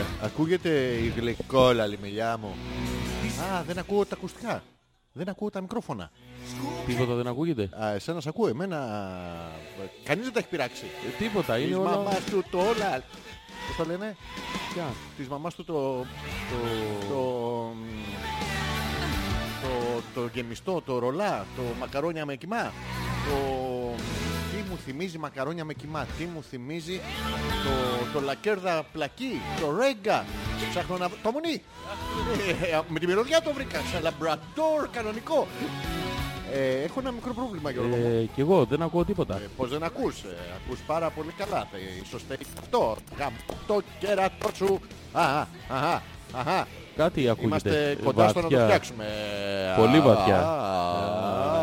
ε, Ακούγεται η γλυκόλα, λιμιλιά μου. Α, δεν ακούω τα ακουστικά. Δεν ακούω τα μικρόφωνα. Τίποτα δεν ακούγεται. Α, εσένα σ' ακούω, εμένα... ε, Κανείς δεν τα έχει πειράξει. Ε, Τίποτα. Της Είναι όλα. μαμάς του το όλα. Πώς το λένε. Ποια? Της μαμάς του το... Το... Το, το, το γεμιστό, το ρολά, το μακαρόνια με κοιμά. Το... Τι μου θυμίζει μακαρόνια με κοιμά. Τι μου θυμίζει το, το λακέρδα πλακί. Το ρέγκα. Ψάχνω να... βρω- Το μουνί. Ε, με τη μυρωδιά το βρήκα. Σαν λαμπραντόρ κανονικό. Ε, έχω ένα μικρό πρόβλημα Γιώργο μου. Ε, κι εγώ δεν ακούω τίποτα. Ε, Πώς δεν ακούς, ε, ακούς πάρα πολύ καλά. Ε, σωστέ είναι αυτό, γαμ, το κέρατό σου. Αχα, αχα, αχα. Κάτι ακούγεται. Είμαστε Ε, κοντά στο να το βαθιά. φτιάξουμε. Πολύ Α, βαθιά. α.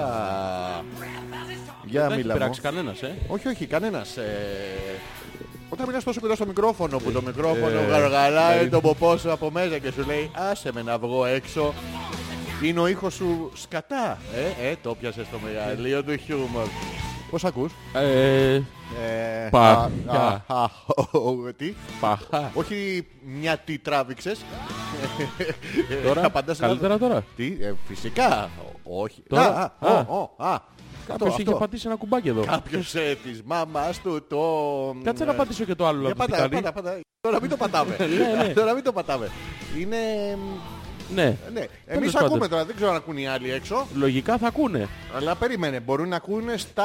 Για Δεν έχει μίλα μου. πειράξει κανένας, ε. Όχι, όχι, κανένας. ε, Όταν μιλάς τόσο κοντά στο μικρόφωνο Ε, που το μικρόφωνο γαργαλάει τον ποπό σου από μέσα και σου λέει άσε με να βγω έξω. Είναι ο ήχος σου σκατά. Ε, ε, το πιάσες στο μεγαλείο του χιούμορ. Πώς ακούς? Ε, Ε, Πα- α, πια. α, α, ο, ο, ο, Τι. παχά. Όχι μια τι τράβηξες. Ε, Τώρα, απαντάς ένα- καλύτερα τώρα. Τι, ε, φυσικά. Ο- Όχι. Τώρα, Α, α, α. ο, ο, α. Αυτό, Κάποιος είχε αυτό. πατήσει ένα κουμπάκι εδώ. Κάποιος ε, της μάμας του το... Κάτσε να ε, πατήσω και το άλλο Για από την πάτα, καλή. πάτα, πάτα. Τώρα μην το πατάμε. ναι. Τώρα μην το πατάμε. Είναι... μ, Ναι. Ναι, εμείς πάντων. ακούμε τώρα, δεν ξέρω αν ακούν οι άλλοι έξω, Λογικά θα ακούνε. αλλά περίμενε, μπορούν να ακούνε στα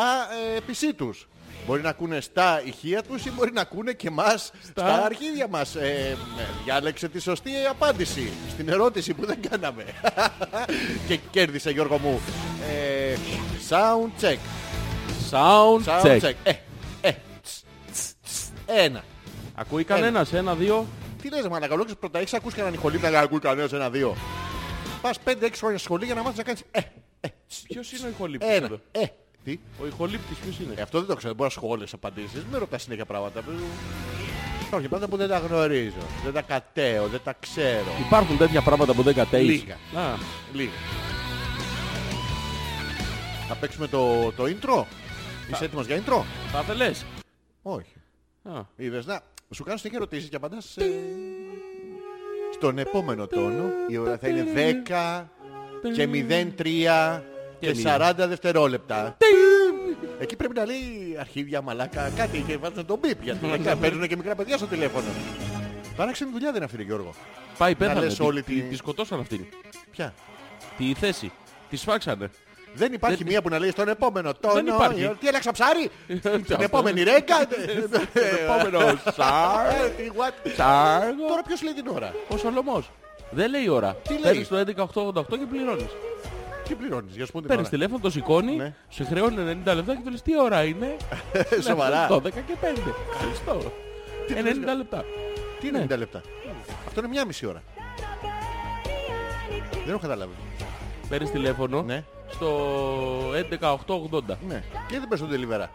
ε, PC τους. Μπορεί να ακούνε στα ηχεία τους ή μπορεί να ακούνε και μας στα, αρχίδια μας. Ε, ε, διάλεξε τη σωστή απάντηση στην ερώτηση που δεν κάναμε. και κέρδισε Γιώργο μου. Ε, sound check. Sound Sound check. check. Ε, ε, τσ, τσ, τσ. ένα. Ακούει κανένας, ένα, δύο. Τι λες μα ανακαλώξεις πρώτα, έχεις ακούσει κανέναν χολή, να ακούει κανένας ένα δύο. Πας 5-6 χρόνια σχολή για να μάθεις να κάνεις ε, ε, τσ, Ποιος είναι ο ηχολήπτης εδώ? ένα, ε. Τι, Ο ηχολήπτης ποιος είναι. Ε, αυτό δεν το ξέρω, δεν μπορώ να σχόλες απαντήσεις. Μην ρωτάς συνέχεια πράγματα. Υπάρχουν πράγματα που δεν τα γνωρίζω, δεν τα κατέω, δεν τα ξέρω. Υπάρχουν τέτοια πράγματα που δεν κατέεις. Λίγα. Α, Λίγα. Θα παίξουμε το, το intro. Είσαι έτοιμος για intro. θα ήθελες. Όχι. Α, Είδες, να, σου κάνω συνέχεια ερωτήσεις και απαντάς. ε, Στον επόμενο τόνο η ώρα θα είναι 10 και 03 και Και μία. 40 δευτερόλεπτα. Εκεί πρέπει να λέει αρχίδια, μαλάκα, κάτι και βάζουν τον μπιπ γιατί μετά παίρνουν και μικρά παιδιά στο τηλέφωνο. Παράξενη δουλειά δεν αφήνει Γιώργο. Πάει πέθανε. λες Τη, όλη τη, τη- τη σκοτώσαν αυτήν. Πια. Τη θέση. Τη σφάξανε. Δεν υπάρχει μία που να λέει στον επόμενο τόνο. Δεν υπάρχει. Τι έλαξα ψάρι. Την επόμενη ε, ρέγκα. Τον επόμενο σάρ. τι ε, what. Τάργο. Τώρα ποιος λέει την ώρα. Ο Σολομός. Δεν λέει ώρα. Τι λέει? Παίρνεις το 11.88 και πληρώνεις. Τι πληρώνεις για σου πούν την Παίρνεις ώρα. τηλέφωνο, το σηκώνει, Ναι. Ε, σε χρεώνει 90 λεπτά και του λες τι ώρα είναι. Σοβαρά. 12 και 5. Ευχαριστώ. ναι. 90 λεπτά. Τι είναι Ναι. 90 λεπτά. Αυτό είναι μία μισή ώρα. Δεν έχω καταλάβει. Παίρνεις τηλέφωνο Ναι. στο 11880. Ναι. Και δεν πες τον Τελιβερά.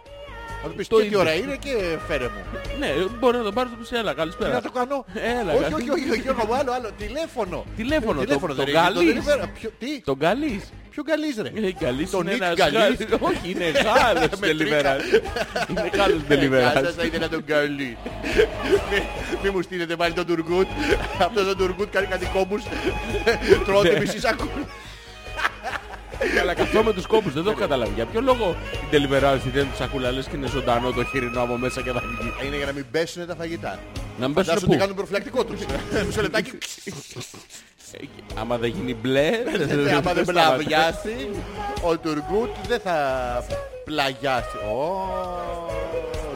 Θα του πεις Το και τι ίδιο. ώρα είναι και φέρε μου. Ναι, μπορεί να το πάρεις όπως έλα, Τι καλησπέρα. να το κάνω. Έλα, όχι, κάτι. όχι, όχι, όχι, Γιώργο, άλλο, άλλο. Τηλέφωνο. Τηλέφωνο, Τηλέφωνο, το, δεν είναι, το το Γαλλής. Τελιβερά. Ποιο- Τι, Το Γαλλής. ποιο καλής ρε. Ε, Γαλλής Το είναι Νίκ ένας Γαλλής. Γάλλος. Όχι, είναι Γάλλος Με τρίκα. delivery. Είναι Γάλλος Ε, Γεια delivery. σας, θα ήθελα τον καλή. Μη- Μη μου στείλετε πάλι τον Τουργκούτ. Αυτός ο Τουργκούτ κάνει κάτι κόμπους. Τρώτε Ναι. μισή σακούλα. Αλλά και αυτό με τους κόμπους δεν το έχω καταλάβει. Για ποιο λόγο η delivery στη θέση του σακούλα λες και είναι ζωντανό το χοιρινό από μέσα και θα βγει. Είναι για να μην πέσουνε τα φαγητά. Να μην πέσουν Φαντάσου ότι πού. κάνουν προφυλακτικό τους. Μισό λεπτάκι. Ε, Άμα δεν γίνει μπλε, Ναι, Άμα δεν σταματάει. πλαγιάσει, ο Τουργκούτ δεν θα πλαγιάσει. Ω,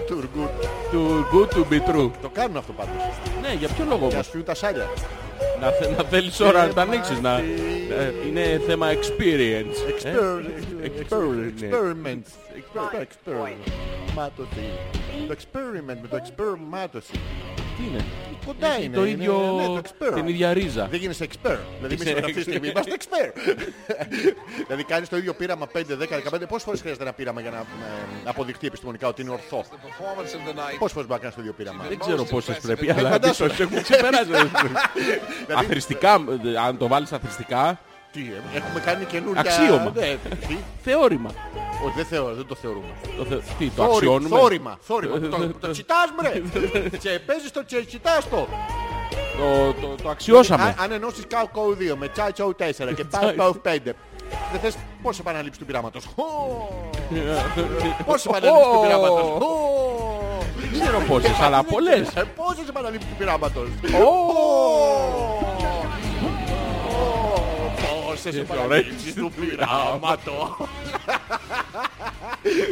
Τουργκούτ. Του good to be true. Το κάνουν αυτό πάντως. Ναι, για ποιο λόγο Για να όμως. σου πιούν τα σάλια. Να, θε- να θέλεις ώρα να τα ανοίξεις. Να... ε, Είναι θέμα experience. ε. Experiment. Ναι. Experiment. Εξπερματωθεί. Το experiment με το expermatωθεί. Ε, Τι είναι. Κοντά Έχει είναι. Το είναι- ναι, το ίδιο, exper. την ίδια ρίζα. Δεν γίνεσαι expert. Δηλαδή εμείς Είσαι είμαστε αυτή τη expert. στιγμή είμαστε expert. δηλαδή κάνεις το ίδιο πείραμα 5, 10, 15. Πόσες φορές χρειάζεται ένα πείραμα για να ε, αποδειχτεί επιστημονικά ότι είναι ορθό. performance of the night. Πόσες φορές μπορεί να κάνεις το ίδιο πείραμα. Δεν ξέρω πόσες πρέπει, Ε, αλλά φαντάσου. ίσως έχουν ξεπεράσει. Αθρηστικά, ε, αν το βάλεις αθρηστικά, Τι, ε, έχουμε κάνει καινούργια... Αξίωμα. Ναι, τι, θεώρημα. όχι, δεν, θεωρώ, δεν το θεωρούμε. Το θε- Τι, το Θόρυ- αξιώνουμε. Θόρυμα, θόρυμα. το, το τσιτάς, μπρε. Σε παίζεις το τσιτάς το. Το, το, το αξιώσαμε. Αν, αν ενώσεις Κάου 2 με Τσάι Τσόου 4 και Πάου Πάου 5, δεν θες πώς επαναλήψεις του πειράματος. Χω! Πόσες επαναλήψεις του πειράματος. Χω! Δεν ξέρω πόσες, αλλά πολλές. Ε, Πόσες επαναλήψεις του πειράματος. Πόσες επαναλήψεις του πειράματος.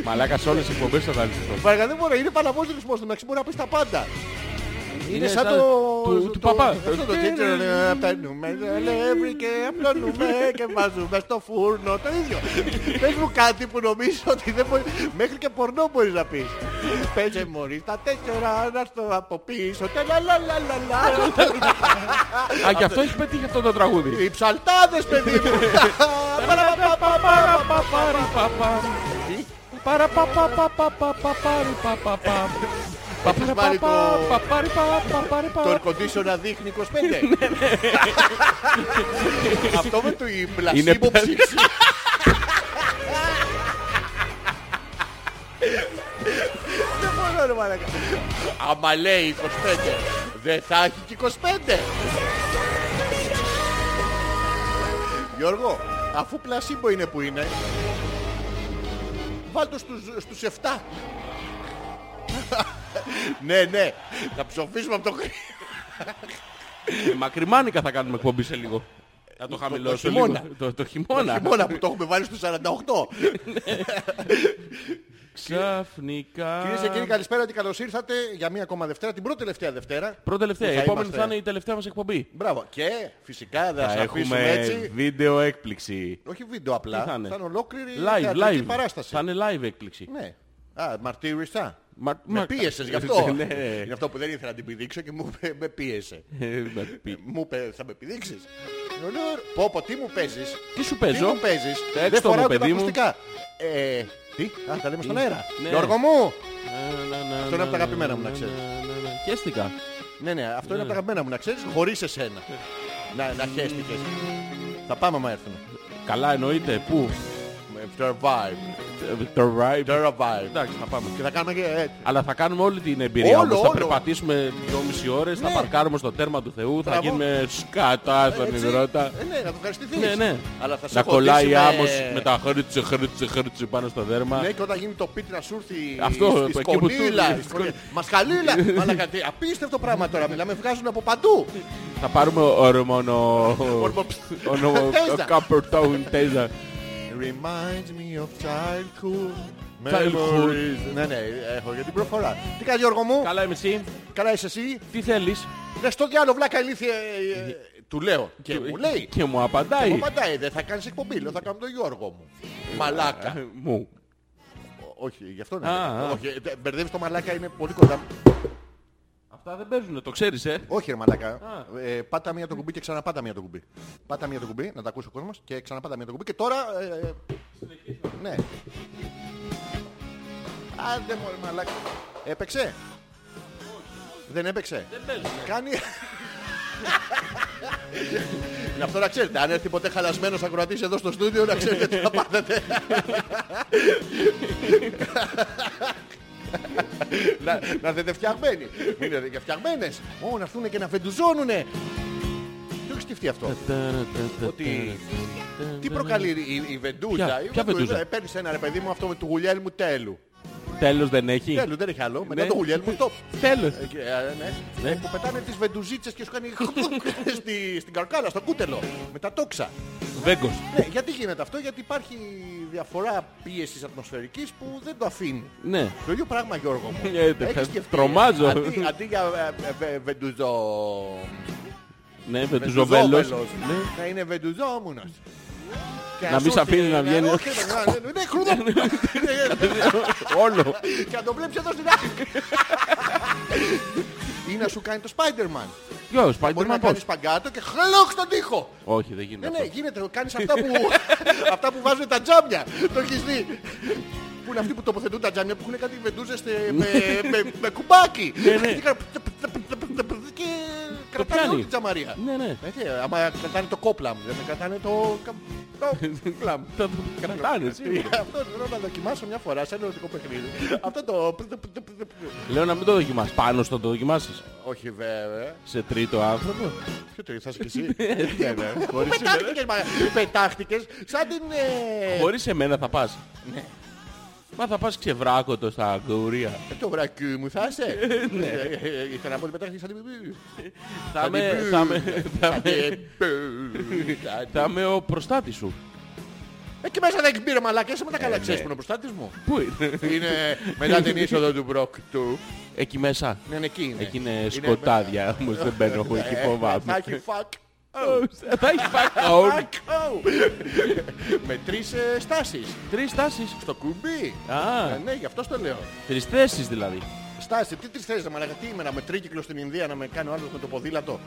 Μαλάκα σε όλες τις εκπομπές θα τα λύσεις αυτό. Βαργά δεν μπορεί, είναι παναπόσδρυφος του μεταξύ, μπορεί να πεις τα πάντα. Είναι σαν το... του- το- του παπά. Αυτό το ε, τίτλο λέει, Παίρνουμε λεύρι και απλώνουμε και βάζουμε στο φούρνο. Το ίδιο. Πες μου κάτι που νομίζω ότι δεν μπορεί... Μέχρι και πορνό μπορείς να πεις. Παίζε μωρή τα τέσσερα να στο από πίσω. Τελαλαλαλαλα. Α, γι' αυτό έχεις πετύχει αυτό το τραγούδι. Οι ψαλτάδες παιδί μου. Παραπαπαπαπαπαπαπα. Παραπαπαπαπαπαπαπαπα. βάλει το- Παπαπαπαπαπαπαπαπα. Το air condition να δείχνει 25. Αυτό με το η Είναι πλασίμπο πια- ψήξη. Δεν μπορώ ρε μαλάκα. Άμα λέει 25, δεν θα έχει και 25. Γιώργο, αφού πλασίμπο είναι που είναι, βάλ το στους, στους 7. ναι, ναι, θα ψοφήσουμε από το χρήμα. Ε, Μακριμάνικα θα κάνουμε εκπομπή σε λίγο. Θα το χαμηλώσω το λίγο. χειμώνα. Το- Το χειμώνα. Χειμώνα που το έχουμε βάλει στους 48. Ξαφνικά. Κυρίες και κύριοι, καλησπέρα και καλώς ήρθατε για μία ακόμα Δευτέρα, την πρώτη τελευταία Δευτέρα. Πρώτη τελευταία. Που Η θα επόμενη είμαστε. θα είναι η τελευταία μας εκπομπή. Μπράβο. Και φυσικά δεν θα σας Θα αφήσουμε έτσι. βίντεο έκπληξη. Όχι βίντεο απλά. Τι θα είναι? ολόκληρη Live, θεατρική live. παράσταση. Θα είναι live έκπληξη. Ναι. Α, μαρτύρησα. Μα- Με μα- πίεσες γι' αυτό. Ναι. Είναι αυτό που δεν ήθελα να την πηδήξω και μου είπε, με πίεσε. Ε, μα πει. Μου είπε, θα με πηδήξεις. Λέω, Πω, πω, τι μου παίζεις. Τι σου Τι παίζω. μου παίζεις. Τα έξω Δεν το μου, φοράω και τα παιδί μου. ακουστικά. Ε, τι, α, τα λέμε στον Τι? αέρα. Ναι. Γιώργο μου. Αυτό είναι από τα αγαπημένα μου, να ξέρεις. Χαίστηκα. Ναι, ναι, αυτό είναι από τα αγαπημένα μου, να ξέρεις, χωρίς εσένα. Να, να χαίστηκες. Θα πάμε άμα έρθουν. Καλά εννοείται. Πού. Ε, The vibe. Το right. The vibe. Εντάξει, θα πάμε. Και θα κάνουμε και... ε, Αλλά θα κάνουμε όλη την Όλο, εμπειρία όμως. Θα όλο. περπατήσουμε δυόμιση ώρες, θα Ναι. παρκάρουμε στο τέρμα του Θεού, θα Μπράβο. γίνουμε σκατά στον έτσι. υδρότα. Ε, ναι, να το ευχαριστηθείς. Ναι, ναι. Αλλά θα σε Να κολλάει χοντήσει άμμος με τα χρύτσε, χρύτσε, χρύτσε πάνω στο δέρμα. Ναι, και όταν γίνει το πίτι να σου έρθει Αυτό, στη εκεί που του- σκονίλα, στη στη σκονίλα. Μασχαλίλα, μαλακα, τι απίστευτο πράγμα τώρα, μιλάμε, βγάζουν από παντού. Θα πάρουμε ορμονο... Ορμοψ- ορμονο- Τέζα. Καπερτόουν τέζα. Reminds me of childhood Childhood. memories. Ναι, ναι, έχω για την προφορά. Τι κάνεις Γιώργο μου, Καλά είμαι εσύ. καλά είσαι εσύ. Τι θέλεις. Ναι, στο διάλογο βλάκα ηλίθιε, ε, ε, του λέω και Του- Ε, μου λέει. Και μου απαντάει. Μου απαντάει, δεν θα κάνεις εκπομπή, λέω θα κάνω τον Γιώργο μου. Μαλάκα. Μου. Ο- Όχι, γι' αυτό Α, ναι. α. Όχι, ε, Μπερδεύεις το μαλάκα, είναι πολύ κοντά. μου. Αυτά δεν παίζουνε, το ξέρεις ε. Όχι, ρε μαλάκα. Ε, πάτα μία το κουμπί και ξαναπάτα μία το κουμπί. Πάτα μία το κουμπί, να τα ακούσει ο κόσμος και ξαναπάτα μία το κουμπί και τώρα. Ε, ναι. Άντε μωρέ μαλάκα. Έπαιξε. Δεν έπαιξε. Δεν παίζουνε. Κάνει. Είναι αυτό να ξέρετε. Αν έρθει ποτέ χαλασμένος ακροατής εδώ στο στούντιο, να ξέρετε τι θα πάθετε. να, να δείτε φτιαγμένοι. Μην είναι και φτιαγμένες. Ω, να έρθουν και να φεντουζώνουνε. Το έχεις σκεφτεί αυτό. Ότι τι προκαλεί η, η βεντούζα. Ποια- η ποια βεντούζα? ε, Παίρνεις ένα ρε παιδί μου αυτό με του Γουλιέλμου τέλου. Τέλος δεν έχει. Τέλου δεν έχει άλλο. Μετά Ναι. το Γουλιέλμου το. Τέλος. Ε, και, ε, ναι. Ναι. Ε, Που πετάνε τις βεντουζίτσες και σου κάνει στη, στην καρκάλα, στο κούτελο. Με τα τόξα. Βέγκος. Ναι, γιατί γίνεται αυτό, γιατί υπάρχει διαφορά πίεσης ατμοσφαιρικής που δεν το αφήνει. Ναι. Το ίδιο πράγμα Γιώργο μου. Ε, τε- Έχεις σκεφτεί, τρομάζω. Αντί, αντί για ε, βε- βεντουζό... Ναι, με τους βεντουζόβελος, ζωβέλος. Ναι. Να είναι βεντουζόμουνος. Και Να σου μην σ' αφήνει έρθει, να βγαίνει. ναι, όχι, να- ναι, Ναι, χρούδο. Όλο. Και να το βλέπεις εδώ στην άκρη. Ή να σου κάνει το Spider-Man. Ποιο, Μπορεί Spider-Man να Ε, πώς. κάνεις παγκάτο και χλόκ στον τοίχο. Όχι, δεν γίνεται Ναι, ναι, αυτό. γίνεται. Κάνεις αυτά που, αυτά που βάζουν τα τζάμια. Το έχεις δει. Που είναι αυτοί που τοποθετούν τα τζάμια που έχουν κάτι βεντούζες ε, με, με, με κουμπάκι. Ναι, ναι. Και κάνουν πτ, πτ, πτ, πτ, πτ, πτ, Και κρατάνε πιάνει. όλη την τζαμαρία. Ναι, ναι. Έτσι, άμα κρατάνε το κόπλα μου, δεν κρατάνε το... Κλαμ. Θα το κρατάνε. σίγουρα. Αυτό θέλω να δοκιμάσω μια φορά σε ένα ερωτικό παιχνίδι. Αυτό το. π- π- π- π- π- Λέω να μην το δοκιμάσεις. Πάνω στο το δοκιμάσεις. Όχι βέβαια. Σε τρίτο άνθρωπο. Ποιο το ήρθα και εσύ. Ναι, ναι. Χωρίς Πετάχτηκες, μα- Πετάχτηκες σαν την. ε, Χωρίς εμένα θα πας. Μα θα πας ξεβράκωτο στα κουρία. Το βρακί μου θα είσαι. Ε, ε, ε, Ήθελα να πω ότι πετάχτηκες σαν την. Ναι. Θα είμαι- θα είμαι- θα είμαι- Θα είμαι ο προστάτης σου. Εκεί μέσα δεν πήρε μαλακές με τα Ε, καλά. ναι. Ξέρεις που είναι ο προστάτης μου. Πού είναι. Είναι μετά την είσοδο του Μπροκτού. Εκεί μέσα. Ναι, είναι εκεί είναι. Εκεί είναι σκοτάδια. Όμως δεν μπαίνω εγώ εκεί Ε, Θα φοβάμαι. έχει fuck. Θα έχει φάκαον. Fuck. oh. Με τρεις ε, στάσεις. Τρεις τάσεις. Στο κουμπί. Α, Ε, Ναι, γι' αυτό το λέω. τρεις θέσεις δηλαδή. Στάση, τι τρεις θέσεις, μαλακά, τι είμαι, να με τρίκυκλο στην Ινδία, να με κάνει ο άλλος με το ποδήλατο.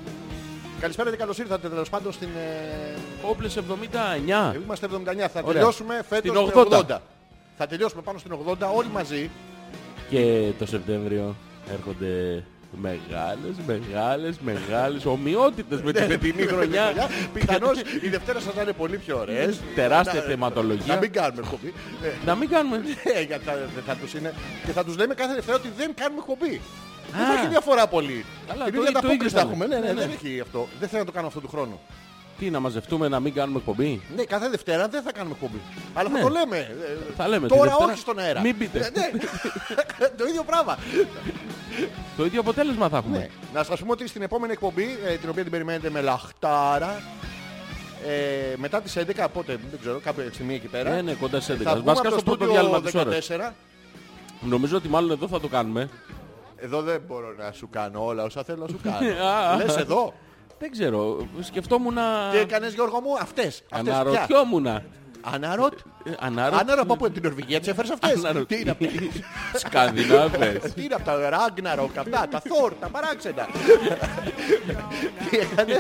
Καλησπέρα και καλώς ήρθατε τέλος πάντων στην... ε, Όπλες 79. Είμαστε 79, θα Ωραία. τελειώσουμε φέτος Στην με 80. 80. Θα τελειώσουμε πάνω στην 80 όλοι μαζί. Και το Σεπτέμβριο έρχονται μεγάλες, μεγάλες, μεγάλες ομοιότητες με Ναι. την φετινή χρονιά. Πιθανώς η Δευτέρα σας θα είναι πολύ πιο ωραίες. Τεράστια Να- Να θεματολογία. μην κάνουμε κοπή. Ε, Να μην κάνουμε... Ε, για τα, δεν θα τους είναι. Και θα τους λέμε κάθε Δευτέρα ότι δεν κάνουμε εκπομπή. Δεν Α. θα έχει διαφορά πολύ. Καλά, Την το- ίδια τα το ίδιο απόκριση θα θα είναι. έχουμε. Ναι, ναι, Ναι, ναι. δεν έχει αυτό. Δεν θέλω να το κάνω αυτό του χρόνου. Τι, να μαζευτούμε να μην κάνουμε εκπομπή. Ναι, κάθε Δευτέρα δεν θα κάνουμε εκπομπή. Αλλά θα Ναι. το λέμε. Ε, Θα λέμε τη Τώρα Δευτέρα. όχι στον αέρα. Μην πείτε. Ναι, ναι. το ίδιο πράγμα. Το ίδιο αποτέλεσμα θα έχουμε. Ναι. Να σας πούμε ότι στην επόμενη εκπομπή, ε, την οποία την περιμένετε με λαχτάρα, ε, μετά τις 11, πότε, δεν ξέρω, κάποια στιγμή εκεί πέρα. Ναι, ναι, κοντά στις 11. Θα βγούμε Βασικά από το στο πρώτο στούντιο διάλειμμα της ώρας. 14. Νομίζω ότι μάλλον εδώ θα το κάνουμε. Εδώ δεν μπορώ να σου κάνω όλα όσα θέλω να σου κάνω. Α. Λες εδώ. Δεν ξέρω. Σκεφτόμουν να... Τι έκανες Γιώργο μου, αυτές. αυτές, ποια? Αναρωτιόμουν. Ε, Αναρώτ. Αναρωτιόμουν. Αναρώ από πού, από την Νορβηγία τις έφερες αυτές. Τι είναι αυτά. Σκανδινάβες. Τι είναι αυτά, Ράγναροκ, αυτά, τα Θόρ, τα παράξενα. Τι έκανε.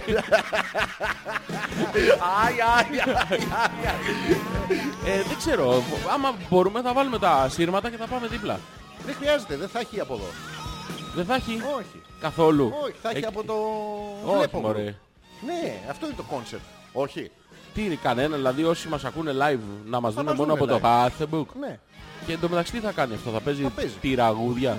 Άι, άι, άι, άι, άι. Ε, δεν ξέρω. Άμα μπορούμε θα βάλουμε τα σύρματα και θα πάμε δίπλα. Δεν χρειάζεται, δεν θα έχει από εδώ. Δεν θα έχει. Όχι. Καθόλου. Όχι, θα έχει Ε, από το Όχι, βλέπω. μωρέ. Ναι, αυτό είναι το κόνσεπτ. Όχι. Τι είναι κανένα, δηλαδή όσοι μας ακούνε live να μας Θα δουν μας μόνο από δούνε το Facebook. Ναι. Και εντωμεταξύ τι θα κάνει αυτό, θα παίζει, Θα παίζει. τυραγούδια.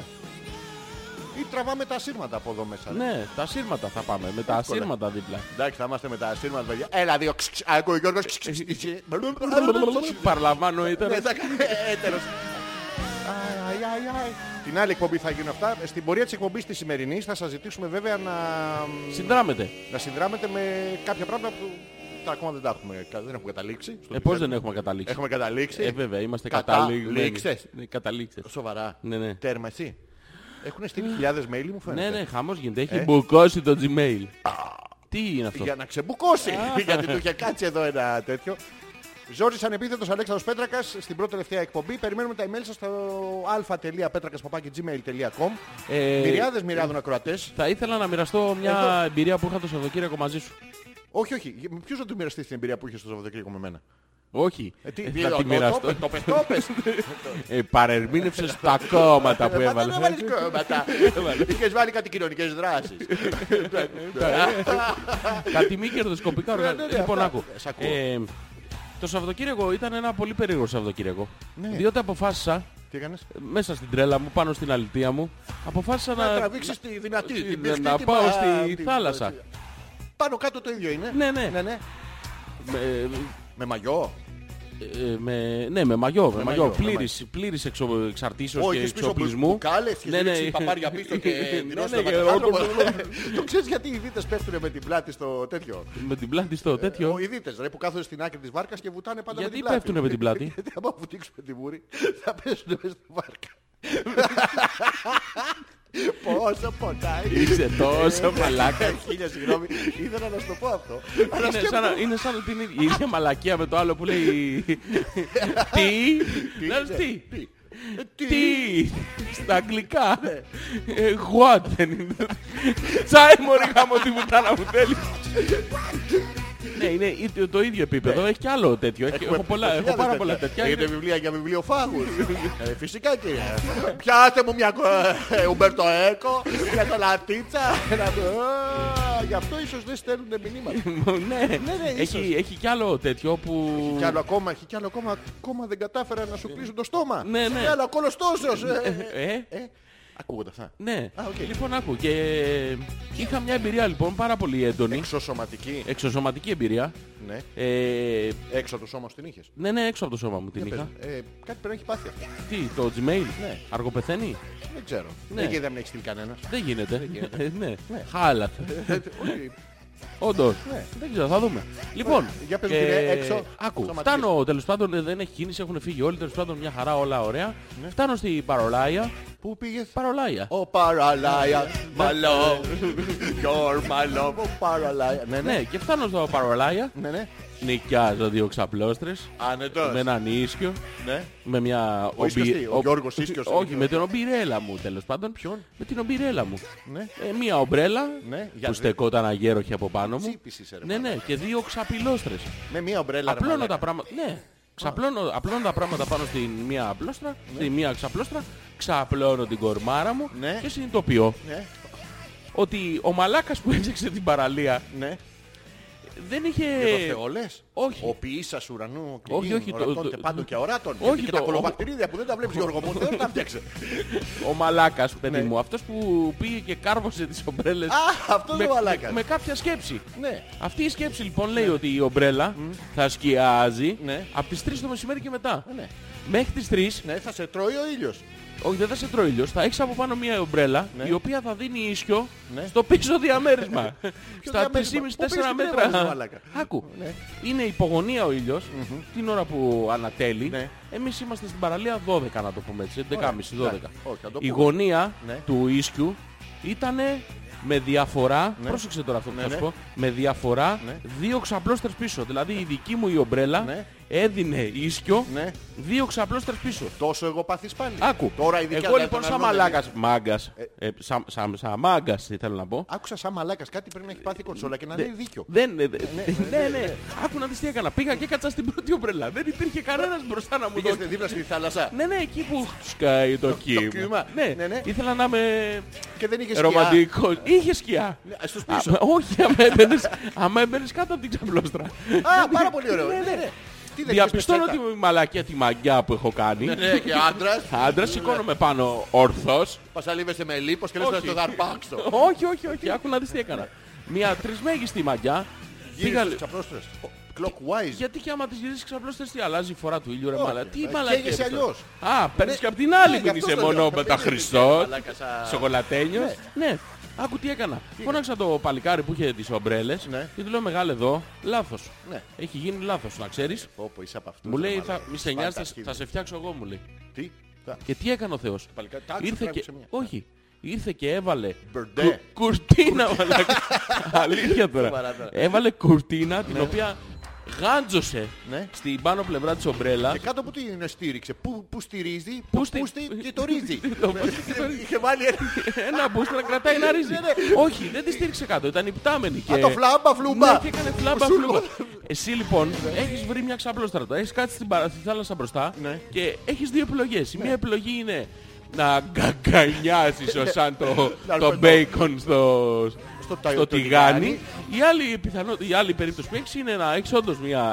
Ή τραβάμε τα σύρματα από εδώ μέσα. ρε. Ναι, τα σύρματα θα πάμε, με τα Εύκολα. σύρματα δίπλα. Εντάξει, θα είμαστε με τα ασύρματα, παιδιά. Έλα, δύο. ξ, ξ, Ακούει ο Γιώργος. ξ, ξ, ξ, ξ. Παρλαμβάνω Ναι, ήταν. θα κάνει έτερος. Αϊ, αϊ, αϊ. Την άλλη εκπομπή θα γίνουν αυτά. Στην πορεία της εκπομπής της σημερινής θα σας ζητήσουμε βέβαια να, Συνδράμεται. να συνδράμετε με κάποια πράγματα που τα ακόμα δεν τα έχουμε, κα- δεν έχουμε καταλήξει. στο Ε, πώς μηδέν. δεν έχουμε καταλήξει. Έχουμε καταλήξει. Ε, βέβαια, είμαστε Ναι, Καταλήξες. καταλήξεις. Καταλήξεις. Σοβαρά. Ναι, ναι. Τέρμα εσύ. Έχουν στείλει χιλιάδες mail μου φαίνεται. Ναι, ναι, χαμός γίνεται. Έχει μπουκώσει το Gmail. Τι είναι αυτό. Ε. Για να ξεμπουκώσει. γιατί του είχε κάτσει εδώ ένα τέτοιο. Ζόρις Ανεπίθετος Αλέξανδρος Πέτρακας στην πρώτη τελευταία εκπομπή. Περιμένουμε τα email σας στο α.πέτρακας.gmail.com Ε, Μυριάδες μοιράδων ακροατές. Θα ήθελα να μοιραστώ μια Εδώ. εμπειρία που είχα το Σαββατοκύριακο μαζί σου. Όχι, όχι. Για- Ποιος θα του μοιραστεί την εμπειρία που είχες στο Σαββατοκύριακο με μένα. Όχι. Ε, τι- Ε, τι- θα το- τη το- μοιραστώ. Το πες, το πες. Ε, παρερμήνευσες τα κόμματα που Ε, μα δεν έβαλες. έβαλες κόμματα. Είχες βάλει κάτι κοινωνικές δράσεις. Κάτι μη κερδοσκοπικά Ναι, ναι, οργανικά. ναι, Λοιπόν, αυτά. άκου. Σ' ακούω. Ε, Το Σαββατοκύριακο ήταν ένα πολύ περίεργο Σαββατοκύριακο. Ναι. Διότι αποφάσισα Τι έκανες. ε, μέσα στην τρέλα μου, πάνω στην αλητία μου, αποφάσισα Να να... τραβήξεις τη δυνατή. την να- πηχτή, να την- πάω α, στη την- θάλασσα. Πάνω κάτω το ίδιο είναι. Ναι, ναι. Ναι, ναι. Ε, Με μαγιό. ε, με, ναι, με μαγιό, με, μαγιό. μαγιό, με Πλήρης, πλήρης εξο, εξαρτήσεως Όχι, και έχεις πίσω εξοπλισμού. μπουκάλες και έχεις ρίξει παπάρια πίσω και Ναι, δινόστα ναι, με και τον άνθρωπο. όλο- Το ξέρεις γιατί οι δίτες πέφτουνε με την πλάτη στο τέτοιο. Με την πλάτη στο τέτοιο. Ο- Οι δίτες ρε που κάθονται στην άκρη της βάρκας και βουτάνε πάντα με Γιατί την πλάτη. πέφτουνε με την πλάτη? Γιατί άμα βουτήξουμε τη μούρη θα πέσουνε μέσα στη βάρκα. Πόσο πονάει. Είσαι Ε, τόσο μαλάκα. Χίλια συγγνώμη, ήθελα να σου το πω αυτό. Αλλά Είναι σαν, να- σκέφτομαι. είναι σαν την ίδια- η ίδια μαλακία με το άλλο που λέει ε, Τι, Λες ναι, τι, τι, ε, τι, στα αγγλικά Ε, What δεν είναι Τσάι μωρή γάμο τι βουτάνα μου θέλεις Ναι είναι ίδιο- το ίδιο Ναι. επίπεδο, έχει και άλλο τέτοιο Έχει- Έχω πολλά- έχω πάρα πολλά τέτοια Έχετε βιβλία για βιβλιοφάγους. ε, φυσικά κύριε. Πιάστε μου μια Ουμπερτοέκο, μια κολατίτσα. ένα- Ε, γι' αυτό ίσως δεν στέλνουν μηνύματα. ναι, ναι, ίσως. έχει, έχει κι άλλο τέτοιο που... Κι άλλο ακόμα, έχει κι άλλο ακόμα, ακόμα δεν κατάφερα να σου κλείσουν το στόμα. Ναι, ναι. Κι άλλο ακολοστόσεως. ε, ε, ε. Ε, Ε, ακούγονται αυτά. ναι. Α, οκ. Λοιπόν, άκου. Και είχα μια εμπειρία λοιπόν πάρα πολύ έντονη. Ε. Εξωσωματική. Εξωσωματική εμπειρία. Ναι. Ε, Έξω του όμως την είχες. ναι, ναι, έξω από το σώμα μου την Για Ε, πες, είχα. ε, κάτι πρέπει να έχει πάθει αυτή. Τι, το Gmail. Ναι. Αργοπεθαίνει. Δεν ξέρω. Ναι. Εκεί δεν έχει στείλει κανένα. Δεν γίνεται. Ε, ναι. Χάλατε. Ε, όχι. Όντως. Ναι. Δεν ξέρω, θα δούμε. Λοιπόν, για πες μου, ε, κύριε, έξω, Άκου, σωματικές. φτάνω τέλος πάντων, ε, δεν έχει κίνηση, έχουν φύγει όλοι, τέλος πάντων μια χαρά, όλα ωραία. Ναι. Φτάνω στην Παρολάια. Πού πήγες. Παρολάια. Ο Παραλάια, my love, you're my love, Ναι. ο Παραλάια. Ναι, ναι, Ναι, και φτάνω στο Παρολάια. ναι, ναι. Νοικιάζω δύο ξαπλώστρες. Άνετος. Με έναν ίσιο. Ναι. Με μια Ο Ίσκιος τι, ο Γιώργος Ίσκιος. Όχι, με την ομπιρέλα μου τέλος πάντων. Ποιον? Με την ομπιρέλα μου. Ναι. Ε, μια ομπρέλα Ναι, για δε- που στεκόταν αγέροχη από πάνω μου. Τσίπης είσαι, ρε Ναι, ναι, και δύο ξαπλώστρες. Με μία ομπρέλα. ρε Απλώνω μαλάκα. τα πράγματα. Ναι, ξαπλώνω, απλώνω τα πράγματα πάνω στην μία απλώστρα, στην μία ξαπλώστρα, ξαπλώνω την κορμάρα μου Ναι. και συνειδητοποιώ Ναι, ότι ο μαλάκας που έψαξε την παραλία ναι. δεν είχε... Και το Θεό λες. Ε, όχι. Ο ποιής σας ουρανού Όχι, όχι, το- ορατών το- και πάντων και αοράτων. Όχι, Όχι, και τα το- κολοβακτηρίδια που δεν τα βλέπεις Γιώργο μου, δεν τα φτιάξε. Ο μαλάκας, παιδί Ναι. μου, αυτός που πήγε και κάρβωσε τις ομπρέλες Α, αυτός με, ο μαλάκας. με κάποια σκέψη. Ναι. Αυτή η σκέψη λοιπόν λέει ότι η ομπρέλα θα σκιάζει Ναι. από τις 3 το μεσημέρι και μετά. Ναι. Μέχρι τις 3 Ναι, θα σε τρώει ο ήλιος. Όχι, δεν θα σε τρώει ήλιος. Θα έχεις από πάνω μια ομπρέλα Ναι. η οποία θα δίνει ίσιο Ναι. στο πίσω διαμέρισμα. Στα διαμέρισμα? 3,5-4 Πού πήρες την έβαλες, ρε μέτρα. μαλάκα? Άκου. Ναι. Είναι υπογωνία ο ήλιος την ώρα που ανατέλει. Ναι. Εμείς είμαστε στην παραλία 12 να το πούμε έτσι. 11.30-12. εντάξει. Όχι, θα το Η πούμε. γωνία Ναι. του ίσκιου ήταν με διαφορά, Ναι. πρόσεξε τώρα αυτό που Ναι, θα σου ναι. πω, με διαφορά Ναι. δύο ξαπλώστερες πίσω. Δηλαδή η δική μου η ομπρέλα Ναι. έδινε ίσιο Ναι. δύο ξαπλώστερες πίσω. Τόσο εγώ πάθεις πάλι. Άκου. Τώρα η δικιά Εγώ μου λοιπόν τον σαν αρνούνται. μαλάκας, μάγκας, ε, σαν σα, σα μάγκας θέλω να πω. Άκουσα σαν μαλάκας κάτι πρέπει να έχει πάθει η κονσόλα και να λέει δίκιο. Δεν, ε, δε- ναι, ναι. Άκου να δεις τι έκανα. Πήγα και κάτσα στην πρώτη ομπρέλα. Δεν υπήρχε κανένας μπροστά να μου Πήγες δώσει. δίπλα στη θάλασσα Ναι, ναι, εκεί που σκάει το, κύμα. κύμα. Ναι, Ναι, ναι. ήθελα να είμαι και δεν είχες σκιά. ρομαντικός. Είχε σκιά. Ναι, στους Α, πίσω. μα- όχι, άμα έμπαινες, άμα έμπαινες κάτω από την ξαπλώστρα. Α, πάρα πολύ ωραίο. Ναι, Ναι, ναι. ναι. Τι δεν Διαπιστώνω είχες τη πετσέτα. μαλακία, τη μαγιά που έχω κάνει. Ναι, και άντρας. Άντρας, σηκώνομαι πάνω ορθός. Πασαλίβεσαι με λίπος και λες Όχι. να το δαρπάξω. όχι, όχι, όχι. Άκου να δεις τι έκανα. Μια τρισμέγιστη μαγιά. Πήγα... Γύρισες στους ξαπλώστρες. Clockwise. Γιατί και άμα τις γυρίσεις ξαπλώστες τι αλλάζει η φορά του ήλιου ρε Όχι, μαλα. Τι ε, μαλακία. καίγεσαι είναι αυτό. αλλιώς. Α, παίρνεις Ναι, και απ' την άλλη ναι, που γι' αυτό είσαι το λέω. μόνο με τα Παίρνεις Χριστός. μαλάκα σαν- Σοκολατένιος. Ναι. Άκου τι έκανα. Φώναξα το παλικάρι που είχε τις ομπρέλες Ναι. και του λέω μεγάλο εδώ. Λάθος. Ναι. Έχει γίνει λάθος να ξέρεις. Πω, πω, είσαι από αυτούς, Μου ρε λέει θα, μαλάκα. μη σε νοιάζει θα, Σπάντα θα σε φτιάξω εγώ μου λέει. Τι, τα- Και τι έκανε ο Θεός. Παλικάρι, τάξου, Ήρθε και... τράβηξε μια. Ναι. Όχι. Ήρθε και έβαλε Μπερντέ. κου- κουρτίνα μαλάκα. Αλήθεια τώρα. Σοβαρά τώρα. Έβαλε κουρτίνα την οποία γάντζωσε Ναι. στην πάνω πλευρά της ομπρέλα. Και κάτω από τι είναι στήριξε, πού, πού στηρίζει, Πού πού στη- πούστη και το ρίζει. Το πούστη και το ρύζι. Είχε βάλει ένα... Ένα μπούστα να κρατάει ένα ρύζι. Ναι, ναι. Όχι, δεν τη στήριξε κάτω. Ήταν υπτάμενη. Και... Α, το φλάμπα φλούμπα. Ναι, και έκανε φλάμπα Σου φλούμπα. λέω. Εσύ λοιπόν έχεις βρει μια ξαπλώστρατα. Έχεις κάτσει στην παρα- στη θάλασσα μπροστά Ναι. και έχεις δύο επιλογές. Η μία επιλογή είναι να γκαγκανιάσεις ως σαν το, Ναι. Να το αρπετώ. μπέικον στο, Στο στο το τηγάνι. τηγάνι. Η άλλη, πιθανό, η άλλη περίπτωση που έχεις είναι να έχεις όντως μια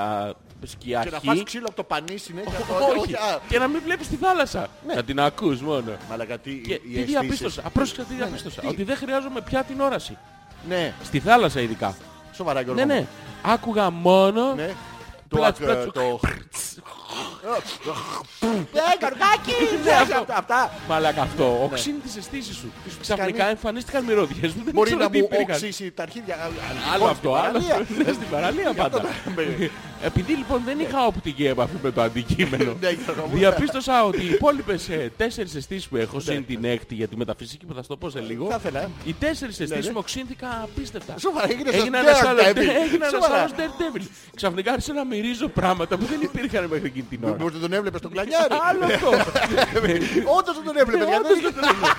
σκιαχή. Και να φας ξύλο από το πανί συνέχεια. Όχι, και να μην βλέπεις τη θάλασσα. Να την ακούς μόνο. Μαλακά, τι Και οι τι Ναι. αισθήσεις. Ναι, διαπίστωσα, απρόσεξα τι διαπίστωσα. τι? Ότι δεν χρειάζομαι πια την όραση. Ναι, Στη θάλασσα ειδικά. σοβαρά Γιώργο Ναι, μου. ναι. Άκουγα μόνο. Ναι. Το Πλατς, ακ- πλατς, το... Ε, Γιωργάκη! Ναι, αυτό. Αυτά. Μαλάκα αυτό. Οξύνει τις αισθήσεις σου. Ξαφνικά Ναι. κάνει. εμφανίστηκαν μυρωδιές μου. Μπορεί να μου οξύσει τα αρχίδια. Άλλο αυτό, άλλο. Ναι. Ναι, Στην παραλία πάντα. Επειδή λοιπόν δεν είχα οπτική επαφή με το αντικείμενο, Ναι, Γιώργο μου. Ναι. διαπίστωσα ότι οι υπόλοιπες ε, τέσσερις αισθήσεις που έχω, συν την έκτη για τη μεταφυσική που θα σου το πω σε Θα λίγο, ήθελα. ε. οι τέσσερις αισθήσεις ναι. μου οξύνθηκαν απίστευτα. Σοβαρά, έγινες Έγινε ένας ένας άλλος Daredevil. έγινε ένας Σοβαρά. άλλος Daredevil. Ξαφνικά άρχισα να μυρίζω πράγματα που δεν υπήρχαν μέχρι εκείνη την ώρα. Μπορείς να τον έβλεπες τον κλανιάρι. Άλλο αυτό. Ε, Όντως δεν τον έβλεπες. γιατί δεν Όντως είχε- δεν το θυμάμαι.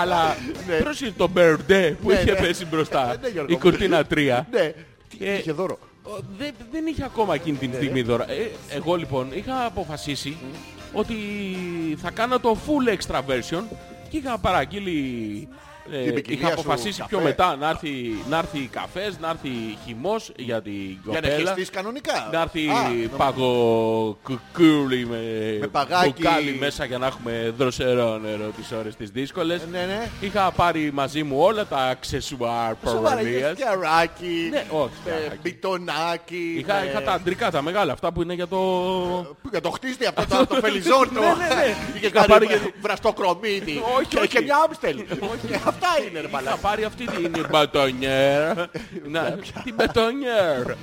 Αλλά πρόσεχε το Μπερντέ που Ναι, είχε ναι. πέσει μπροστά. Ναι, Γιώργο Η μου. κουρτίνα 3. Ναι. Τι- Ε, Είχε δώρο. Ο, δε- δεν είχε ακόμα εκείνη Ναι. την στιγμή δώρα. Ε, εγώ λοιπόν είχα αποφασίσει ότι θα κάνω το full extra version και είχα παραγγείλει Ε, την ποικιλία είχα σου αποφασίσει πιο καφέ. μετά να έρθει, να έρθει καφές, να έρθει χυμός για την Για να κοπέλα. χεστείς κανονικά. Να έρθει Α, νομι- παγοκουκούλι με, Με παγάκι. μπουκάλι μέσα για να έχουμε δροσερό νερό τις ώρες τις δύσκολες. Ναι, ναι. Είχα πάρει μαζί μου όλα τα αξεσουάρ Σοβαρά, είχες παροιμίας. φτιαράκι, Ναι, όχι. ε, φτιαράκι. μπιτονάκι. Είχα, ε, είχα τα αντρικά, τα μεγάλα, αυτά που είναι για το... που Για το χτίστη αυτό το, το φελιζόν το. Ναι, ναι, ναι. Είχε Είχα κάνει πάρει και- βραστό κρομίδι. Όχι, Και- όχι. Και μια άμστελ. Αυτά είναι ρε Είχα παλάκι. πάρει αυτή την μπετονιέρα. Να, Την μπετονιέρα.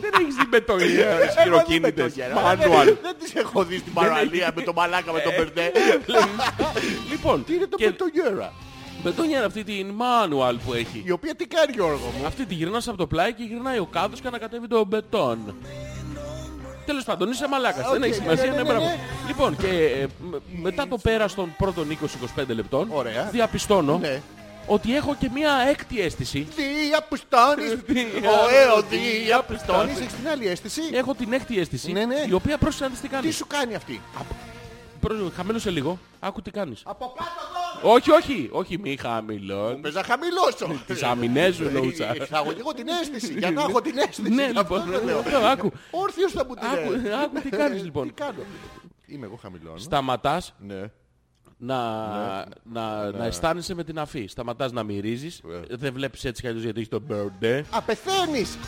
Δεν έχεις την μπετονιέρα στις χειροκίνητες. Manual. Μάνουαλ. Δεν τις έχω δει στην παραλία με τον μαλάκα με τον Μπερντέ. Λοιπόν, Τι είναι το και Μπετονιέρα. μπετονιέρα αυτή την manual που έχει. Η οποία τι κάνει Γιώργο μου. Αυτή τη γυρνάς από το πλάι και γυρνάει ο κάδος και ανακατεύει το μπετόν. Τέλος πάντων, είσαι μαλάκας. Οκ, Δεν έχει ναι, σημασία, ναι, ναι, ναι, μπράβο. ναι. Λοιπόν, και ε, με- μετά το πέρας των πρώτων 20-25 λεπτών, Ωραία. διαπιστώνω Ναι. ότι έχω και μία έκτη αίσθηση. Τι απιστώνεις. Ο Εο, τι απιστώνεις. Έχεις την άλλη αίσθηση. Έχω την έκτη αίσθηση, Ναι, ναι. η οποία πρόσεχε να δεις τι Τι κάνει. σου κάνει αυτή. Πρόσεχε, Χαμήλωσε λίγο, άκου τι κάνεις. Από κάτω εδώ. Όχι, όχι, όχι, μη χαμηλώνεις. Πες να χαμηλώσω. Ε, Τις αμυνές σου εννοούσα. Θα έχω και εγώ την αίσθηση. Για να έχω την αίσθηση. Ναι, Αυτό λοιπόν, το λέω. αυτό, άκου. Όρθιος θα μου την Άκου, λέει. άκου τι κάνεις, λοιπόν. Τι κάνω. Είμαι εγώ χαμηλώνω. Σταματάς Ναι. να, να, να αισθάνεσαι με την αφή. Σταματάς να μυρίζεις. Ναι. Δεν βλέπεις έτσι κι αλλιώς γιατί έχεις τον μπερντέ. Α, πεθαίνεις.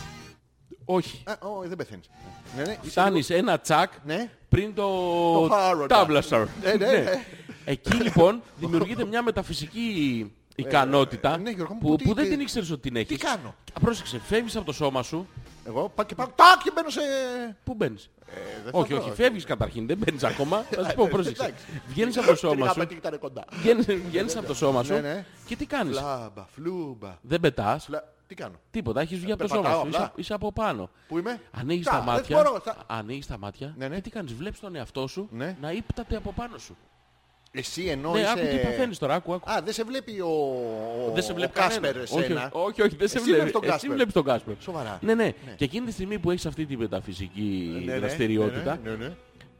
Όχι. Α, όχι, δεν πεθαίνεις. Ναι, ναι. είσαι Φτάνεις ένα τσακ Ναι. πριν το, Το φάρο, τάβλασαρ. ναι, ναι. Εκεί λοιπόν δημιουργείται μια μεταφυσική ικανότητα ναι, Γιώργο μου, που, τι- που δεν τι- την ήξερες ότι την έχεις. κάνω? Πρόσεξε, φεύγεις από το σώμα σου. Εγώ πάω και πάω. Τάκ και μπαίνω σε. Πού μπαίνεις. Ε, δεν θα όχι, πω, όχι, φεύγεις καταρχήν, δεν μπαίνεις ακόμα. Θα σου πω, πρόσεξε. εντάξει. Βγαίνεις από το σώμα Τριχά σου. πατήκ ήταν κοντά. Βγαίνεις, βγαίνεις από το σώμα σου Ναι, ναι. και τι κάνεις. Φλάμπα, φλούμπα. Δεν πετάς. φλα- Τι κάνω. Τίποτα, έχεις βγει από το περπατάω σώμα σου. Είσαι, απλά. είσαι από πάνω. Πού είμαι? Ανοίγεις Τα, τα δεν μάτια. μπορώ, τα- Ανοίγεις τα μάτια. Ναι, ναι. Και τι κάνεις, βλέπεις τον εαυτό σου Ναι. να ύπταται από πάνω σου. Εσύ ενώ Ναι, άκου τι είσαι. παθαίνεις τώρα, άκου, άκου. Α, δεν σε βλέπει ο, ο... δεν σε βλέπει ο Κάσπερ κανένα. όχι, εσένα. όχι, όχι, δεν σε Εσύ βλέπει. βλέπεις τον Εσύ Κάσπερ. βλέπεις τον Κάσπερ. Σοβαρά. Ναι, ναι, Και εκείνη τη στιγμή που έχεις αυτή τη μεταφυσική Ναι, ναι, δραστηριότητα, Ναι, ναι, ναι.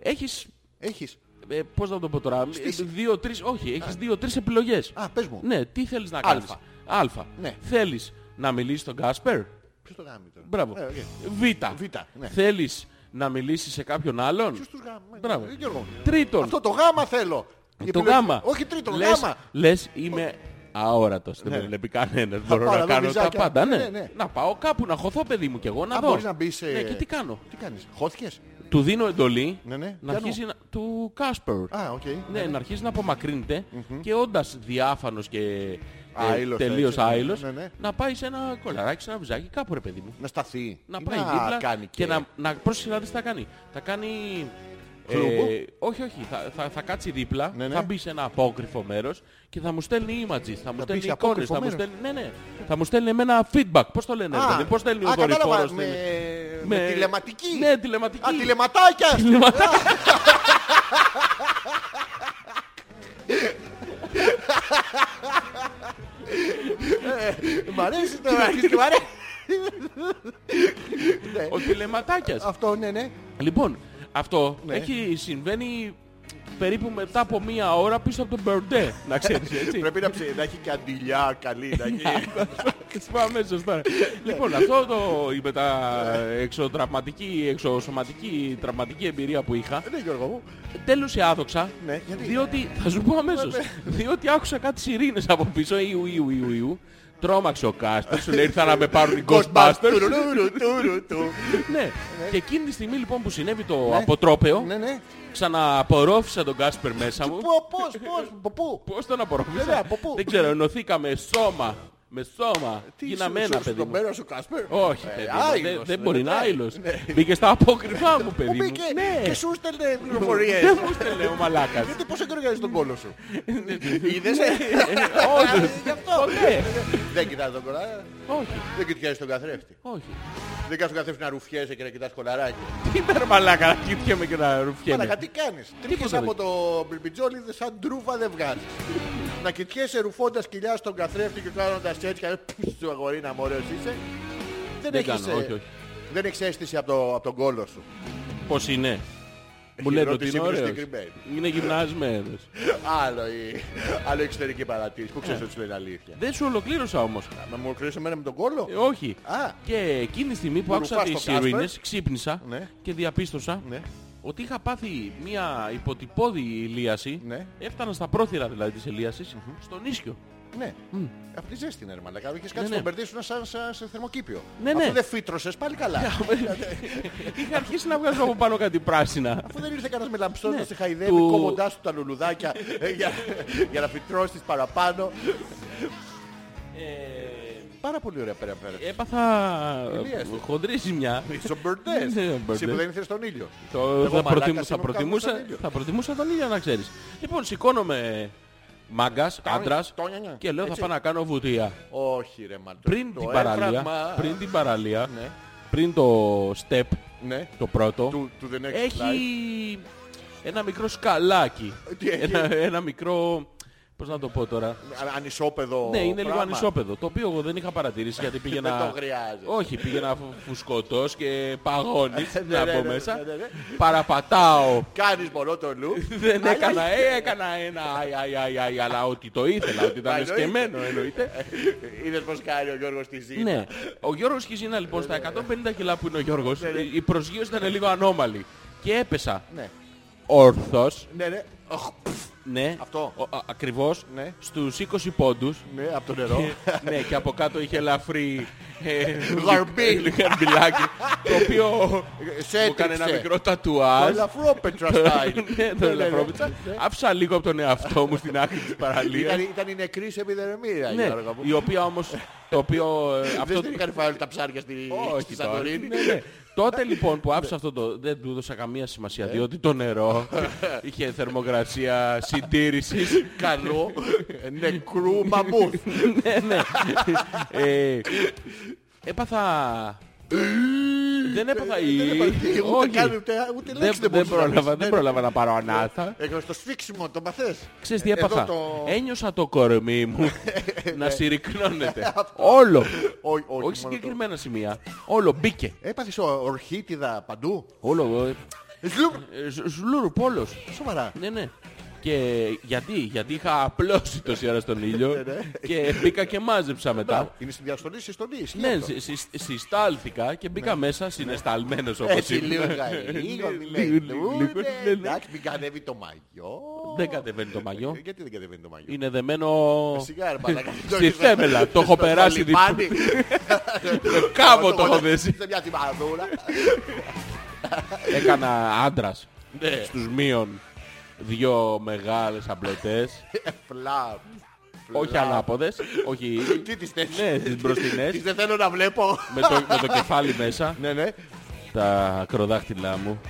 έχεις... Έχεις. Ε, πώς να το πω τώρα, Στήση. ε, δύο-τρεις, όχι, έχεις δύο-τρεις επιλογές. Α, πες μου. Ναι, τι θέλεις να Αλφα. κάνεις. Αλφα. Ναι. Θέλεις να μιλήσεις τον Κάσπερ. Ποιος το γάμι τώρα. Μπράβο. Ε, οκ. Β. Β, ναι. Θέλεις να μιλήσεις σε κάποιον άλλον. Ποιος τους γάμι. Μπράβο. Ε, Γιώργο. Τρίτον. Αυτό το γάμα θέλω. Η Το επιλογή- γάμα. Όχι τρίτον, λες, γάμα. Ναι. Λες είμαι αόρατος. Δεν με βλέπει κανένας. Μπορώ πάρω να εδώ κάνω τα βυζάκια. πάντα. Ναι, Ναι. ναι. Να πάω κάπου, να χωθώ παιδί μου κι εγώ να Α, δω. μπορείς να μπεις, ε, Ναι, και τι κάνω. Τι κάνεις. Χώθηκες. Του δίνω εντολή Ναι, ναι. να Πιανού. αρχίσει να... του Κάσπερ. Α, οκ. Ναι, να αρχίσει να απομακρύνεται και όντας διάφανος και ε, Α, άειλος, τελείως έτσι, ναι, άειλος, ναι, ναι. να πάει σε ένα κολαράκι, σε ένα βυζάκι κάπου ρε παιδί μου. Να σταθεί. να Ή πάει δίπλα κάνει και, να, να πρόσεξε να δεις τι θα κάνει. Θα κάνει... Κλούβο. όχι, όχι. Θα, θα, θα κάτσει δίπλα, Ε, Ναι, ναι. θα μπει σε ένα απόκρυφο μέρος και θα μου στέλνει images, θα μου στέλνει μπει σε εικόνες, απόκρυφο θα μου μέρος. στέλνει... Ναι, ναι. Θα μου στέλνει εμένα feedback. Πώς το λένε, Α, ρε Ναι, παιδί, πώς στέλνει ο α, κατάλαβα, δορυφόρος. Με, στέλνει. με... Με- τηλεματική. Ναι, τηλεματική. Α, τηλεματάκια. Τηλεματάκι. μ' αρέσει το αρχίζει και μ' αρέσει. Ο τηλεματάκιας. Αυτό, ναι, ναι. Λοιπόν, αυτό Ναι. έχει συμβαίνει περίπου μετά από μία ώρα πίσω από τον Μπερντέ, να ξέρεις έτσι. Ναι. Πρέπει να, ψε, να έχει και αντιλιά καλή. Να έχει... Ε, Τις πάω αμέσως τώρα. λοιπόν, αυτό το, η μεταεξωτραυματική, εξωσωματική τραυματική εμπειρία που είχα, ναι, Γιώργο μου. τέλειωσε άδοξα, Ναι, γιατί? διότι, θα σου πω αμέσως, διότι άκουσα κάτι σιρήνες από πίσω, ιου, ιου, ιου, ιου. Τρόμαξε ο Κάστερ, σου λέει ήρθα να με πάρουν οι Ghostbusters. Τουρουρουρου, τουρου, του. ναι. Και εκείνη τη στιγμή λοιπόν που συνέβη το αποτρόπαιο, Ναι, ναι. ξανααπορρόφησα τον Κάσπερ μέσα μου. Πώ, πώς, πώς, πού, πού. Πώς τον απορρόφησα. Βέβαια, από πού? Δεν ξέρω, ενωθήκαμε σώμα. Με σώμα. Γίναμε ένα σου, παιδί στον μου. πέρα σου Κάσπερ. Όχι, Ε, παιδί μου, άϊλος, δεν- δεν δεν μπορεί να μετράει. άειλος. Μπήκε στα απόκρυφά μου, Πού παιδί μου. ε, μπήκε Ναι. και σου στέλνε πληροφορίες. Δεν μου στέλνε ο μαλάκας. Γιατί πόσο καιρό κάνεις τον κόλο σου. Ναι, Είδες. ε? Όντως. Γι' αυτό. Ποτέ. Δεν κοιτάς τον κολάρα. Όχι, Δεν κοιτάς τον καθρέφτη. όχι. Δεν κάνεις τον καθρέφτη να ρουφιέσαι και να κοιτάς κολαράκι. Τι υπέρ μαλάκα να κοιτιέμαι και ναι. να Μαλακα ρουφιέμαι. τι κάνεις. Τρίχεις θα από το μπιμπιτζόλι δε- σαν τρούφα δεν βγάζεις. να κοιτιέσαι ρουφώντας κοιλιά στον καθρέφτη και κάνοντας έτσι και «Πφ, σου αγορίνα μου ωραίος είσαι. Δεν, Δεν έχεις, κάνω, ε, όχι, όχι. δεν έχεις αίσθηση από, το, από τον κόλο σου. Πώς είναι. Μου λένε ότι ερώτηση είναι είναι ωραίος. συγκεκριμένη. Είναι γυμνασμένος. Άλλο, η... άλλο η εξωτερική παρατήρηση. Πού ξέρεις ότι σου λένε αλήθεια. Δεν σου ολοκλήρωσα όμως. Να μου κλείσει εμένα με τον κόλλο. Ε, όχι. Α. Και εκείνη τη στιγμή που Μου άκουσα ρουφάς τις το κάσπερ. ειρήνες, ξύπνησα Ναι. και διαπίστωσα Ναι. ότι είχα πάθει μια υποτυπώδη ηλίαση. Ναι. Έφτανα στα πρόθυρα δηλαδή της ηλίασης, στον ίσιο. Ναι. Αυτή τη ζέστη είναι ρε μαλακά. Είχες Ναι, κάτι ναι. στον περδίσουν σαν, σαν σε θερμοκήπιο. Ναι, ναι. Αφού δεν φύτρωσες πάλι καλά. Είχα αρχίσει να βγάζω από πάνω κάτι πράσινα. Αφού δεν ήρθε κανένας με λαμψό Ναι. να σε χαϊδεύει Του- κόβοντάς του τα λουλουδάκια ε, για, για να φυτρώσεις παραπάνω. Ε, Πάρα πολύ ωραία πέρα πέρα. Έπαθα Ηλίαση. χοντρή ζημιά. Είσαι ο Μπερντές. Ναι, ο Μπερντές. Εσύ που δεν ήρθες στον ήλιο. Το, Εγώ θα, μαλάκας προτιμ- είμαι, θα, μου κάνω προτιμούσα, τον ήλιο. θα προτιμούσα τον ήλιο να ξέρεις. Λοιπόν, σηκώνομαι μάγκας, άντρας το νιανιά. και λέω θα Έτσι. πάω να κάνω βουτεία. Όχι ρε μαλακά. Πριν Το την παραλία, έφραγμα- πριν την παραλία, Ναι. πριν το step, Ναι. το πρώτο, Του, του the next life. έχει ένα μικρό σκαλάκι. Τι έχει? Ένα, ένα μικρό, πώς να το πω τώρα. Α- Ανισόπεδο. Ναι, είναι λίγο πράγμα. ανισόπεδο. Το οποίο εγώ δεν είχα παρατηρήσει γιατί πήγαινα. Δεν το χρειάζεται. Όχι, πήγαινα φουσκωτός και παγώνει Ναι, ναι, από ναι, μέσα. ναι, ναι, ναι. Παραπατάω. Κάνεις μόνο το λου. Δεν έκανα, ε, έκανα ένα αϊ, αϊ, αϊ, αϊ, αλλά ότι το ήθελα, Μα ότι ήταν εννοείται. Ε, σκεμμένο εννοείται. Είδες πως κάνει ο Γιώργος τη ζήτη. Ναι. Ο Γιώργος Χιζίνα λοιπόν στα 150 κιλά που είναι ο Γιώργος, η προσγείωση ήταν λίγο ανώμαλη. Και έπεσα Ναι. όρθος, Ναι, ναι. Οχ, πφ, ναι, Αυτό. ο- α- ακριβώς, Ναι. στους 20 πόντους. Ναι, από το νερό. Και- ναι, και από κάτω είχε ελαφρύ ε, Γαρμπί. λι- γαρμπιλάκι, το οποίο Σε Ε, μου έκανε ένα έτριψε. μικρό Το τατουάζ. ελαφρόπετρα style. Ναι, το Ναι, ναι, ναι. ελαφρόπιτσα. Άφησα λίγο από τον εαυτό μου στην άκρη της παραλίας. Ήταν, ήταν η νεκρή σε επιδερμίδα, Ναι, Γιώργο μου. η οποία όμως το οποίο... ε, Δεν αυτό την είχαν φάει όλα τα ψάρια στη, στη όχι τώρα. Σαντορίνη. Ναι, ναι. Τότε λοιπόν που άφησα αυτό το... Δεν του έδωσα καμία σημασία Ε. διότι το νερό είχε θερμοκρασία συντήρησης. Καλό, Ε, νεκρού μαμούθ. ναι, ναι. ε, έπαθα... δεν έπαθα... Ε, Ούτε καν, Όχι. ούτε, ούτε Δεν, λέξη δεν δεν μπορούσα να πρόλαβα, πεις. δεν Ναι, πρόλαβα να πάρω ανάθα. ναι. Ε, στο σφίξιμο, το μαθες. Ξέρεις τι Ε, εδώ έπαθα. το- Ναι. Ένιωσα το κορμί μου να συρρυκνώνεται. Αυτό. Όλο. Ό, όχι, μόνο Όχι το- συγκεκριμένα σημεία. Όλο μπήκε. Έπαθες ο- ορχίτιδα παντού. Όλο. ε, Σλουπ. ε, σ- Σλούρου, πόλος. Σοβαρά. Ναι, ναι. Και γιατί, γιατί είχα απλώσει τόση ώρα στον Ναι, ήλιο και μπήκα και μάζεψα μετά. Είναι στη διαστολή συστολή. Ναι, συ- συ- συστάλθηκα και μπήκα μέσα συναισθαλμένος όπως Ναι. Έτσι λίγο, ήμουν. λίγο, λίγο, λίγο. ναι, ναι. Εντάξει, μην κατέβει το μαγιό. Δεν κατεβαίνει το μαγιό. Ε, Γιατί δεν κατεβαίνει το μαγιό. Είναι δεμένο Σιγά, ρε μαλάκα. στη θέμελα. Το έχω Στο περάσει διπλά. λιβάνι. Κάπου το έχω γονατίζει δέσει. Σε μια τυμαδούρα. Έκανα άντρας Ναι. στους μείον δύο μεγάλες αμπλωτές. Ε, Φλαπ. Όχι ανάποδες. Όχι... Τι τις θες. Ναι, τις Τις μπροστινές. δεν θέλω να βλέπω. με, το, με το κεφάλι μέσα. Ναι, ναι. τα ακροδάχτυλά μου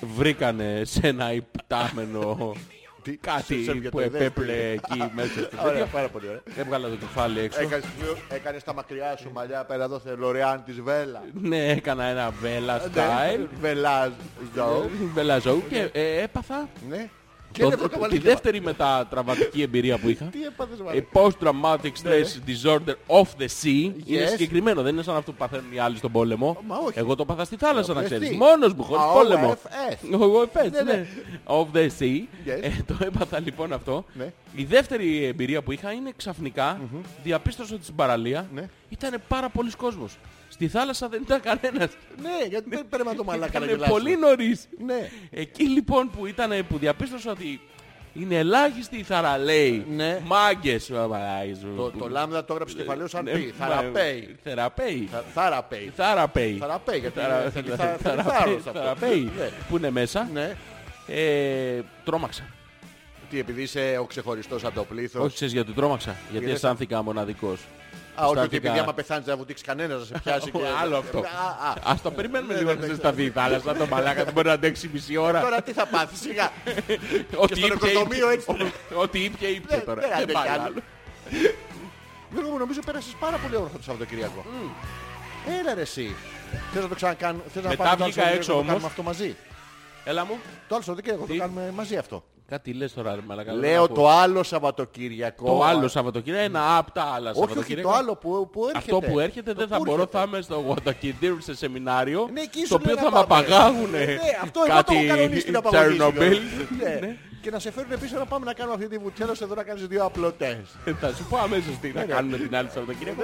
βρήκανε σε ένα υπτάμενο Τι- σε- κάτι σε- που σε- επέπλε εκεί μέσα στο Ωραία, τέτοιο. πάρα πολύ ωραία. Έβγαλα το κεφάλι έξω. Έκανες- Έκανες τα μακριά σου μαλλιά πέρα εδώ σε Λορεάν της Βέλας. Ναι, έκανα ένα βέλα Ναι, style. Βελάζ Ζώου. Βελαζό και ε, έπαθα Ναι. Και το- δεν το τη βάλεις και δεύτερη μετά τραυματική εμπειρία που είχα. Τι έπαθες A μάλλον. post-traumatic stress disorder of the sea είναι Yes. συγκεκριμένο. Δεν είναι σαν αυτό που παθαίνουν οι άλλοι στον πόλεμο. Μα όχι. Εγώ το πάθα στη θάλασσα, να Πες ξέρεις. τι. Μόνος μου, χωρίς Α, Ε, πόλεμο. OFS. Εγώ ναι, Ναι, ναι. ναι. Of the sea. Yes. Ε, το έπαθα λοιπόν αυτό. Ναι. Η δεύτερη εμπειρία που είχα είναι ξαφνικά διαπίστωσα ότι στην παραλία Ναι. ήταν πάρα πολλοί κόσμος. Στη θάλασσα δεν ήταν κανένας. Ναι, γιατί δεν παίρνει το μαλάκα να Ήταν γελάσει. ναι, πολύ νωρίς. Ναι. Εκεί λοιπόν που, ήταν, που διαπίστωσα ότι είναι ελάχιστοι οι θαραλέοι. Ναι. Μάγκες. Το, το λάμδα το έγραψε κεφαλαίος Ναι, σαν πει. Θαραπέι. Θεραπέι. Θα- Θαραπέι. Θαραπέι. Θαραπέι, γιατί Θαρα- είναι- θέλει θα- θέλει θαραπέι, θάρρος αυτό. θαραπέι, Ναι. Που είναι μέσα. Ναι. Ε, τρόμαξα. Τι, επειδή είσαι ο ξεχωριστός από το πλήθος. Όχι, ξέρεις γιατί τρόμαξα. Γιατί δεν- αισθάνθηκα μοναδικός. Α, όχι, ότι αισθάνθηκα- επειδή άμα πεθάνεις να βουτήξεις κανένας να σε πιάσει και... Άλλο αυτό. Α, α. Ας το περιμένουμε ε, λίγο να σε σταθεί η θάλασσα. Το μαλάκα δεν μπορεί να αντέξει μισή ώρα. Τώρα τι θα πάθεις, σιγά. Ό,τι στο ήπια, νοσοκομείο έτσι. Ό, Ό,τι ήπια, ήπια Δεν- τώρα. δεν Δεν αντέχει πάει άλλο. άλλο. Γιώργο μου, νομίζω πέρασες πάρα πολύ όμορφα το Σαββατοκύριακο. Έλα ρε εσύ. Θες να το ξανακάνουμε. Θες να Μετά πάμε το άλλο βγήκα Σαββατοκύριακο έξω να το όμως. κάνουμε αυτό μαζί. Έλα μου. Το άλλο Σαββατοκύριακο το Τι? κάνουμε μαζί αυτό. Κάτι λες τώρα, ρε μαλακά. δεν Λέω ακούω. το άλλο Σαββατοκύριακο. Το άλλο Σαββατοκύριακο, ένα απ' τα άλλα Όχι, όχι, Σαββατοκύριακα. το άλλο που, που έρχεται. Αυτό που έρχεται Το δεν θα που μπορώ, έρχεται. θα είμαι στο Guadalquivir σε σεμινάριο. Ναι, εκεί το σου λέω οποίο να θα με πάμε. απαγάγουνε. Ναι, αυτό εγώ το έχω κανονίσει να Τσερνομπίλ. Ναι. Και να σε φέρουν πίσω να πάμε να κάνουμε αυτή τη βουτιά εδώ να κάνεις δύο απλωτές. Θα σου πω αμέσως τι να Ναι, κάνουμε την άλλη Σαββατοκύριακο.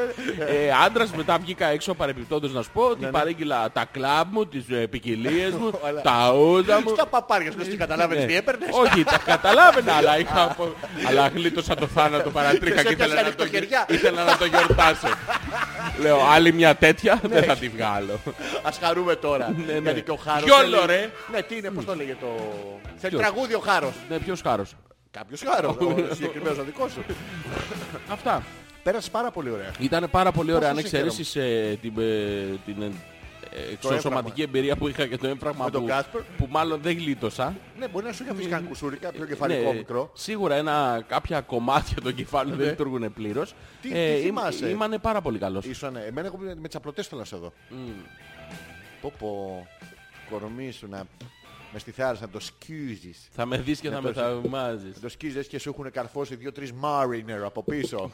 Ε, άντρας μετά βγήκα έξω παρεμπιπτόντως να σου πω ότι παρήγγειλα τα κλαμπ μου, τις ε, ποικιλίες μου, Ναι, Όλα. τα όντα μου. Στα παπάρια σου λες τι καταλάβαινες Ναι. τι έπαιρνες. Όχι, τα καταλάβαινα, αλλά, είχα... απο- αλλά γλίτωσα το θάνατο παρατρίχα Τους και ήθελα έπιασε να, το... γε- ανοιχτοχεριά. ήθελα να το γιορτάσω. Λέω, άλλη μια τέτοια Ναι. δεν θα τη βγάλω. Ας χαρούμε τώρα. Γιατί και ο Χάρος... Ναι, Γιόλο, θέλει- ρε. Ναι, τι είναι, πώς το λέγε το... Θέλει Ποιος? τραγούδι ο Χάρος. Ναι, ποιος χάρος. Κάποιος Χάρος, ο συγκεκριμένος ο δικός σου. Αυτά. Πέρασε πάρα πολύ ωραία. Ήταν πάρα πολύ ωραία, αν σε εξαιρέσεις ε, την, ε, την ε, εξωσωματική έμφραγμα. εμπειρία που είχα και το έμφραγμα Με τον που, Κάσπερ. που μάλλον δεν γλίτωσα. Ναι, μπορεί να σου είχε αφήσει κανένα κουσούρι, κάποιο κεφαλικό Ναι, μικρό. Ναι. Σίγουρα ένα, κάποια κομμάτια των κεφάλων δεν λειτουργούν πλήρως. Ε, Τι- τι θυμάσαι? Ήμανε πάρα πολύ καλός. Ήσουν, εμένα εγώ με τις απλωτές θέλω να σε δω. Πω πω, κορμί σου να... Μες στη θάλασσα να το σκίζεις. Θα με δεις και Ναι, θα με θαυμάζεις. Να το σκίζες και σου έχουν καρφώσει δύο-τρεις Mariner από πίσω.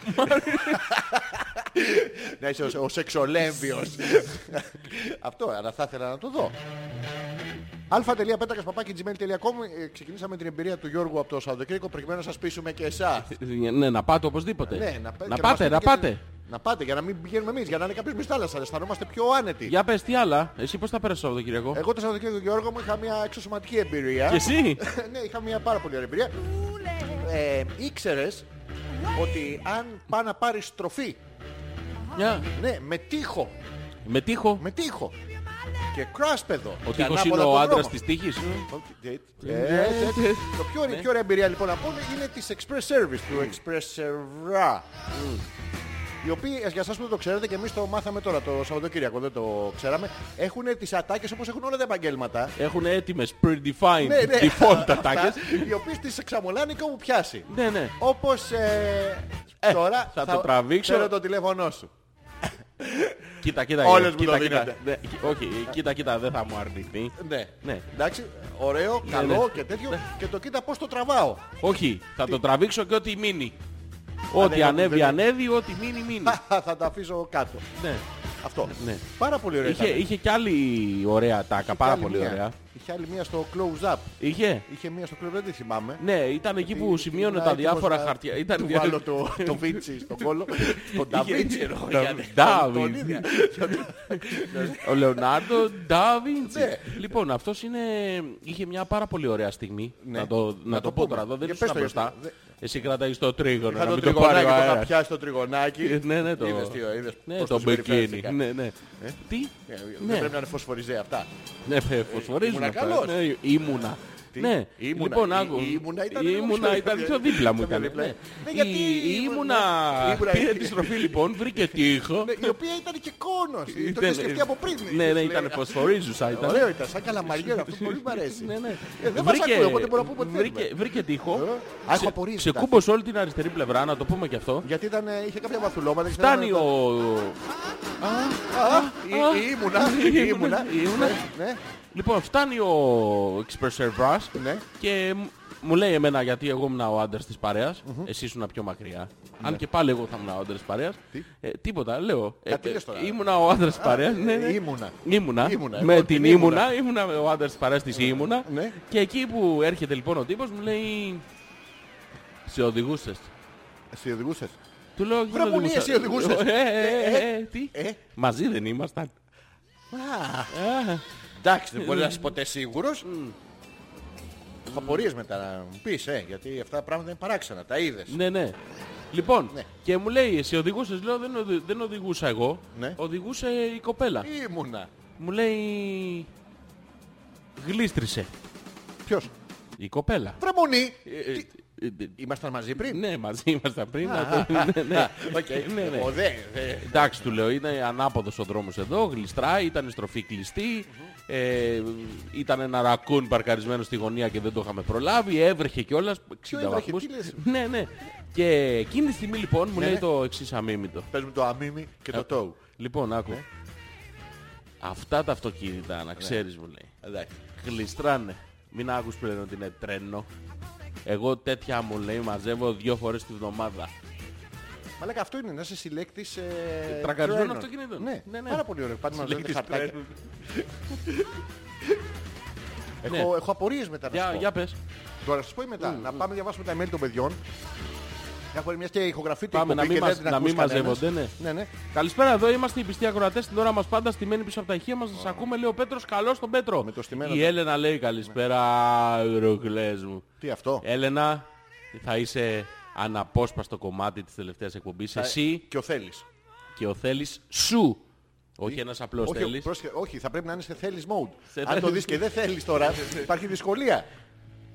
να είσαι ο, ο σεξολέμβιος. Αυτό, αλλά θα ήθελα να το δω. α.πέτρακας.gmail.com Ε, Ξεκινήσαμε την εμπειρία του Γιώργου από το Σαββατοκύριακο προκειμένου να σας πείσουμε και εσάς. Ναι, να πάτε οπωσδήποτε. Ναι, να, πέ- και μας πάτε, πείτε να και- πάτε. Να πάτε για να μην πηγαίνουμε εμείς, για να είναι κάποιος μες θάλασσα. Αισθανόμαστε πιο άνετοι. Για πες τι άλλα. Εσύ πώς θα πέρασες το Σαββατοκύριακο. Εγώ το Σαββατοκύριακο Γιώργο μου είχα μια εξωσωματική εμπειρία. Και εσύ. ναι, είχα μια πάρα πολύ ωραία εμπειρία. Ε, ήξερες ότι αν πάει να πάρεις στροφή, Μια. ναι, με τείχο, Με τείχο. με τείχο και κράσπεδο. Ο και τείχος ανάποδα είναι ο τον άντρας δρόμο. της Ναι. τείχης. Ε, ε, ε, Το πιο η πιο ωραία εμπειρία λοιπόν από όλα είναι της Express Service, Mm. του Express Servra. Οι οποίοι, ε, για εσάς που δεν το ξέρετε και εμείς το μάθαμε τώρα το Σαββατοκύριακο, δεν το ξέραμε, έχουν τις ατάκες όπως έχουν όλα τα επαγγέλματα. Έχουν έτοιμες predefined Ναι, ναι. default Αυτά, ατάκες. Οι οποίες τις εξαμολάνε και όπου πιάσει. Λοιπόν, Ναι, ναι. Όπως. Ε, τώρα θα το τραβήξω. Θέλω το τηλέφωνό σου. Κοίτα, κοίτα. Όλες μου κοίτα, το κοίτα. δίνετε. Ναι, Όχι, κοίτα, κοίτα, δεν θα μου αρνηθεί. Ναι. Ναι. Εντάξει, ωραίο, καλό ναι. και τέτοιο. Και το κοίτα πώς το τραβάω. Όχι, θα το τραβήξω και ό,τι μείνει. Ό,τι δεν- ανέβει, δεν- ανέβει, ό,τι μείνει, μείνει. θα τα αφήσω κάτω. Ναι. Αυτό. Ναι. Πάρα πολύ ωραία. Είχε, ήταν. είχε κι άλλη ωραία τάκα, Είχε πάρα άλλη πολύ μία. ωραία. Είχε άλλη μία στο close up. Είχε. Είχε μία στο close up, δεν τη θυμάμαι. Ναι, ήταν εκεί που Ήμουν σημείωνε τα έτοιμος διάφορα να χαρτιά. ε, του Ήταν βάλω το, το Βίτσι στον κόλο. Τον Είχε- Νταβίτσι εννοώ, τον γιατί τον- Ντάβιν. τον ίδιο. Ο Λεωνάρντο Ντάβιντσι. Ναι. Λοιπόν, αυτός είναι... είχε μια πάρα πολύ ωραία στιγμή. Ναι. Να το, να το πω πούμε. τώρα εδώ, δεν Για ήσουν πες το, μπροστά. γιατί Εσύ κρατάει το τρίγωνο, Είχα να το μην το πάρει ο τριγωνάκι, το είχα αέρας. πιάσει το τριγωνάκι. Ε, Ναι, ναι, το. Είδες τι, είδες Ναι, πώς το το μπεκίνι. συμπεριφέρθηκα. Ναι, ναι. Τι? Ε, Δεν Ναι, πρέπει να είναι φωσφοριζέ αυτά. ναι, φε- φωσφορίζουν. ήμουνα αυτά. καλός. Ναι, Ήμουνα. Τι? Ναι, Ήμουνα. λοιπόν, Η- άκου. η ήμουνα ήταν- ήμουνα ήταν πιο δίπλα μου. Ήταν Ήταν, δίπλα. ναι. Ναι, γιατί Η- η ήμουν- ήμουνα Ήμουνα- πήρε τη στροφή λοιπόν, βρήκε τείχο. Ναι, Η οποία ήταν και κόνος. Το είχε Ε, Ήταν- σκεφτεί από πριν. Ναι, ναι, Λέει, Ε, ήταν φωσφορίζουσα. Ήταν. Ωραίο ήταν, σαν καλαμαριέρα. Αυτό πολύ μου αρέσει. Ναι, ναι. Ε, δεν μας ακούει, οπότε μπορώ να πούμε ό,τι βρήκε, θέλουμε. βρήκε τείχο. Ε, α, έχω απορίες, εντάξει. ξεκούμπωσε όλη την αριστερή πλευρά, να το πούμε και αυτό. Γιατί ήταν, ε, είχε κάποια βαθουλώματα. ξέρω, Φτάνει ήταν- ο... Α, η- η Ήμουνα. η η Ήμουνα. ήμουνα, η ήμουνα. Ναι, ναι, Λοιπόν, φτάνει ο Express Airbrush Ναι. και μ- μου λέει εμένα γιατί εγώ ήμουν ο άντρας της παρέας, εσύ ήσουν πιο μακριά. Αν και πάλι εγώ θα ήμουν ο άντρας της παρέας. Ναι. Τι? Ε, τίποτα, λέω. Ε, Κάτι ε, λες τώρα. ήμουνα ο άντρας της παρέας. ναι, ναι. Ήμουνα. Ήμουνα, Ήμουνα, με εγώ την την ήμουνα, ήμουνα ο άντρας της παρέας της ήμουνα. Ναι. Και εκεί που έρχεται λοιπόν ο τύπος μου λέει σε οδηγούσες. Σε οδηγούσες. Του λέω «Γιατί Βρε με μου, λέει, οδηγούσες?» «Εσύ οδηγούσες». Ε, ε, ε, ε, τι. ε. Μαζί δεν ήμασταν. Α, Α, Εντάξει, δεν μπορείς να είσαι ποτέ σίγουρος. Έχω απορίες μετά να μου πεις, ε, γιατί αυτά τα πράγματα είναι παράξενα. Τα είδες. Ναι, ναι. Λοιπόν, Ναι. και μου λέει, εσύ οδηγούσες, λέω, δεν, οδη- δεν οδηγούσα εγώ, Ναι. οδηγούσε η κοπέλα. Ήμουνα. Μου λέει, γλίστρησε Ποιος. η κοπέλα. Βρεμονή. Ε, Τι- ε, ε, Ήμασταν μαζί πριν. Ναι, μαζί ήμασταν πριν. να το- ναι, ναι. Α, οκ. Ναι, ναι. Ο, δε, δε. Εντάξει, του λέω, είναι ανάποδος ο δρόμος εδώ, γλιστράει, ήταν η στροφή κλειστή, ε, ήταν ένα ρακούν παρκαρισμένο στη γωνία και δεν το είχαμε προλάβει, έβρεχε κιόλας, 60 έβρεχε, βαθμούς. τι λες? Ναι, ναι. Και εκείνη τη στιγμή λοιπόν μου Ναι, λέει ναι. το εξής αμίμητο. Πες μου το αμίμι και το τόου. Λοιπόν, άκου. Ναι. Αυτά τα αυτοκίνητα, να ξέρεις μου λέει, Εντάξει. γλιστράνε. Μην άκους πλέον ότι είναι τρένο. Εγώ τέτοια μου λέει μαζεύω δύο φορές τη βδομάδα. Μαλάκα αυτό είναι, να είσαι συλλέκτης ε, Τρακαρισμένων τρένων. αυτοκινήτων. Ναι, Ναι, ναι. πάρα πολύ ωραίο. Πάντα μας δίνετε Συλλέκτης χαρτάκια. τρένου. Έχω, έχω απορίες μετά να Ναι. Για, σας πω. για πες. Τώρα θα σας πω ή μετά. να πάμε να διαβάσουμε τα email των παιδιών. Έχω μιας και ηχογραφή Πάμε, να μην, μας, να μην μαζεύονται, ναι. Ναι, ναι. Καλησπέρα εδώ, είμαστε οι πιστοί ακροατές στην ώρα μας πάντα στημένοι πίσω από τα ηχεία μας. Σας ακούμε, λέει ο Πέτρος, καλό στον Πέτρο. Με το στημένο Η του. Έλενα λέει καλησπέρα, Ηρωκλές μου. Τι αυτό. Ε, Έλενα, θα είσαι αναπόσπαστο κομμάτι της τελευταίας εκπομπής. Εσύ Ε, Και ο Θέλης. και ο Θέλης σου. Όχι ένας απλός Όχι, Θέλης. πρόσεχε, όχι, θα πρέπει να είναι σε θέλεις mode. Σε Αν το θέλεις. Ναι, δεις και δεν θέλεις τώρα, υπάρχει δυσκολία.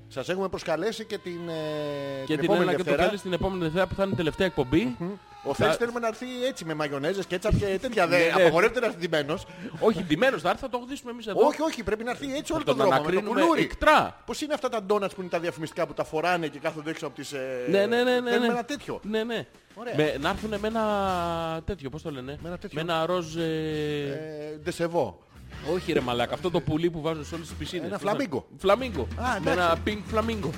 Σας έχουμε προσκαλέσει και την, ε, Και την επόμενη Έλενα και το Δευτέρα. Θέλης την επόμενη Δευτέρα που θα είναι η τελευταία εκπομπή. Ο Θα- Θέλης θέλουμε να έρθει έτσι με μαγιονέζες και έτσι και τέτοια. δεν- Ναι, ναι. Απαγορεύεται να έρθει ντυμένος. Όχι, ντυμένος θα έρθει, θα το γδίσουμε εμείς εδώ. Όχι, όχι, πρέπει να έρθει έτσι όλο τον τον δρόμο. Με το ανακρίνουμε κουλούρι. εκτρά. Πώς είναι αυτά τα ντόνατς που είναι τα διαφημιστικά που τα φοράνε και κάθονται έξω από τις... ε, Ναι, ναι, ναι, ναι. Θέλουμε ναι. ένα τέτοιο. Ναι, ναι. Ωραία. Με, να έρθουν με ένα τέτοιο, πώς το λένε. Με ένα τέτοιο. ροζ... ε, Ε, Ντεσεβό. Όχι ρε μαλάκα, αυτό το πουλί που βάζουν σε όλες τις πισίνες. Ένα Πώς να- φλαμίγκο. Φλαμίγκο. Α, εντάξει. με ένα pink φλαμίγκο.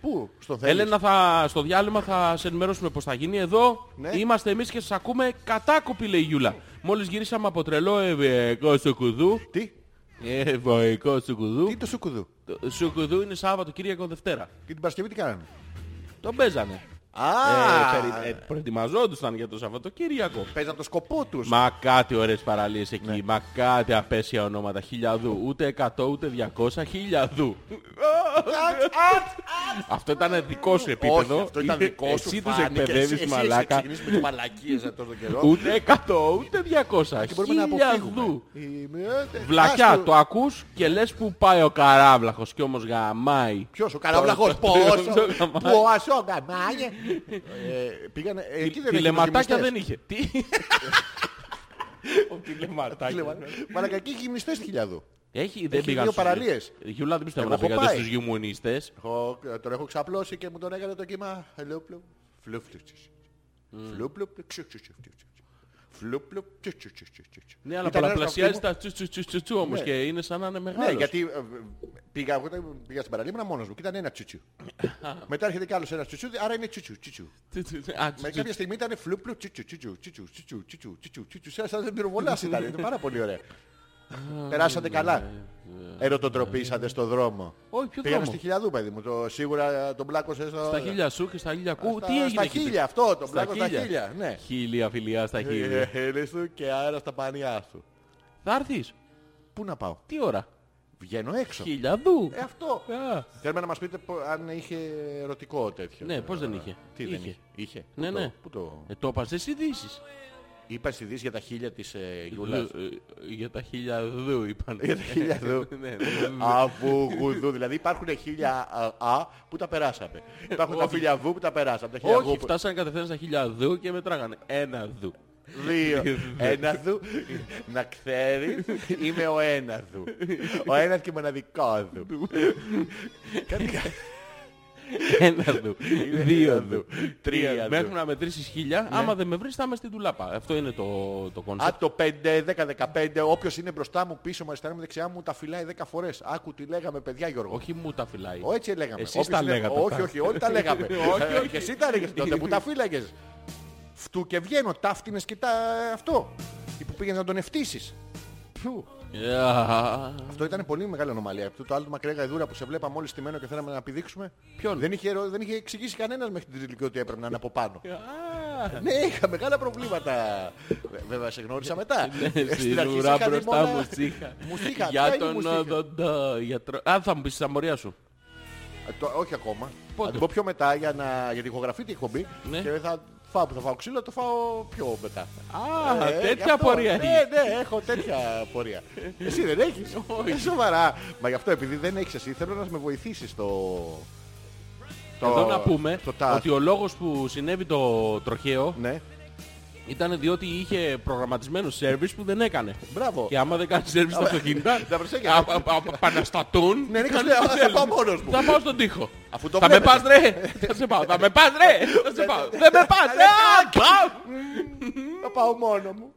Πού, στον Θέλης. Έλενα, θα, στο διάλειμμα θα σε ενημερώσουμε πώς θα γίνει. Εδώ Ναι. είμαστε εμείς και σας ακούμε κατάκοπη, λέει η Γιούλα. Μόλις γυρίσαμε από τρελό ε, ευαϊκό σουκουδού. Τι, Ε, Ευαϊκό σουκουδού. τι το σουκουδού. Το Σουκουδού είναι Σάββατο, Κύριακο, Δευτέρα. Και την Παρασκευή τι κάνανε. Τον παίζανε. Α, Ε, περι- ε, προετοιμαζόντουσαν για το Σαββατοκύριακο. παίζαν το σκοπό τους. Μα κάτι ωραίες παραλίες εκεί, Ναι. μα κάτι απέσια ονόματα. Χιλιαδού, ούτε 100 ούτε 200, χιλιαδού. Αυτό ήταν δικό σου επίπεδο. Όχι, αυτό ήταν Είναι- δικό σου. Εσύ τους φάνηκες. Εσύ- εκπαιδεύεις εσύ μαλάκα. ξεκινήσεις με τις μαλακίες εδώ τον καιρό. Ούτε 100 ούτε 200, Και μπορούμε να αποφύγουμε. χιλιαδού. Είμαι, ε, Βλακιά, άστο. το ακούς και λες που πάει ο καράβλαχος και όμως γαμάει. Ποιος, ο καραβλαχός. Το- το- Πόσο, το- το- το- πόσο, γαμάγε. Ε, Πήγανε, ε, εκεί δεν έγινε Τηλεματάκια γυμνιστές. δεν είχε. Τι. Ο τηλεματάκια. Μαλακα, εκεί έχει γυμνιστές στη χιλιάδου. Έχει, δεν Έχει πήγαν δύο στους- παραλίες. Γιούλα, δεν πιστεύω Εγώ να έχω πήγατε πάει. στους γιουμουνίστες. Έχω- ε, Τον έχω ξαπλώσει και μου τον έκανε το κύμα. Φλούπλουπ. Φλούπλουπ. Mm. Φλούπλουπ. Φλούπλουπ. Ναι, αλλά Ήταν ένας πολλαπλασιάζεις αυτοί μου- τα τσου τσου τσου τσου τσου όμως Ναι. και είναι σαν να είναι Ναι, μεγάλος. γιατί ε, πήγα, εγώ όταν πήγα στην παραλία ήμουν μόνος μου και ήταν ένα τσουτσου. Μετά έρχεται κι άλλος ένας τσουτσου, άρα είναι τσουτσου, τσουτσου. Τσου, τσου, τσου. Α, τσου, Με τσου. κάποια στιγμή ήταν φλούπλου, τσουτσου, τσουτσου, τσουτσου, τσουτσου, τσουτσου, τσουτσου, τσουτσου, σαν σαν δεν πυροβολάς ήταν, ήταν πάρα πολύ ωραία. Περάσατε καλά. Ερωτοτροπήσατε στο δρόμο. ναι, Όχι, ποιο Πήγαμε δρόμο. στη χιλιαδού, παιδί μου. Το, σίγουρα τον πλάκωσε στο... Στα χίλια σου και στα χίλια κου. στα- Τι έγινε Στα εκεί. χίλια Ε, αυτό, τον Στα πλάκωσε στα χίλια. χίλια. Ναι. Χίλια φιλιά στα χίλια. Χίλια σου και αέρα στα πανιά σου. Θα έρθεις. Πού να πάω. Τι ώρα. Βγαίνω έξω. Χίλια δου. Ε, αυτό. Α, Θέλουμε να μας πείτε πο- αν είχε ερωτικό τέτοιο. Ναι, πώς δεν είχε. Τι δεν Είχε. είχε. Είχε. Ναι, Πού το- ναι. Πού το... ε, Το είπα στις ειδήσεις. Είπα στη Δύση για τα χίλια της ε, Γιούλας. Δου, ε, Για τα χίλια δου είπαν. Για τα χίλια δου. Ναι, ναι. Αβου, γουδού. Δηλαδή υπάρχουν χίλια α, α, που τα περάσαμε. Υπάρχουν τα Όχι. χίλια βου που τα περάσαμε. Τα χίλια γου Όχι, που- φτάσανε κατευθείαν στα χίλια δου και μετράγανε. Ένα δου. Δύο. Ένα δου. Να ξέρεις, είμαι ο ένα δου. Ο ένας και μοναδικό δου. Κάτι κα- Ένα δου. Είναι Δύο ένα δου. δου. Τρία Τρία δου. δου. Ναι. Μέχρι να μετρήσεις χίλια, άμα δεν με βρεις θα είμαι στην τουλάπα. Αυτό είναι το, το Α κόνσεπτ. το 5, 10, 15, όποιος είναι μπροστά μου, πίσω μου, αριστερά μου, δεξιά μου, τα φυλάει 10 φορές. Άκου τι λέγαμε παιδιά Γιώργο. Όχι μου τα φυλάει. Ω, Έτσι λέγαμε. Εσείς Όποιος τα είναι- λέγατε Όχι, αυτά. όχι, όλοι τα λέγαμε. Όχι, όχι, όχι. όχι. Και εσύ τα λέγες τότε που τα φύλαγες. Φτού και βγαίνω, ταύτινες και τα αυτό. Ή που πήγαινες να τον ευτήσεις. Φου. Yeah. Αυτό ήταν πολύ μεγάλη ανομαλία. Αυτό το άλλο του Μακρέα Γαϊδούρα που σε βλέπαμε όλοι στημένο και θέλαμε να πηδήξουμε. Ποιον? Δεν είχε, ερω- δεν είχε εξηγήσει κανένας μέχρι την τελική ότι έπρεπε να είναι από πάνω. ναι, είχα μεγάλα προβλήματα. Βέ- Βέβαια, σε γνώρισα μετά. Ναι, Ε, Στην ουρά είχα δει μπροστά μόνο- μου στήχα. Μου στήχα. Ποια Για είναι η μου τον στήχα? οδοντό. γιατρό. Α, θα μου πεις τη αμορία σου. Ε, το- όχι ακόμα. Πότε? Θα την πω πιο μετά για να. Γιατί ηχογραφεί την εκπομπή. Ναι. Και θα φάω που θα φάω ξύλο, το φάω πιο μετά. Α, Ε, γι' τέτοια αυτό. απορία Ναι, έχεις. ναι, έχω τέτοια πορεία. εσύ δεν έχεις. Ε, Σοβαρά. Μα γι' αυτό επειδή δεν έχεις εσύ, θέλω να με βοηθήσεις στο... το- Εδώ να πούμε στο task. ότι ο λόγος που συνέβη το τροχαίο Ναι, ήταν διότι είχε προγραμματισμένο service που δεν έκανε. μπράβο. Και άμα δεν κάνει service στα αυτοκίνητα, Τα προσέχετε. α- α- α- επαναστατούν. Ναι, ναι, και κάνουν σου λέει, ό,τι «Α, θα θέλουν». πάω μόνος μου. Θα πάω στον τοίχο. Αφού το θα με βλέπετε. πας ρε! θα σε πάω, θα με πας ρε! Θα σε πάω. Δεν με πας! ρε, α, πάω. Θα πάω μόνο μου.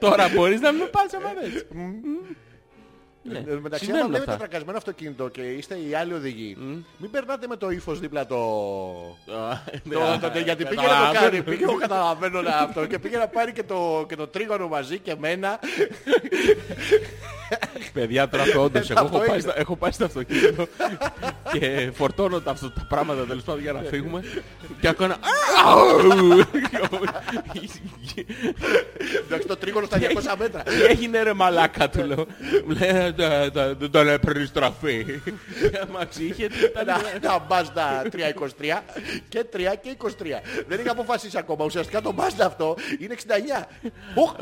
Τώρα μπορείς να μην πας άμα θες. Ε, Ναι. εν τω μεταξύ, Συμβαίνουν άμα βλέπετε αυτά. τρακασμένο αυτοκίνητο και είστε οι άλλοι οδηγοί, μην περνάτε με το ύφος δίπλα το... Ναι, Το- το- το- Ε, γιατί πήγε να το κάνει. Πήγε, εγώ καταλαβαίνω να αυτό. Και πήγε να πάρει και το, και το τρίγωνο μαζί και εμένα. Παιδιά, τώρα το όντως, εγώ έχω Ε, Αυτό πάει, είναι. στα- έχω πάει στο αυτοκίνητο και φορτώνω τα, αυτο- τα πράγματα τέλος πάντων Ε. για να φύγουμε και έκανα... «Αου!» Εντάξει, το τρίγωνο στα 200 μέτρα. Τι έγινε ρε μαλάκα του λέω. Μου λέει, ε, «Τα- τα- Δεν τον επεριστραφεί. Μας είχε τι ήταν... Να- Τα Mazda 323 και 3 και 23. Δεν είχα αποφασίσει ακόμα. Ουσιαστικά το Mazda αυτό είναι 69. Οχ,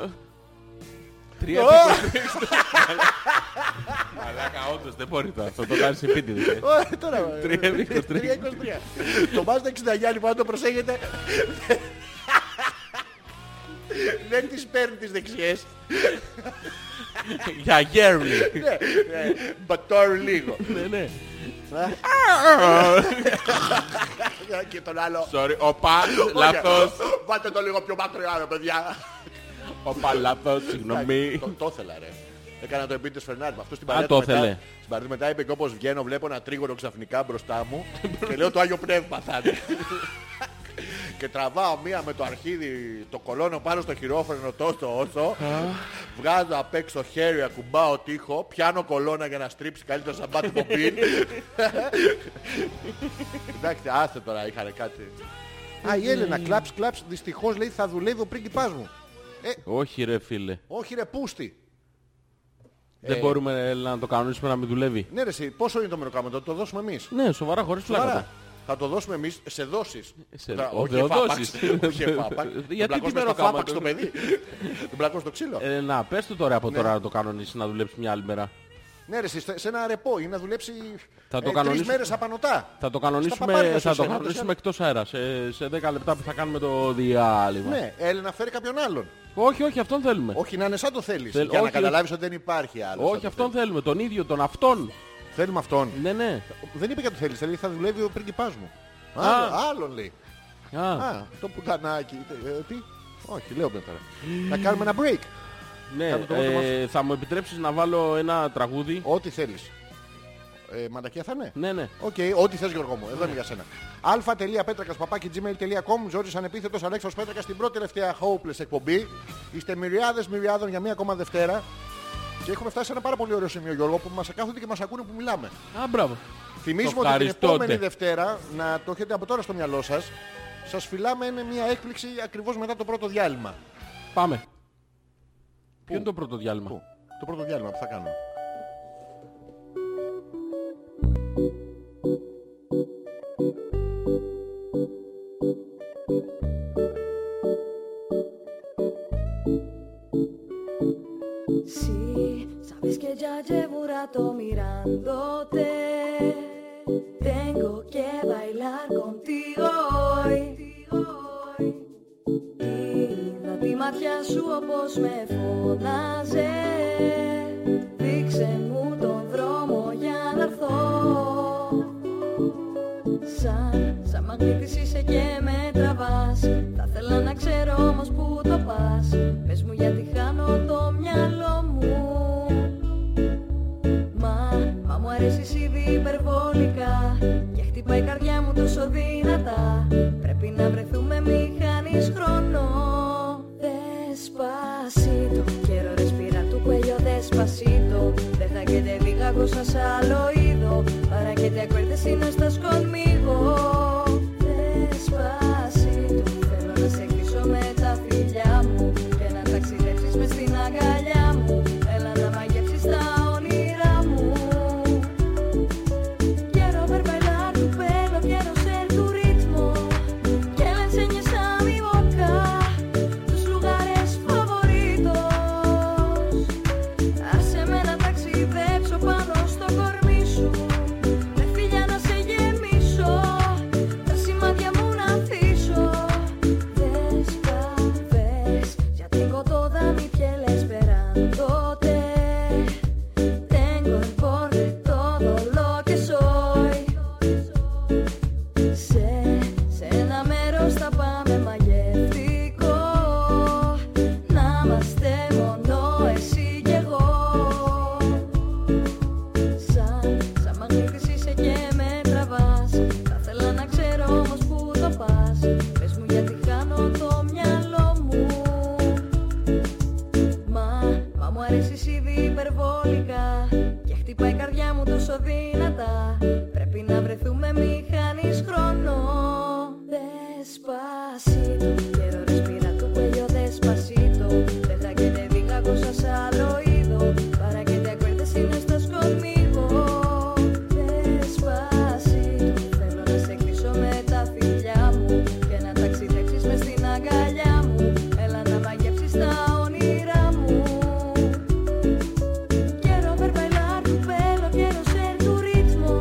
τρία Ω! επεριστραφή. Μαλάκα, όντως δεν μπορεί τώρα. Αυτό το κάνεις επίτηδες. ω, τώρα. ε, 3-23. 3-23. Το Mazda 69 λοιπόν, αν το προσέχετε. Δεν τις παίρνει τις δεξιές. Για γέρλι. Ναι, ναι. Μπατόρ λίγο. Ναι, ναι. Και τον άλλο. Sorry, οπα, λάθος. Βάτε το λίγο πιο μακριά, ρε παιδιά. Οπα, λάθος, συγγνώμη. Το- Το ήθελα, ρε. Έκανα το επίτηδες Φερνάρ. Αυτό στην παρέα Α, του το μετά- ήθελε. Στην παρέα του μετά είπε και όπως βγαίνω βλέπω ένα τρίγωνο ξαφνικά μπροστά μου και λέω το Άγιο Πνεύμα θα είναι. Και τραβάω μία με το αρχίδι, το κολώνω πάνω στο χειρόφρενο τόσο όσο. βγάζω απ' έξω χέρι, ακουμπάω τείχο, πιάνω κολώνα για να στρίψει καλύτερα σαν μπάτι που Εντάξει, άσε τώρα, είχανε κάτι. Α, η Έλενα, κλαψ, κλαψ, δυστυχώς λέει θα δουλεύει ο πρίγκιπάς μου. Όχι ρε φίλε. Όχι ρε, πούστη. Δεν μπορούμε ε, να το κανονίσουμε να μην δουλεύει. Ναι ρε, εσύ, πόσο είναι το μεροκάμα, θα το δώσουμε εμείς. Ναι, σοβαρά, χωρίς Άρα, πλάκα. θα το δώσουμε εμείς σε δόσεις. Σε- Τώρα, ο- όχι θεοδόσεις. εφάπαξ, Όχι εφάπαξ. Γιατί Γιατί τι πλακώσουμε στο μεροκάμα φάπαξ του. το παιδί. Τον πλακώσουμε στο ξύλο. Ε, να, πες του τώρα από τώρα να το κανονίσεις να δουλέψει μια άλλη μέρα. Ναι ρε, εσύ, σε σε ένα ρεπό είναι να δουλέψει Θα το ε, τρεις κανονίσουμε. μέρες απανοτά. Θα το παπάρια κανονίσουμε, σου θα το εσένα, κανονίσουμε εκτός αέρας. Σε, σε 10 λεπτά που θα κάνουμε το διάλειμμα. Ναι, Έλενα φέρει κάποιον άλλον. Όχι, όχι, αυτόν θέλουμε. Όχι να είναι σαν το θέλεις. Θέλ- Για να όχι. καταλάβεις ότι δεν υπάρχει άλλος. σαν Όχι, το αυτόν θέλουμε. Τον ίδιο, τον αυτόν. θέλεις. Θέλουμε αυτόν. Ναι, ναι. Δεν είπε για το θέλεις, θέλει θα δουλεύει ο πρίγκιπάς μου. Α. Άλλο- Άλλον λέει. Α, Α, το πουτανάκι. Ε, Τι. Όχι, λέω μετά. Να κάνουμε ένα break. ναι. κάτω το μότο ε, θα μου επιτρέψεις να βάλω ένα τραγούδι. Ό,τι θέλεις. Ε, μαλακία θα είναι. Ναι, ναι. Οκ, ό,τι θες Γιώργο μου, εδώ είναι για σένα. α.πέτρακα.gmail.com Ζόρις ανεπίθετος Αλέξος Πέτρακας στην πρώτη τελευταία Hopeless εκπομπή. Είστε μυριάδες μυριάδων για μία ακόμα Δευτέρα. Και έχουμε φτάσει σε ένα πάρα πολύ ωραίο σημείο Γιώργο που μας ακάθονται και μας ακούνε που μιλάμε. Α, μπράβο. Θυμίζουμε Το ότι την ευχαριστώτε. επόμενη Δευτέρα να το έχετε από τώρα στο μυαλό σας. Σας φυλάμε είναι μια έκπληξη ακριβώς μετά το πρώτο διάλειμμα. Πάμε. Ποιο είναι το πρώτο διάλειμμα. Πού? Το πρώτο διάλειμμα που θα κάνουμε. Sí, sabes que ya llevo un rato mirándote. Tengo que bailar contigo hoy. Είδα τη ματιά σου όπως με φώναζε Δείξε μου τον δρόμο για να έρθω Σαν, σαν μαγνήτης είσαι και με τραβάς Θα θέλα να ξέρω όμως που το πας Πες μου γιατί χάνω το μυαλό μου Μα, μα μου αρέσεις ήδη υπερβολικά Και χτυπάει η καρδιά μου τόσο δυνατά Πρέπει να βρεθούμε μη χάνεις χρόνο Despacito Quiero respirar tu cuello despacito Deja que te diga cosas al oído Para que te acuerdes si no estás conmigo Despacito Θέλω να σε κλείσω με τα φιλιά μου Και να ταξιδέψεις μες στην αγκαλιά μου Έλα να μαγεύσεις τα όνειρά μου Quiero ver bailar tu pelo, quiero ser tu ritmo. Que le enseñes a mi boca tus lugares favoritos. Haceme να ταξιδέψω πάνω στο κορμί σου. Με φιλιά να σε γεμίσω. και με τραβάς Θα θέλα να ξέρω όμως που το πας Πες μου γιατί χάνω το μυαλό μου Μα, μα μου αρέσεις ήδη υπερβολικά Και χτυπάει η καρδιά μου τόσο δυνατά Πρέπει να βρεθούμε μη χάνεις χρόνο Δespacito Quiero respirar tu cuello despacito Deja que te diga cosas al oído Para que te acuerdes si no estás conmigo Despacito Θέλω να σε κλείσω με τα φιλιά μου Και να ταξιδέψεις με στην αγκαλιά μου Έλα να μαγεύσεις τα όνειρά μου Quiero ver bailar tu pelo, quiero ser tu ritmo.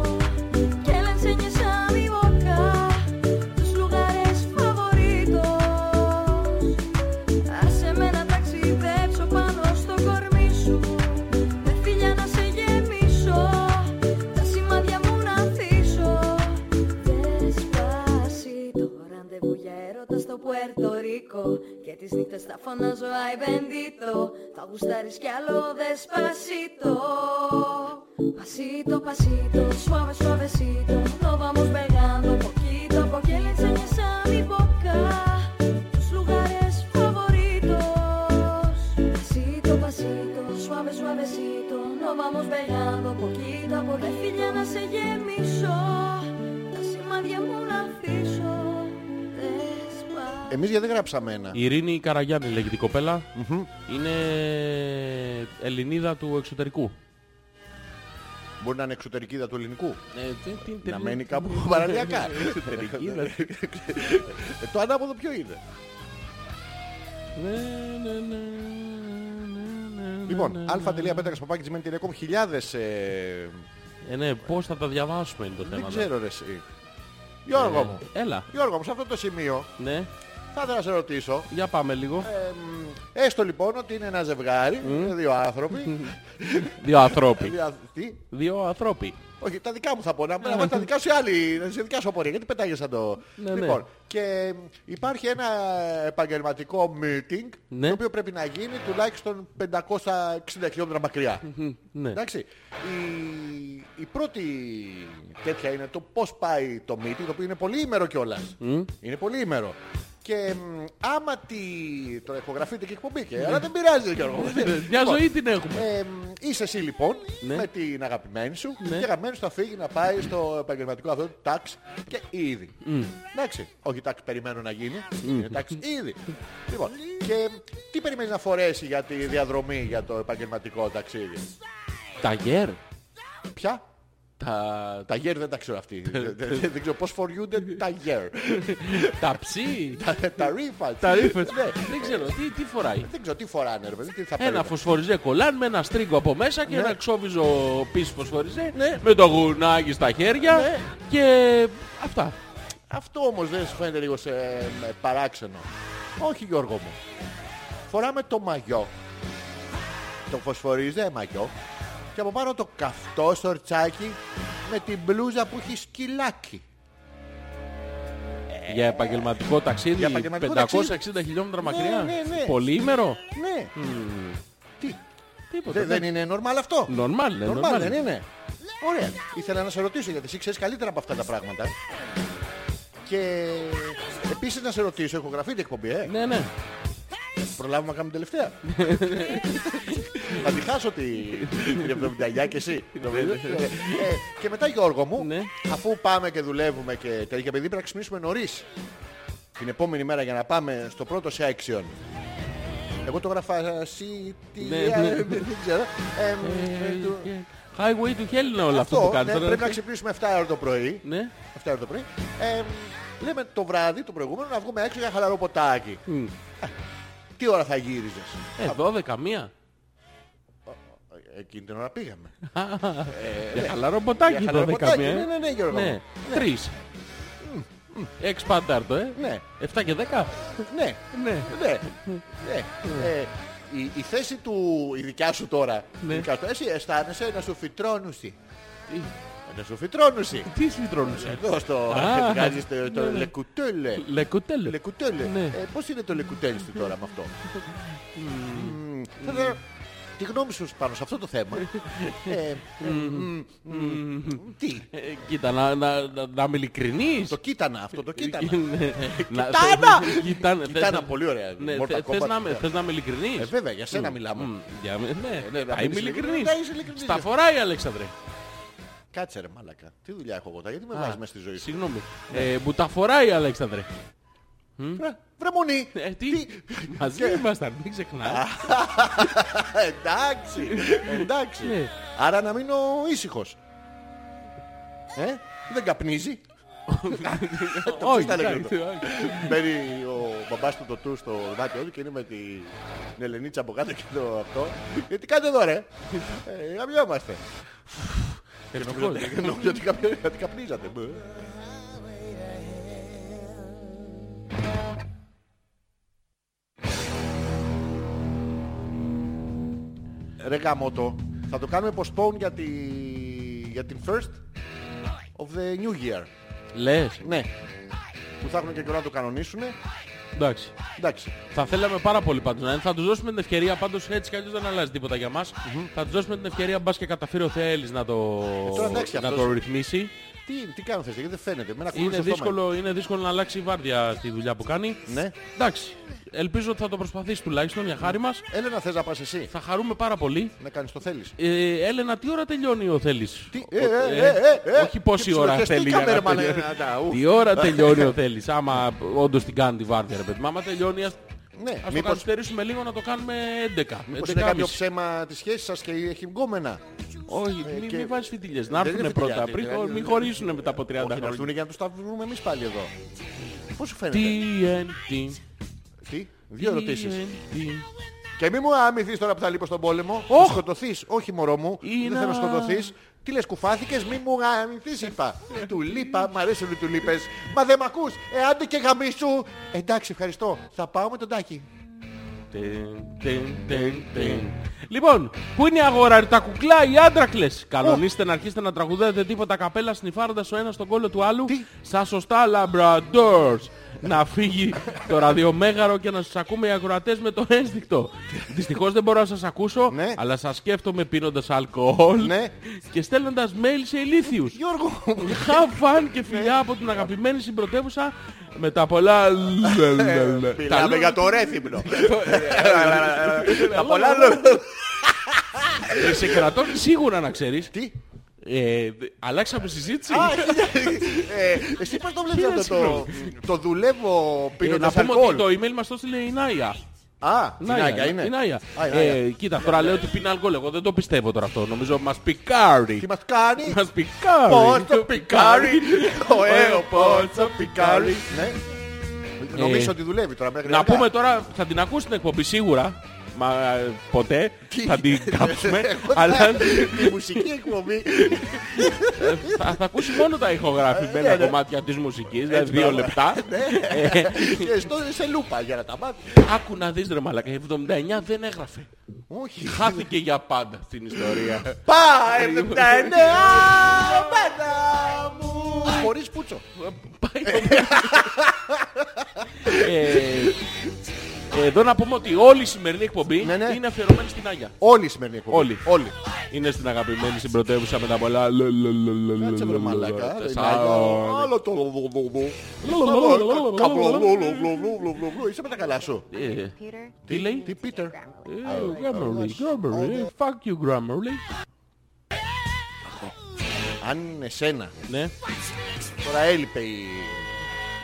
Que le enseñes a mi boca tus lugares favoritos. Άσε με να ταξιδέψω πάνω στο κορμί σου Με φιλιά να σε γεμίσω Τα σημάδια μου να αφήσω Despacito Ραντεβού για έρωτα στο Puerto Rico Και τις νύχτες θα φωνάζω Άι bendito Θα γουστάρεις κι άλλο Despacito Pasito, pasito Suave, suavecito No vamos pegando poquito Porque le enseñas a mi boca tus lugares favoritos. Pasito, pasito, suave, suavecito, nos vamos pegando poquito porque filha να σε γεμίσω. Τα σημάδια μου να αφήσω. Despacio. Εμείς γιατί δεν γράψαμε ένα. Η Ειρήνη Καραγιάννη λέγεται η κοπέλα. Είναι Ελληνίδα του εξωτερικού. Μπορεί να είναι εξωτερική του ελληνικού. Ε, δεν την Να τελεί- μένει κάπου παραλιακά. Εξωτερική, δηλαδή. Ε, Το ανάποδο ποιο είναι. Ναι, ναι, ναι, ναι, ναι, ναι, ναι, Λοιπόν, ναι. α.πέτρακα.gmail.com χιλιάδες... ε, Ε, ναι, πώς θα τα διαβάσουμε είναι το θέμα. Δεν δε. ξέρω ρε εσύ. Γιώργο μου, ναι. Ε, Έλα, Γιώργο μου, σε αυτό το σημείο ναι, θα ήθελα να σε ρωτήσω. για πάμε λίγο. ε, μ, Έστω λοιπόν ότι είναι ένα ζευγάρι, δύο άνθρωποι. Δύο ανθρώποι. δια- Τι, Δύο ανθρώποι. όχι, τα δικά μου θα πω. Να να βάλεις τα δικά σου οι άλλοι, να σε δικά σου απορία. Γιατί πετάγεσαι σαν το. Ναι, ναι. λοιπόν, και υπάρχει ένα επαγγελματικό meeting Ναι. το οποίο πρέπει να γίνει τουλάχιστον 560 χιλιόμετρα μακριά. Ναι. Εντάξει. Η, η πρώτη τέτοια είναι το πώς πάει το meeting, το οποίο είναι πολύ ημέρο κιόλας. Είναι πολύ ημέρο. Και μ, άμα τη... Τώρα ηχογραφείτε και η εκπομπή Ναι. και... Αλλά δεν πειράζει Γιώργο. Μια Λοιπόν, ζωή την έχουμε. ε, μ, είσαι εσύ λοιπόν Ναι. με την αγαπημένη σου Ναι. και η αγαπημένη σου θα φύγει να πάει στο επαγγελματικό αυτό τάξ και ήδη. Εντάξει. Όχι τάξ περιμένω να γίνει. Είναι τάξ ήδη. λοιπόν, και τι περιμένεις να φορέσει για τη διαδρομή για το επαγγελματικό ταξίδι. Τα γέρ. Ποια? Τα, Τα γέρ δεν τα ξέρω αυτή. Δεν- δεν δεν ξέρω πώς φοριούνται τα γέρ. τα ψή. Τα- Τα ρήφα. Τα ρήφες. Ναι. Δεν ξέρω, τι, τι φοράει. Δεν ξέρω τι φοράνε ρε παιδί. Τι θα Ένα περίμενα. φωσφοριζέ κολλάν με ένα στρίγκο από μέσα και Ναι. ένα ξόβιζο πίσω φωσφοριζέ Ναι. με το γουνάκι στα χέρια Ναι. και αυτά. Αυτό όμως δεν σου φαίνεται λίγο σε, με παράξενο. Όχι Γιώργο μου. Φοράμε το μαγιό. Το φωσφορίζε μαγιό. Και από πάνω το καυτό σορτσάκι με την μπλούζα που έχει σκυλάκι. Για επαγγελματικό ταξίδι Ε, Για επαγγελματικό 560 ταξίδι. χιλιόμετρα μακριά. ναι, ναι. Πολύήμερο. Ναι. Τι. Τίποτα. Δεν, δεν είναι normal αυτό. Normal, ναι, Normal, normal. δεν είναι. Ωραία. Ήθελα να σε ρωτήσω γιατί εσύ ξέρεις καλύτερα από αυτά τα πράγματα. Και επίσης να σε ρωτήσω, έχω γραφεί την εκπομπή, ε. Ναι, ναι. Προλάβουμε να κάνουμε τελευταία. Θα τη χάσω τη την 79 και εσύ. Ε, ε, Και μετά Γιώργο μου, Ναι. αφού πάμε και δουλεύουμε και τέτοια, επειδή πρέπει να ξυπνήσουμε νωρίς την επόμενη μέρα για να πάμε στο πρώτο section. Εγώ το γράφα C, T, Ναι, ε, ναι. δεν ξέρω. Ε, ε, του- Highway to Hell είναι όλο αυτό, που Αυτό, κάνεις. ναι, τώρα. πρέπει να ξυπνήσουμε 7 ώρα το πρωί. Ναι. 7 ώρα το πρωί. Ε, λέμε το βράδυ, το προηγούμενο, να βγούμε έξω για χαλαρό ποτάκι. Ε, Τι ώρα θα γύριζες. Ε, 12, μία. Εκείνη την ώρα πήγαμε. Για χαλαρό ποτάκι Ε, Για το χαλαρό ποτάκι, 10 μία. ναι, ναι, ναι, Γιώργο μου. Ναι, τρεις. Έξι παντάρτο, ε. Ναι. 7 και 10. Ναι, Ναι. ναι, ναι. Ε, η, η θέση του, η δικιά σου τώρα, Ναι. η δικιά σου, εσύ αισθάνεσαι να σου φυτρώνουσι. Να σου φυτρώνουσι. Τι σφιτρώνουσε. Εδώ στο, Α, βγάζεις το, το λεκουτέλε. Λεκουτέλ. Λεκουτέλε. Ναι. Ε, πώς είναι το λεκουτέλι σου τώρα με αυτό. Μμμ. Θα- τη γνώμη σου πάνω σε αυτό το θέμα. Ε, μ, μ, Τι, Ε, Κοίτα, να, να, να, να είμαι ειλικρινής. το κοίτανα αυτό, το κοίτανα. Ναι. Να- Κοιτάνα! θε- Κοιτάνα! Κοίτανα, θες- πολύ ωραία. ναι, Mortal θε- θες Kombat, να είμαι- κοίτανα. Θες να είμαι ειλικρινής. Ε, βέβαια, για σένα μιλάμε. Μ, για μέ- ναι, Ναι, να θα μην είσαι είμαι ειλικρινής. ειλικρινής. Να είσαι ειλικρινής. Στα φοράει, Αλέξανδρε. Κάτσε ρε μαλάκα. Τι δουλειά έχω εγώ τώρα, γιατί με βάζεις μέσα στη ζωή σου. Συγγνώμη. Ναι. Ε, Μου τα φοράει, Αλέξανδρε. Βρε- Βρε μονή. Ε, τι- Μαζί ήμασταν, μην ξεχνάς. Ε, Εντάξει, εντάξει. Ναι. Άρα να μείνω ήσυχος. Ε, δεν καπνίζει. Όχι, ήταν εντάξει, γρήγορο. όχι. Μπαίνει ο μπαμπάς του το του στο δάτυλο του και είναι με την Ελενίτσα από κάτω και το αυτό. Ε, τι κάνετε εδώ ρε. Ε, Γαμιόμαστε. Και νομίζω Ευτυχώς. ότι- Νομίζω ότι καπνι- ότι καπνίζατε. Μπε. Ρε γαμότο, θα το κάνουμε postpone για, τη... για την first of the new year. Λες, Ναι. Που θα έχουν και καιρό να το κανονίσουν. εντάξει. Εντάξει. Θα θέλαμε πάρα πολύ πάντως να είναι. Θα τους δώσουμε την ευκαιρία πάντως έτσι κι αλλιώς δεν αλλάζει τίποτα για μας. Θα τους δώσουμε την ευκαιρία μπας και καταφέρει ο Θεέλης να το, Ε, τώρα εντάξει, να αυτός- το ρυθμίσει. Τι, τι κάνω θες, γιατί δεν φαίνεται. Εμένα κουνούν Είναι στο στόμα. δύσκολο, είναι δύσκολο να αλλάξει η βάρδια στη δουλειά που κάνει. Ναι. Εντάξει. Ελπίζω ότι θα το προσπαθήσεις τουλάχιστον για χάρη μας. Έλενα θες να πας εσύ. Θα χαρούμε πάρα πολύ. Να κάνεις το θέλεις. Ε, Έλενα, τι ώρα τελειώνει ο Θέλης. Τι, Ο- ε, ε, ε, ε, ε. όχι πόση Και ώρα θέλει ψιλοχεστήκαμε, για να ρε, μαλάκα. τελειώσει. ε, Να, ου. Τι ώρα τελειώνει ο Θέλης, άμα όντως την κάνει τη βάρδια ρε παιδί. μου. Άμα τελειώνει ας, Ναι, Ε, ας το μήπως- καθυστερήσουμε λίγο να το κάνουμε 11. Μήπως 11.30. είναι κάποιο ψέμα της σχέσης σας και έχει γκόμενα. Όχι, Ε, μην και- μη βάζεις φιτιλιές. Να Δεν είναι έρθουν πρώτα, φιτιλιά, πριν, δεν είναι- μην χωρίσουν μετά από 30 Όχι, να χρόνια. έρθουν για να τους τα βρούμε εμείς πάλι εδώ. Πώς σου φαίνεται. TNT. Τι. Δύο ερωτήσεις. TNT. Και μη μου αμυθείς τώρα που θα λείπω στον πόλεμο. Θα σκοτωθείς. Όχι μωρό μου. Είναι- Δεν θέλω να σκοτωθείς. Τι λες κουφάθηκες, μη μου αμυθείς είπα. του λείπα, μ' αρέσουν οι του λείπες. Μα δεν μ' ακούς. Ε, άντε και γαμίσου. Εντάξει, ευχαριστώ. Θα πάω με τον Τάκη. Τιν, τιν, τιν, τιν. Λοιπόν, πού είναι η αγορά, ρε, τα κουκλά, οι άντρακλες. Κανονίστε να αρχίσετε να τραγουδάτε τίποτα καπέλα συνυφάροντας ο ένας τον κόλλο του άλλου. Στα σωστά λαμπραντόρς. να φύγει το ραδιομέγαρο και να σας ακούμε οι ακροατές με το ένστικτο. Δυστυχώς δεν μπορώ να σας ακούσω, Ναι. αλλά σας σκέφτομαι πίνοντας αλκοόλ Ναι. και στέλνοντας mail σε ηλίθιους. Γιώργο, Have fun και φιλιά από την αγαπημένη συμπρωτεύουσα με τα πολλά... Τα μιλάμε για το ρέθυμνο. Τα Πολλά Ε, Σε κρατώ σίγουρα να ξέρεις. Τι. Ε, δε- αλλάξαμε συζήτηση. Α, ε, Εσύ πώς το Χίλια βλέπεις αυτό το... συγγνώμη. Το δουλεύω Ε, να πίνοντας πούμε ότι αλκοόλ. το email μας το έστειλε η Νάια. Α, η Νάγια είναι. Η Νάια. Α, η Νάγια. Ε, κοίτα, τώρα λέω ότι πίνει αλκοόλ. Εγώ δεν το πιστεύω τώρα αυτό. Νομίζω μας πικάρει. Τι μας κάνει. Μας πικάρει. ε, Πώς το πικάρι. Ο Αίο, πώς το πικάρι. Ναι. Νομίζω ότι δουλεύει τώρα μέχρι Ε. Να αργά. πούμε τώρα, θα την ακούσει την εκπομπή σίγουρα. Μα ε, ποτέ θα την κάψουμε. Εγώ θα- αλλά Η μουσική εκπομπή. θα, θα ακούσει μόνο τα ηχογραφημένα κομμάτια της μουσικής, δηλαδή Ναι, μπράβο. δύο Ναι. λεπτά. Ε, Και στο σε λούπα για να τα μάθει. Άκου να δεις ρε μαλακα, 79 δεν έγραφε. Όχι. Χάθηκε για πάντα στην ιστορία. Πάει με τα εννέα μάνα μου. Χωρίς πουτσο. Πάει το μυαλό. Ε, Εδώ να πούμε ότι όλη η σημερινή εκπομπή Ναι, ναι. είναι αφιερωμένη στην Άγια. Όλη η σημερινή εκπομπή. Όλοι. Όλοι. Είναι στην αγαπημένη συμπρωτεύουσα με τα πολλά. λε, λε, λε, λε, λε, Κάτσε βρε λε, μαλάκα. λε, ρε, τεσσάρων. Νάγια. Άλλο το λοβολοβολο. Καπλοβολοβολοβολοβολο. Είσαι με τα καλά σου. Ε, Τι λέει? Τι Πίτερ. Ε, Grammarly, Grammarly, fuck you Grammarly. Αν είναι σένα. Ναι. Τώρα έλειπε η...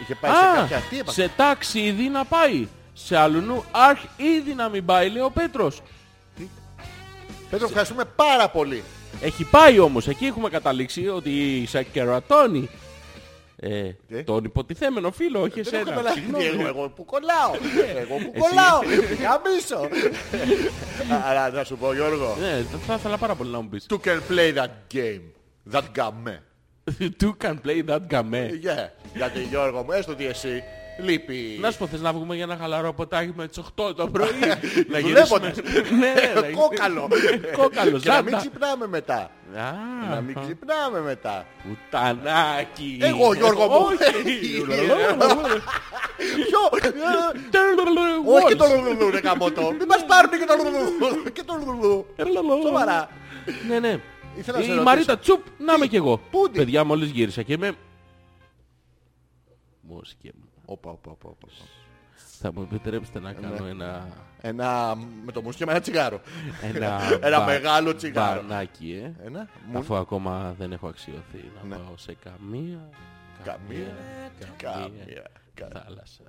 Είχε πάει σε Α, κάποια αυτή έπαθε. σε ταξίδι να πάει. Σε αλουνού αρχ ήδη να μην πάει, λέει ο Πέτρος. Πέτρο, ευχαριστούμε πάρα πολύ. Έχει πάει όμως, εκεί έχουμε καταλήξει ότι σε κερατώνει. Ε, Τι? τον υποτιθέμενο φίλο, όχι Δεν έχω εσένα. καταλάβει. Συγγνώμη. Εγώ, εγώ που κολλάω. Εγώ που Εσύ. κολλάω. Γαμίσω. Αλλά να σου πω Γιώργο. Ναι, θα ήθελα πάρα πολύ να μου πεις. You can play that game. That game. Two can play that game. Yeah. Γιατί Γιώργο μου, έστω ότι εσύ λείπει. Να σου πω, θες να βγούμε για ένα χαλαρό ποτάκι με τις 8 το πρωί. να Δουλεύοντας. ναι, ναι, να- Κόκαλο. Κόκαλο, Και να μην ζάντα. ξυπνάμε μετά. Να μην Α, ξυπνάμε μετά. πουτανάκι. Εγώ, Γιώργο μου. Όχι. Ε, Ποιο! Όχι και το λουλουλού ρε καμπότο. Μην μας πάρουν και το λουλουλού. Και το λουλουλού. Σοβαρά. Ναι, ναι. Ήθελα να σε Η ρωτήσω. Μαρίτα τσουπ, να είμαι κι εγώ. πού τη? Παιδιά, μόλις γύρισα και είμαι... Μόσκε μου. Όπα, όπα, όπα, όπα. Ναι. Θα μου επιτρέψετε να κάνω ένα... Ένα με το μουσική με ένα τσιγάρο. Ένα, Ένα μπα- μεγάλο τσιγάρο. Μπανάκι, ε. Ένα μου. Αφού ακόμα δεν έχω αξιωθεί να Ναι. πάω σε καμία... Καμία, Καμία. καμία, κα- Θάλασσα.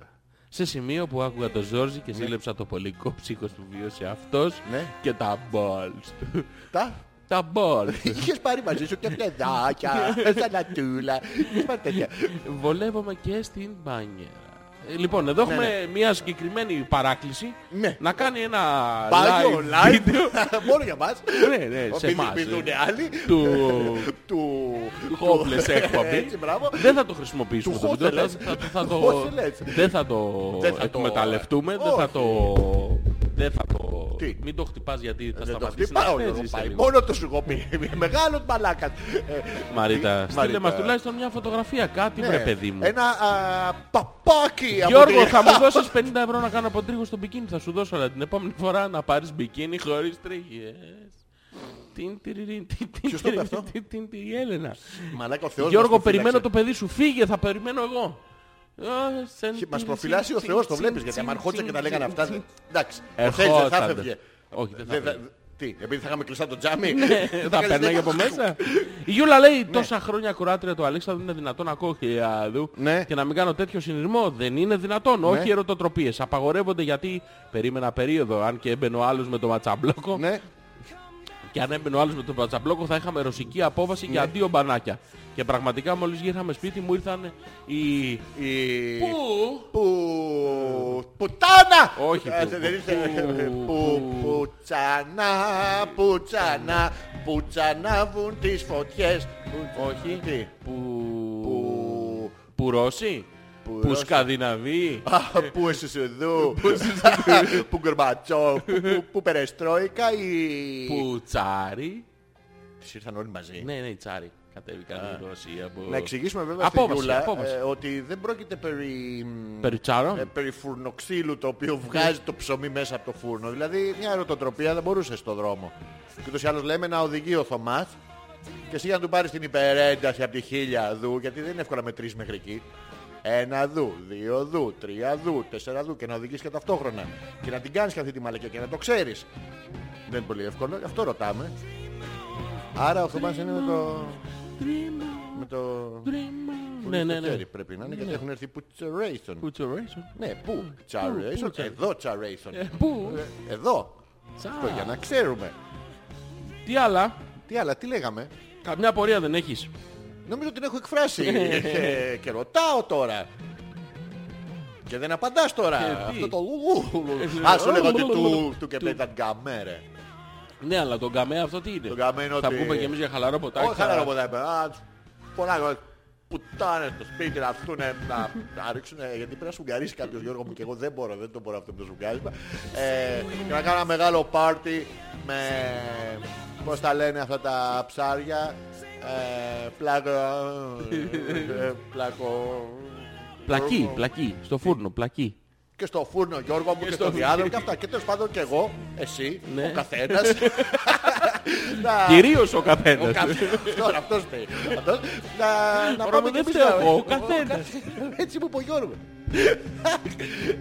Σε σημείο που άκουγα τον Ζόρζι και ζήλεψα το πολικό ψύχος που βίωσε αυτός Ναι. και τα balls του. Τα Τα balls του. είχες πάρει μαζί σου και κλεδάκια, σαλατούλα. Είχες πάρει τέτοια. Βολεύομαι και στην μπάνιερα. Ε, Λοιπόν, εδώ έχουμε ναι. μια συγκεκριμένη παράκληση Ναι. να κάνει ένα Πάγιο, live live, βίντεο. μόνο για μας. ναι, ναι, σε Μην- εμάς. Μην ε, δούνε άλλοι. Του Του... Χόμπλες Ε, εκπομπή. Έτσι, μπράβο. Δεν θα το χρησιμοποιήσουμε Του το βίντεο. θα- χόθελες. θα- θα το- Χόθελες. Δεν θα το Δεν θα το- εκμεταλλευτούμε. Δεν θα Όχι. το... Δεν θα το... Τι? Μην το χτυπάς γιατί θα Δεν το σταματήσει να χτυπάω, παίζει Γιώργο, σε πάει. λίγο. Μόνο το σου έχω πει. Μεγάλος μαλάκας. Ναι. Ε, Μαρίτα, τι- στείλε Μαρίτα. μας τουλάχιστον μια φωτογραφία. Κάτι Ναι. βρε παιδί μου. Ένα α, παπάκι από Γιώργο, τη- θα μου δώσεις 50 ευρώ να κάνω αποτρίχο στο μπικίνι. Θα σου δώσω, αλλά την επόμενη φορά να πάρεις μπικίνι χωρίς τρίχες. Τιν, τυριριν, τιν, τιν, Ποιος το είπε τυριριν, αυτό? τιν, τιν, τιν, Η Έλενα. Μαλάκα ο Θεός Γιώργο, μας περιμένω το προφύλαξε. παιδί σου. Φύγε, θα περιμένω εγώ. Α, σεν, Μας τιν, προφυλάσσει ο τσιν, Θεός, το τσιν, βλέπεις. Γιατί τσιν, άμα ερχόντουσαν τσιν, και τα λέγανε τσιν, αυτά... τσιν. Εντάξει, ο Θεός δεν θα Ερχόταν. έφευγε. Όχι, δεν θα Δεν θα- Ε, φεύγει. Τι, επειδή θα είχαμε κλειστά το τζάμι. Ε, Θα περνάει από μέσα. Η Γιούλα Ναι. λέει τόσα χρόνια κουράτρια του Αλέξανδρου είναι δυνατόν να ακούω χιλιάδου Ναι. και να μην κάνω τέτοιο συνειρμό. Δεν είναι δυνατόν. Όχι ερωτοτροπίες. Απαγορεύονται γιατί περίμενα περίοδο. Αν και έμπαινε ο άλλος με το ματσαμπλόκο Ναι, και αν έμπαινε ο άλλος με το ματσαμπλόκο θα είχαμε ρωσική απόφαση Ναι. και αντίο μπανάκια. Και πραγματικά μόλις γύρισαμε σπίτι μου ήρθαν οι... η- Πού? Που... Πουτάνα! Όχι, Ε, που- δεν ε, ήρθε. που- Που... Πουτσανά, πουτσανά, πουτσανάβουν τις φωτιές. Που- Όχι. Τι. Που... Που... Που Ρώσοι. Που Ρώσοι. Σκανδιναβοί. Α, Πού εσύ σου δου, που γκορμπατσό, που- που- που περεστρόικα ή... Που Τσάρι. Τις ήρθαν όλοι μαζί. Ναι, ναι, η Τσάρι. Κατέβηκαν στην Ρωσία. από- Να εξηγήσουμε βέβαια στην Απόβαση, Γιούλα απόβαση. ε, ότι δεν πρόκειται περί... μ, Περί Τσάρων. ε, περί φουρνοξύλου το οποίο βγάζει το ψωμί μέσα από το φούρνο. Δηλαδή μια ερωτοτροπία δεν μπορούσε στο δρόμο. Και ούτως ή άλλως λέμε να οδηγεί ο Θωμάς και εσύ για να του πάρεις την υπερένταση από τη χίλια δου, γιατί δεν είναι εύκολα με τρεις μέχρι εκεί. Ένα δου, δύο δου, τρία δου, τέσσερα δου και να οδηγείς και ταυτόχρονα. Και να την κάνεις και αυτή τη μαλακιά και να το ξέρεις. Δεν είναι πολύ εύκολο, γι' αυτό ρωτάμε. Άρα ο Θωμάς είναι με το... Με το... Ναι, ναι, ναι. χέρι Πρέπει να είναι γιατί έχουν έρθει πουτσερέισον. Πού Τσορέσον. Ναι, Ε, πού, τσαρέισον, Τσαρ- εδώ τσαρέισον. Ε, Πού. Εδώ. Τσαρ. Το για να ξέρουμε. Τι άλλα. Τι άλλα, τι λέγαμε. Καμιά πορεία δεν έχεις. Νομίζω την έχω εκφράσει. Ε, και ρωτάω τώρα. Και δεν απαντάς Και τώρα. τι? Αυτό το λουλού. Ε, Ας το λέγω λου, ότι λου, λου, του, του και του. πέτα γκαμέρε. Ναι, αλλά τον καμέ αυτό τι είναι. Το γκαμέ είναι Θα ότι- πούμε και εμείς για χαλαρό ποτάκι. Όχι χαρά από τα πέρα. Πονάγω. Πουτάνε στο σπίτι να έρθουν να, να ρίξουν. Γιατί πρέπει να σουγκαρίσει κάποιος Γιώργο μου και εγώ δεν μπορώ, δεν το μπορώ αυτό με το σουγκάρισμα. Ε, και να κάνω ένα μεγάλο πάρτι με. Πώς τα λένε αυτά τα ψάρια. Ε, πλάκο. ε, πλάκο. Πλακή, πλακή. Στο Ε. φούρνο, πλακή. Και στο φούρνο Γιώργο μου και, στο στο διάδρομο και αυτά. Και τέλος πάντων και εγώ, εσύ, Ναι. ο καθένας. να- Κυρίως ο καθένας. Τώρα αυτός πει. Αυτός, να- Να Ωραία, πάμε και δεν εμείς φταίω να- εγώ, ο καθένας. Έτσι μου είπε ο Γιώργος.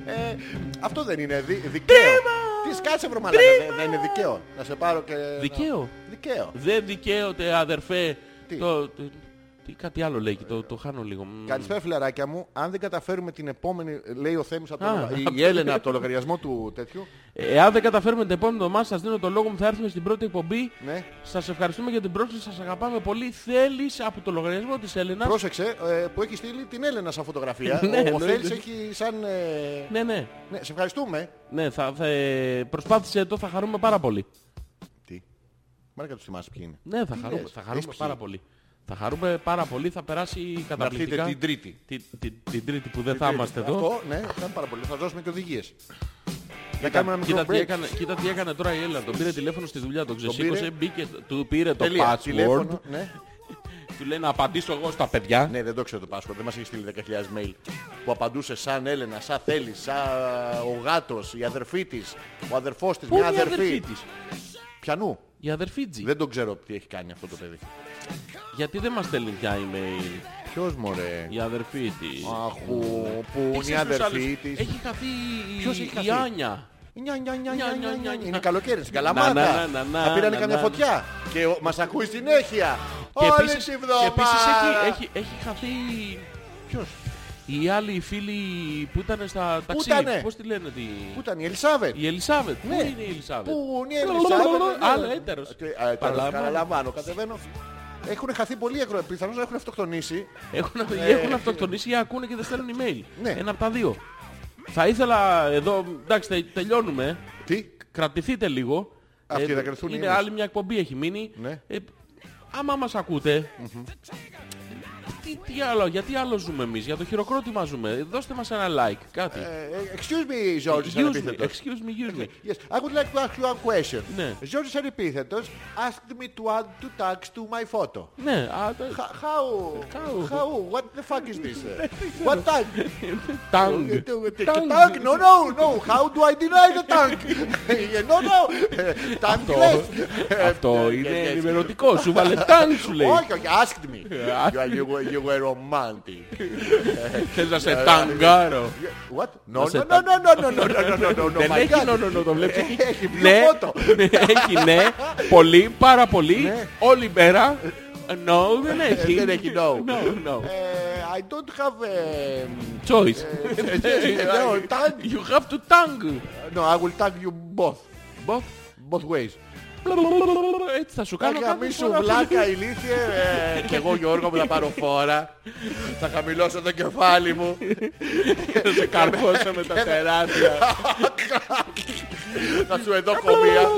Ε, Αυτό δεν είναι δι- δικαίο. Τι σκάσε βρω μαλάκα, δεν- δεν είναι δικαίο. Να σε πάρω και... να- Δικαίο. Δικαίο. Δεν δικαίωται αδερφέ. Τι? Το... το- Τι κάτι άλλο λέει και το, το χάνω λίγο. Μμμ. Καλησπέρα φιλαράκια μου. Αν δεν καταφέρουμε την επόμενη, λέει ο Θέμης από Α. το, η Έλενα από το λογαριασμό του τέτοιου. Εάν Ε, δεν καταφέρουμε την επόμενη εβδομάδα, σας δίνω το λόγο μου, θα έρθουμε στην πρώτη εκπομπή. Ναι. Σας ευχαριστούμε για την πρόσκληση, σας αγαπάμε πολύ. Θέλεις από το λογαριασμό της Έλενας. Πρόσεξε ε, που έχει στείλει την Έλενα σαν φωτογραφία. Ναι, ο ο εννοείται. Θέλης έχει σαν... ε, Ναι, ναι. Ναι, σε ευχαριστούμε. Ναι, θα, θα, ε, προσπάθησε το, θα χαρούμε πάρα πολύ. Τι. Μάρικα τους θυμάσαι ποιοι είναι. Ναι, θα Τι χαρούμε, λες, θα λες χαρούμε ποιοι. πάρα πολύ. Θα χαρούμε πάρα πολύ, θα περάσει Να έρθετε καταπληκτικά. την Τρίτη. Την, την, την τρίτη που δεν θα είμαστε εδώ. Αυτό, ναι, θα είναι πάρα πολύ. Θα δώσουμε και οδηγίες. Θα κάνουμε ένα Κοίτα μικρό τι, break. έκανε, κοίτα τι έκανε τώρα η Έλληνα. Τον πήρε τηλέφωνο στη δουλειά, τον ξεσήκωσε, πήρε. μπήκε, του πήρε το Τελεία. password. Τηλέφωνο, ναι. Του λέει να απαντήσω εγώ στα παιδιά. Ναι, δεν το ξέρω το password, δεν μας έχει στείλει 10.000 mail. Που απαντούσε σαν Έλενα, σαν Θέλει, σαν ο γάτος, η αδερφή της, ο αδερφός της, Πού μια είναι η αδερφή. αδερφή της. Πιανού. Η αδερφή της. Δεν τον ξέρω τι έχει κάνει αυτό το παιδί. Γιατί δεν μας στέλνει πια email Ποιος μωρέ. η αδερφή της. Αχού, που είναι η Ξέρεις τους αδερφή άλλους. της. Έχει χαθεί η- Ποιος έχει χαθεί? η Άνια. Νια, νια, νια, Νια, νια, νια, νια, νια, νια. Είναι καλοκαίρι στην Να, να, Καλαμάτα. να, να, Θα πήρανε να, καμιά να. φωτιά. Και ο- μας ακούει συνέχεια. Και Όλη επίσης- τη και επίσης βδομάδα. έχει, έχει, έχει χαθεί Ποιος? οι άλλοι φίλοι που ήταν στα ταξί. ήτανε? Πώς τη λένε τη... Πού ήταν η Ελισάβετ. Η Ελισάβετ. Πού Ναι. είναι η Ελισάβετ. Πού είναι η Ελισάβετ. Άλλο Ε, έτερος. Τι- α, τώρα Παραλαμβάνω. Παραλαμβάνω, κατεβαίνω. Έχουν χαθεί πολλοί ακροατές. Πιθανώς να έχουν αυτοκτονήσει. Έχουν, έχουν αυτοκτονήσει ή ακούνε και δεν στέλνουν email. Ναι. Ένα από τα δύο. Θα ήθελα εδώ, εντάξει, τε- τελειώνουμε. Τι. Κρατηθείτε λίγο. Ε, Αυτοί θα κρατηθούν Είναι εμείς. άλλη μια εκπομπή έχει μείνει. Ναι. Ε, άμα μας ακούτε, τι, τι άλλο, γιατί άλλο ζούμε εμείς, για το χειροκρότημα ζούμε. Δώστε μας ένα like, κάτι. Ε, Excuse me, George, σαν excuse me, επίθετος. excuse me, excuse me. Yes, I would like to ask you a question. Ναι. George σαν επίθετος asked me to add two tags to my photo. ναι, α, το- How, how, How? how, what the fuck is this? eh? What tag? Ε, Tang. Tang. Tag? No, no, no. How do I deny the tag? No, no. Eh, Tag Αυτό- left. Αυτό yes, είναι yes. ενημερωτικό. Σου βάλε τάν σου λέει. ε, Όχι, όχι, asked me. You are- you were- You were romantic. Θες να Ε, σε ταγκάρω. What? No, σε no, no, no, no, no, no, no, no, no, no, Δεν ε, oh my έχει God. νονονο, το βλέπεις. Ε, Έχει πιο Ναι, φώτο. ναι, έχει ναι, πολύ, πάρα πολύ, Ναι. Ε, όλη μέρα. No, δεν έχει. δεν έχει, no. No, no. Ε, I don't have a... Choice. No, tag. You have to tongue. No, I will tag you both. Both. Both ways. Έτσι θα σου κάνω Κάκα μη κάποια σου φορά. βλάκα ηλίθιε. ε, Κι εγώ Γιώργο μου θα πάρω φόρα. Θα χαμηλώσω το κεφάλι μου. Θα σε καρφώσω με Ε, ναι. τα τεράστια. Θα σου εδώ κομμία.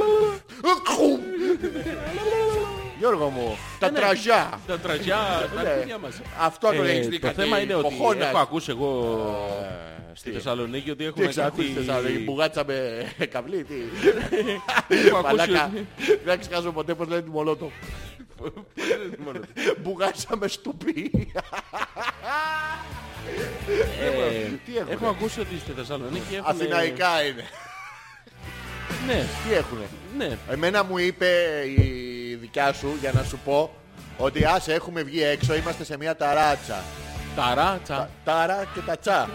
Γιώργο μου, τα τραγιά. Τα τραγιά, τα Ναι. αρχίδια μας. Αυτό το Ναι, Ε, έχεις δει Το κάτι θέμα είναι ότι κοχώνας. έχω ακούσει εγώ Ε, στη στη- Θεσσαλονίκη ότι Τι έχουν έχεις ακούσει κάτι... στη Θεσσαλονίκη, μπουγάτσα με καβλί, τι. Έχω ακούσει Παλάκα, ότι- δεν ξεχάσω ποτέ πως λένε τη Μολότο. Μπουγάτσα με στουπί. Ναι. Ε, Τι έχουνε? Έχω ακούσει ότι στη Θεσσαλονίκη έχουν... Αθηναϊκά είναι. Ναι, Τι έχουνε. ναι. Εμένα μου είπε η δικιά σου για να σου πω ότι άσε έχουμε βγει έξω, είμαστε σε μια ταράτσα. Τα Ταράτσα. τάρα και τα τσά.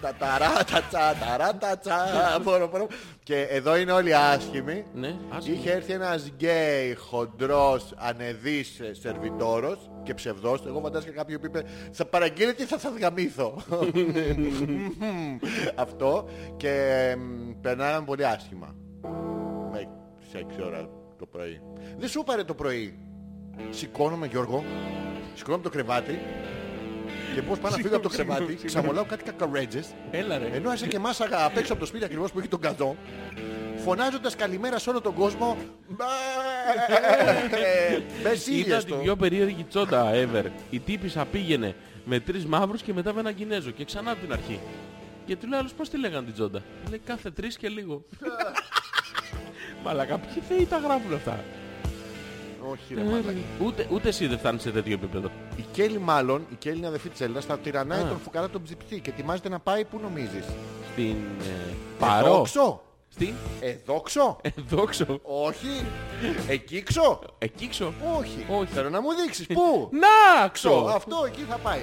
Τα ταρά, τα τσά, ταρά, τα τσά. Μπορώ, μπορώ. Και εδώ είναι όλοι άσχημοι. Ναι, άσχημα. Είχε έρθει ένας γκέι, χοντρός, ανεδής ε, σερβιτόρος και ψευδός. Εγώ φαντάστηκα κάποιον που είπε «Θα παραγγείλετε θα σας γαμίσω». Μμμ. Αυτό και μ, περνάγαμε πολύ άσχημα. Με 6 ώρα το πρωί. Δεν σου πάρε το πρωί. Σηκώνομαι Γιώργο, σηκώνομαι από το κρεβάτι και πώς πάω να φύγω από το κρεβάτι, ξαμολάω κάτι κακαρέτζες Έλα ρε. ενώ είσαι και εμάς απ' έξω από το σπίτι ακριβώς που έχει τον καζό, φωνάζοντας καλημέρα σε όλο τον κόσμο. «Μπα, ε, Είδα Μπεσίλιες την το. πιο περίεργη τσότα ever. Η τύπησα πήγαινε με τρεις μαύρους και μετά με έναν Κινέζο και ξανά από την αρχή. Και του λέω άλλος πώς τη λέγανε την τσόντα. Λέει κάθε τρεις και λίγο. Μαλακά, ποιοι θεοί τα γράφουν αυτά. Ε, Όχι ρε μαλάκα. Ούτε, ούτε εσύ δεν φτάνεις σε τέτοιο επίπεδο. Η Κέλλη μάλλον, η Κέλλη είναι αδερφή της Έλληνας, θα τυραννάει Α. ε, τον φουκαρά τον ψιπτή και ετοιμάζεται να πάει που νομίζεις. Στην ε, Παρό. Εδόξω. Στην Εδόξω. ε, δόξο. Όχι. Ε, Εκείξω. Εκείξω. Όχι. Όχι. Θέλω να μου δείξεις. Πού. Να, Αυτό, ξω. αυτό εκεί θα πάει.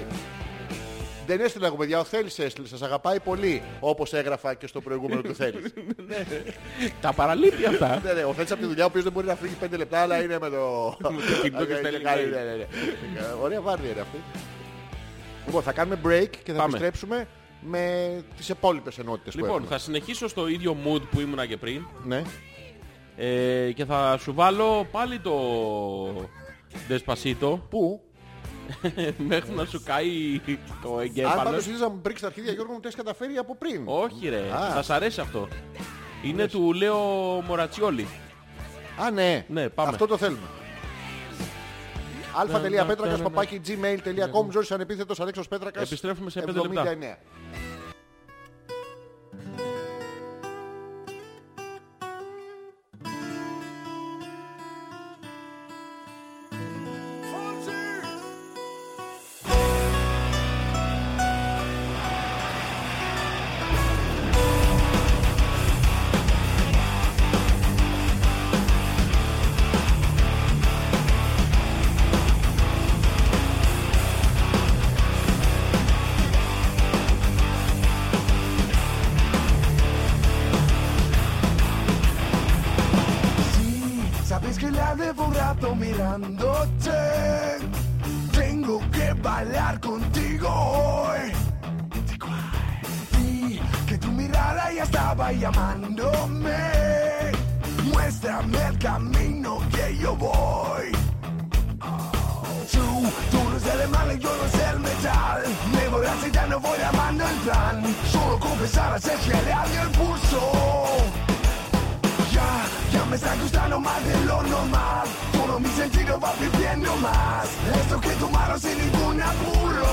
Δεν έστειλα εγώ παιδιά, ο Θέλης έστειλε, σας αγαπάει πολύ, όπως έγραφα και στο προηγούμενο του Θέλης. Τα παραλείπει αυτά. Ναι, ναι, ο Φέτης από τη δουλειά, ο οποίος δεν μπορεί να φύγει 5 λεπτά, αλλά είναι με το... το κινητό και στέλνει Ναι, ναι, mail. ναι, ναι. Ε, Ωραία βάρδια είναι αυτή. Λοιπόν, θα κάνουμε break και θα Πάμε. επιστρέψουμε με τις επόλοιπες ενότητες που Λοιπόν, έχουμε. θα συνεχίσω στο ίδιο mood που ήμουνα και πριν. Ναι. Ε, και θα σου βάλω πάλι το Despacito Πού? μέχρι να σου καεί το Ε, Αν εγκέφαλο. πάντως ήρθα να μου πρίξεις τα αρχίδια, Γιώργο μου, το έχεις καταφέρει από πριν. Όχι ρε, Α. θα σ' αρέσει αυτό. Είναι του Λέο Μορατσιόλη. Α, ναι. Ε, Ναι, πάμε. Αυτό το θέλουμε. αλφα.πέτρακας παπάκι gmail.com Ζώρης ανεπίθετος Αλέξος Πέτρακας Επιστρέφουμε σε πέντε λεπτά. 79. Fonzie! rato mirándote. Tengo que bailar contigo hoy. Vi que tu mirada ya estaba llamándome. Muéstrame el camino que yo voy. Tú, tú no eres el mal y yo no sé el metal. Me voy a citar, no voy amando el plan. Solo confesar, hacer que le haga el pulso. Ya, ya me está gustando más de lo normal Todo mi sentido va viviendo más Esto que tomaron sin ningún apuro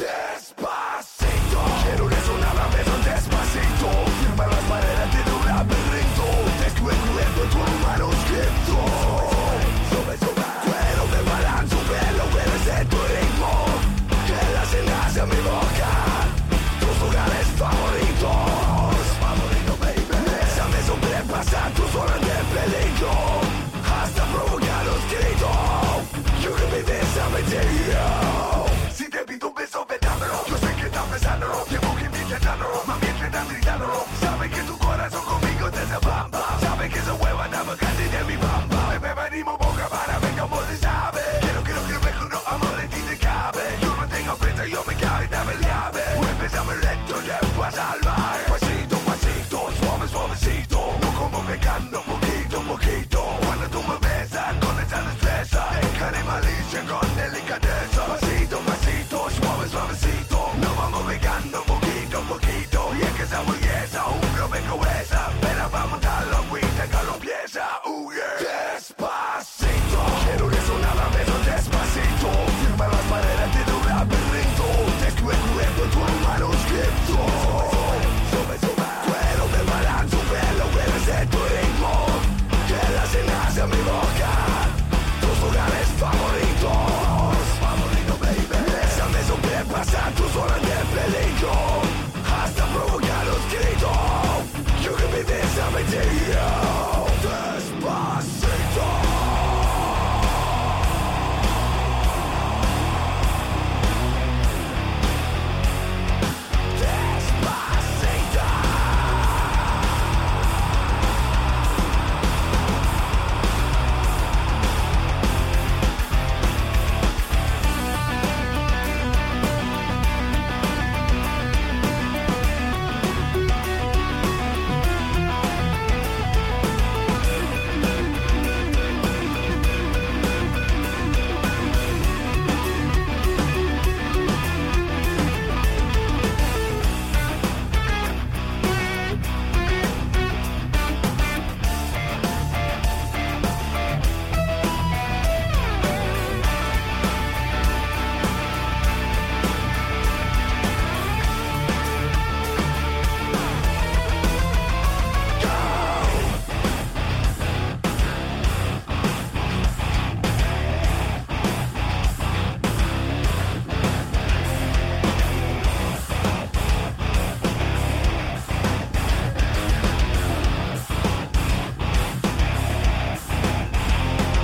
Despacito Quiero resonar a beso despacito Firmar las paredes de un laberinto Descubrir el cuerpo en tu manuscrito Sube, sube Quiero me balanzo, pelo, pero es tu ritmo Que la cena hacia mi boca Tus lugares favoritos Favorito, baby Bésame sobrepasar tus horas de peligro Hasta provocar los gritos You can be this, I'm you Si te pido un beso, vetámelo Yo sé que estás pensándolo Llevo que intentándolo Más bien que estás gritándolo Sabe que tu corazón conmigo te zapamba Sabe que esa hueva navegante de mi bamba Me, me venimos boca para venga como se sabe Quiero, quiero, quiero ver que no amor de ti te cabe Yo no tengo prisa, yo me cago y dame llave Empezame lento, llevo a salvar Pasito, pasito, suave, suavecito No como pecando, poquito, poquito Cuando tú me besas con esa destreza Encaré malicia con delicadeza Pasito, pasito, suave, suavecito No vamos pecando, poquito, poquito Y es que esa belleza un no me cabeza Pero vamos a darlo, cuida que lo empieza Uh, yeah. Despacito Quiero resonar a besos despacito Firma las paredes de un laberinto Descubrí el cuerpo en tu manuscrito Sube, sube Quiero me balanzo, pelo, pero es tu ritmo Que la cena hacia mi boca Tus lugares favoritos Favorito, baby Bésame, sobrepasa tus horas de peligro Hasta provocar los gritos You can be this, I'm into you Despacito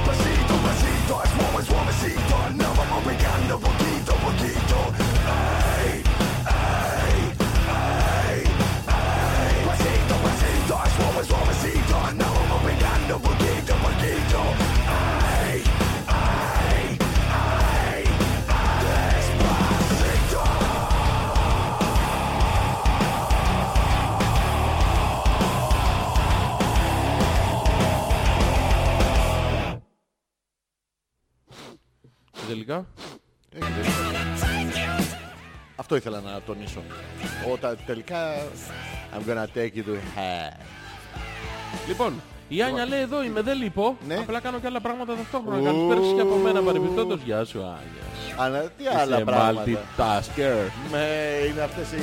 Pasito, pasito, es muy suavecito No vamos pegando poquito, poquito Ey, ey, ey, ey Pasito, pasito, es muy suavecito No vamos pegando poquito, poquito Ey, ey, ey, Despacito Και Τελικά. Αυτό ήθελα να τονίσω. Όταν τελικά... I'm gonna take you to hell. Λοιπόν, η Άνια λέει εδώ είμαι, δεν λείπω. Ναι. Απλά κάνω και άλλα πράγματα ταυτόχρονα. Ου. Καλησπέρα και από μένα παρεμπιπτόντως. Γεια σου Άνια. ναι, Αλλά τι Είσαι άλλα πράγματα. multitasker. Με, είναι αυτές οι...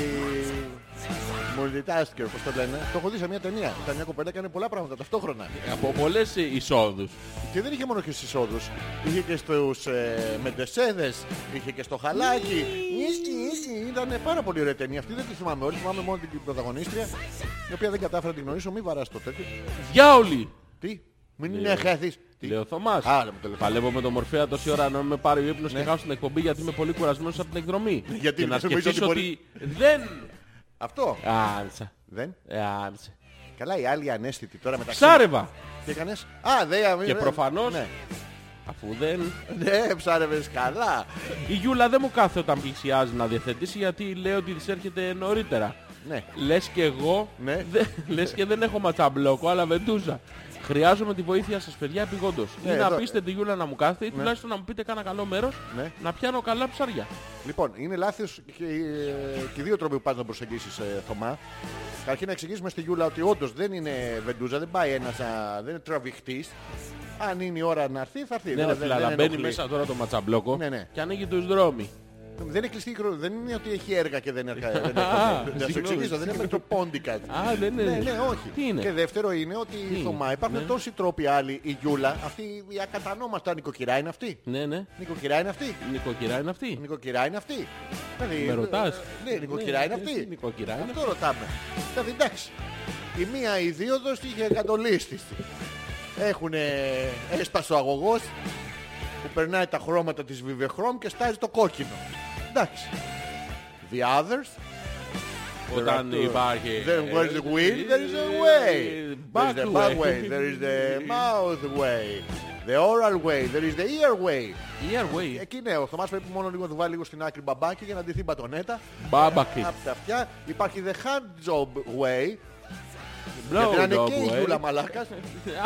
Multitasker, πώς το λένε. Το έχω δει σε μια ταινία. Ήταν μια κοπέλα έκανε πολλά πράγματα ταυτόχρονα. Από πολλές εισόδους. Και δεν είχε μόνο και στις εισόδους. Είχε και στους ε, Μεντεσέδες, είχε και στο Χαλάκι. Ήταν πάρα πολύ ωραία ταινία αυτή. Δεν τη θυμάμαι όλη, θυμάμαι μόνο την πρωταγωνίστρια. Η οποία δεν κατάφερα να την γνωρίσω, μην βαράς το τέτοιο. Διάολοι. Τι, μην είναι χάθεις. Τι, Λέω Θωμάς. Άρα μου το λέω. Παλεύω με τον Μορφέα τόση ώρα να με πάρει ο ύπνος και χάσω την εκπομπή γιατί είμαι πολύ κουρασμένος από την εκδρομή. Ναι, γιατί και να νομίζω σκεφτείς ότι ότι δεν... Αυτό. Άνσα. Δεν. Άνσα. Καλά, οι άλλοι ανέστητοι τώρα μεταξύ. Ψάρευα. Τι έκανες. Α, δεν. Και προφανώς Ναι. Αφού δεν... Ναι, ψάρευες καλά. Η Γιούλα δεν μου κάθε όταν πλησιάζει να διευθετήσει γιατί λέει ότι της έρχεται νωρίτερα. Ναι. Λες και εγώ, Ναι. δε- λες και δεν έχω ματσαμπλόκο, αλλά βεντούζα. Χρειάζομαι τη βοήθειά σας παιδιά επιγόντως. Ναι, Ή να εδώ- πείστε τη Γιούλα να μου κάθεται ή Ναι. τουλάχιστον να μου πείτε κάνα καλό μέρος Ναι. να πιάνω καλά ψάρια. Λοιπόν, είναι λάθος και, ε, και οι δύο τρόποι που πας να προσεγγίσεις, ε, Θωμά. Καταρχήν να εξηγήσουμε στη Γιούλα ότι όντως δεν είναι βεντούζα, δεν πάει ένας, α, δεν είναι τραβηχτής. Αν είναι η ώρα να έρθει, θα έρθει. Ναι, ρε Δεν- φίλα, δεν αλλά μπαίνει ενοχλεί. μέσα τώρα το ματσαμπλόκο Ναι, ναι. και ανοίγει τους δρόμοι. Δεν είναι κλειστή η κρο- δεν είναι ότι έχει έργα και δεν έρχεται. δεν Α, έρχεται. Να σου συγγνώμη. εξηγήσω, δεν είναι μετροπόντικα. Α, δεν είναι. Ναι, ναι, όχι. Τι είναι. Ναι. Και δεύτερο είναι ότι η Θωμά υπάρχουν τόσοι τρόποι άλλοι. Η Γιούλα, αυτή η ακατανόμαστα νοικοκυρά είναι αυτή. Ναι, ναι. Νοικοκυρά είναι αυτή. Νοικοκυρά είναι αυτή. Νοικοκυρά είναι αυτή. Δηλαδή, Με ρωτάς. ε, Ναι, νοικοκυρά Ναι, είναι ναι, αυτή. τι νοικοκυρά είναι. Αυτό ρωτάμε. Δηλαδή εντάξει. Η μία ιδίωδος είχε κατολίστη. Έχουν έσπασε ο αγωγός που περνάει τα χρώματα της βιβεχρόμ και στάζει το κόκκινο. Εντάξει. The others. Όταν there are two. υπάρχει... ε, There was the will, there is a way. There is Back the way. back way, there is the mouth way. The oral way, there is the ear way. Your way. Εκεί ναι, ο Θωμάς πρέπει μόνο λίγο να του βάλει λίγο στην άκρη μπαμπάκι για να ντυθεί μπατονέτα. Μπάμπακι. Από τα αυτιά υπάρχει the hand job way. Blow γιατί να είναι job και η way. Γιούλα μαλάκας.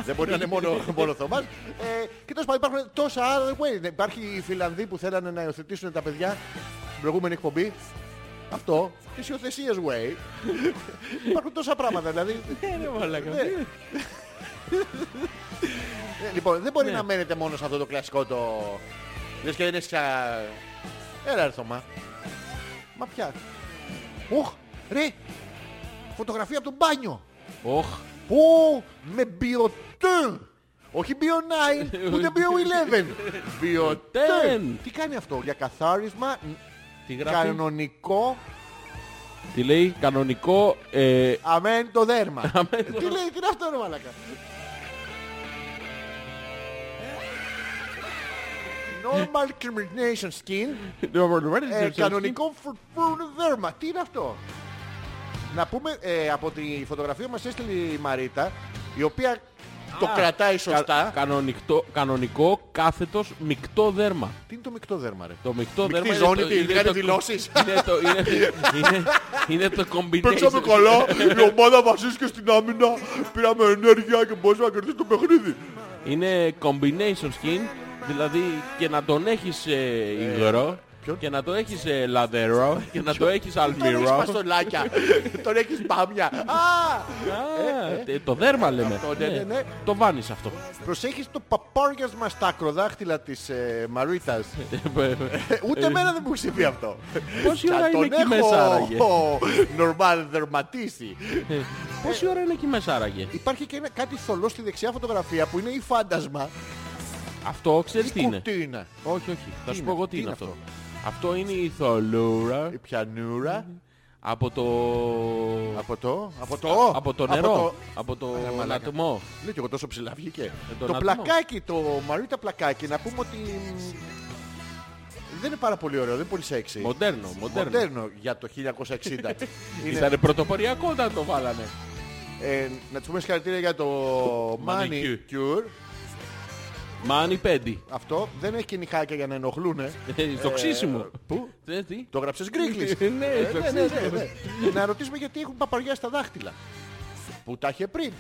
Δεν μπορεί να είναι μόνο, μόνο ο Θωμάς. Ε, και τέλος πάντων υπάρχουν τόσα άλλα way. Υπάρχει οι Φιλανδοί που θέλανε να υιοθετήσουν τα παιδιά στην προηγούμενη εκπομπή. Αυτό. Τις υιοθεσίες way. υπάρχουν τόσα πράγματα δηλαδή. Ε, ρε μαλάκα. Ναι. Ε, λοιπόν, δεν μπορεί να μένετε μόνο σε αυτό το κλασικό το... Λες και είναι σαν... Έλα ρε Θωμά. Μα πια. Οχ, ρε. Φωτογραφία από το μπάνιο. Οχ. Ω, με μπιωτέ. Όχι bio9, ούτε bio11. Μπιωτέ. Ten. Τι κάνει αυτό, για καθάρισμα Τι γράφει. κανονικό, Τι λέει κανονικό... ε, αμέν το δέρμα. Αμέν το- Τι λέει, τι είναι αυτό ρε μαλακά. Normal crimination skin Ε, κανονικό φουρφούρνο δέρμα. Τι είναι αυτό. Να πούμε ε, από τη φωτογραφία μας έστειλε η Μαρίτα, η οποία το Α, κρατάει κα- σωστά. κανονικτό- κανονικό κάθετος μεικτό δέρμα. Τι είναι το μεικτό δέρμα, ρε. Το μεικτό Μεικτή δέρμα ζώνη, το- τι, κάνει το- δηλώσεις. Είναι το, είναι, είναι, είναι το combination. Παίξαμε καλά, η ομάδα βασίστηκε στην άμυνα, πήραμε ενέργεια και μπορούσαμε να κερδίσουμε το παιχνίδι. Είναι combination skin, δηλαδή και να τον έχεις ε, υγρό, ποιον? και να το έχεις ε, λαδερό, και να το έχεις Τον έχεις αλμυρό. παστολάκια, τον έχεις πάμια. Α, Α, τε- Το δέρμα λέμε. Ε, Αυτό, ναι, ναι, ναι. Το βάνεις αυτό. προσέχεις το παπάριασμα στα ακροδάχτυλα της ε, Μαρίτας. Ε, Ούτε εμένα δεν μου έχει συμβεί αυτό. Πόση Θα ώρα είναι τον εκεί έχω, μέσα άραγε. ο, νορμάλ δερματίσει. Πόση ώρα είναι εκεί μέσα άραγε. Υπάρχει και ένα, κάτι θολό στη δεξιά φωτογραφία που είναι η φάντασμα. Αυτό ξέρεις τι είναι. Τι είναι. Όχι, όχι. Θα σου είναι, πω εγώ τι τι είναι είναι αυτό. Αυτό είναι η θολούρα Η πιανούρα από το... Ε, από το... Από το... Από το νερό. το- Από το ε, Άρα, μαλάκα. λατμό. Λέω και εγώ τόσο ψηλά βγήκε. τον Το άτομο. πλακάκι, το Μαρίτα πλακάκι, να πούμε ότι... μ, Δεν είναι πάρα πολύ ωραίο, δεν είναι πολύ σεξι. Μοντέρνο, μοντέρνο. Μοντέρνο για το 1960. είναι, Ήταν πρωτοποριακό όταν το βάλανε. ε, να τους πούμε συγχαρητήρια για το Manicure. Manicure. Μάνι πέντι. Αυτό δεν έχει νυχάκια για να ενοχλούνε. Ε, Στο ξύσιμο. Πού? Ε, τι? Το γράψες γκρίκλις. Ε, ναι, Ε, το ναι, ναι, ξύσιμο. ναι, ναι. Να ρωτήσουμε γιατί έχουν παπαριά στα δάχτυλα. Που τα είχε πριν.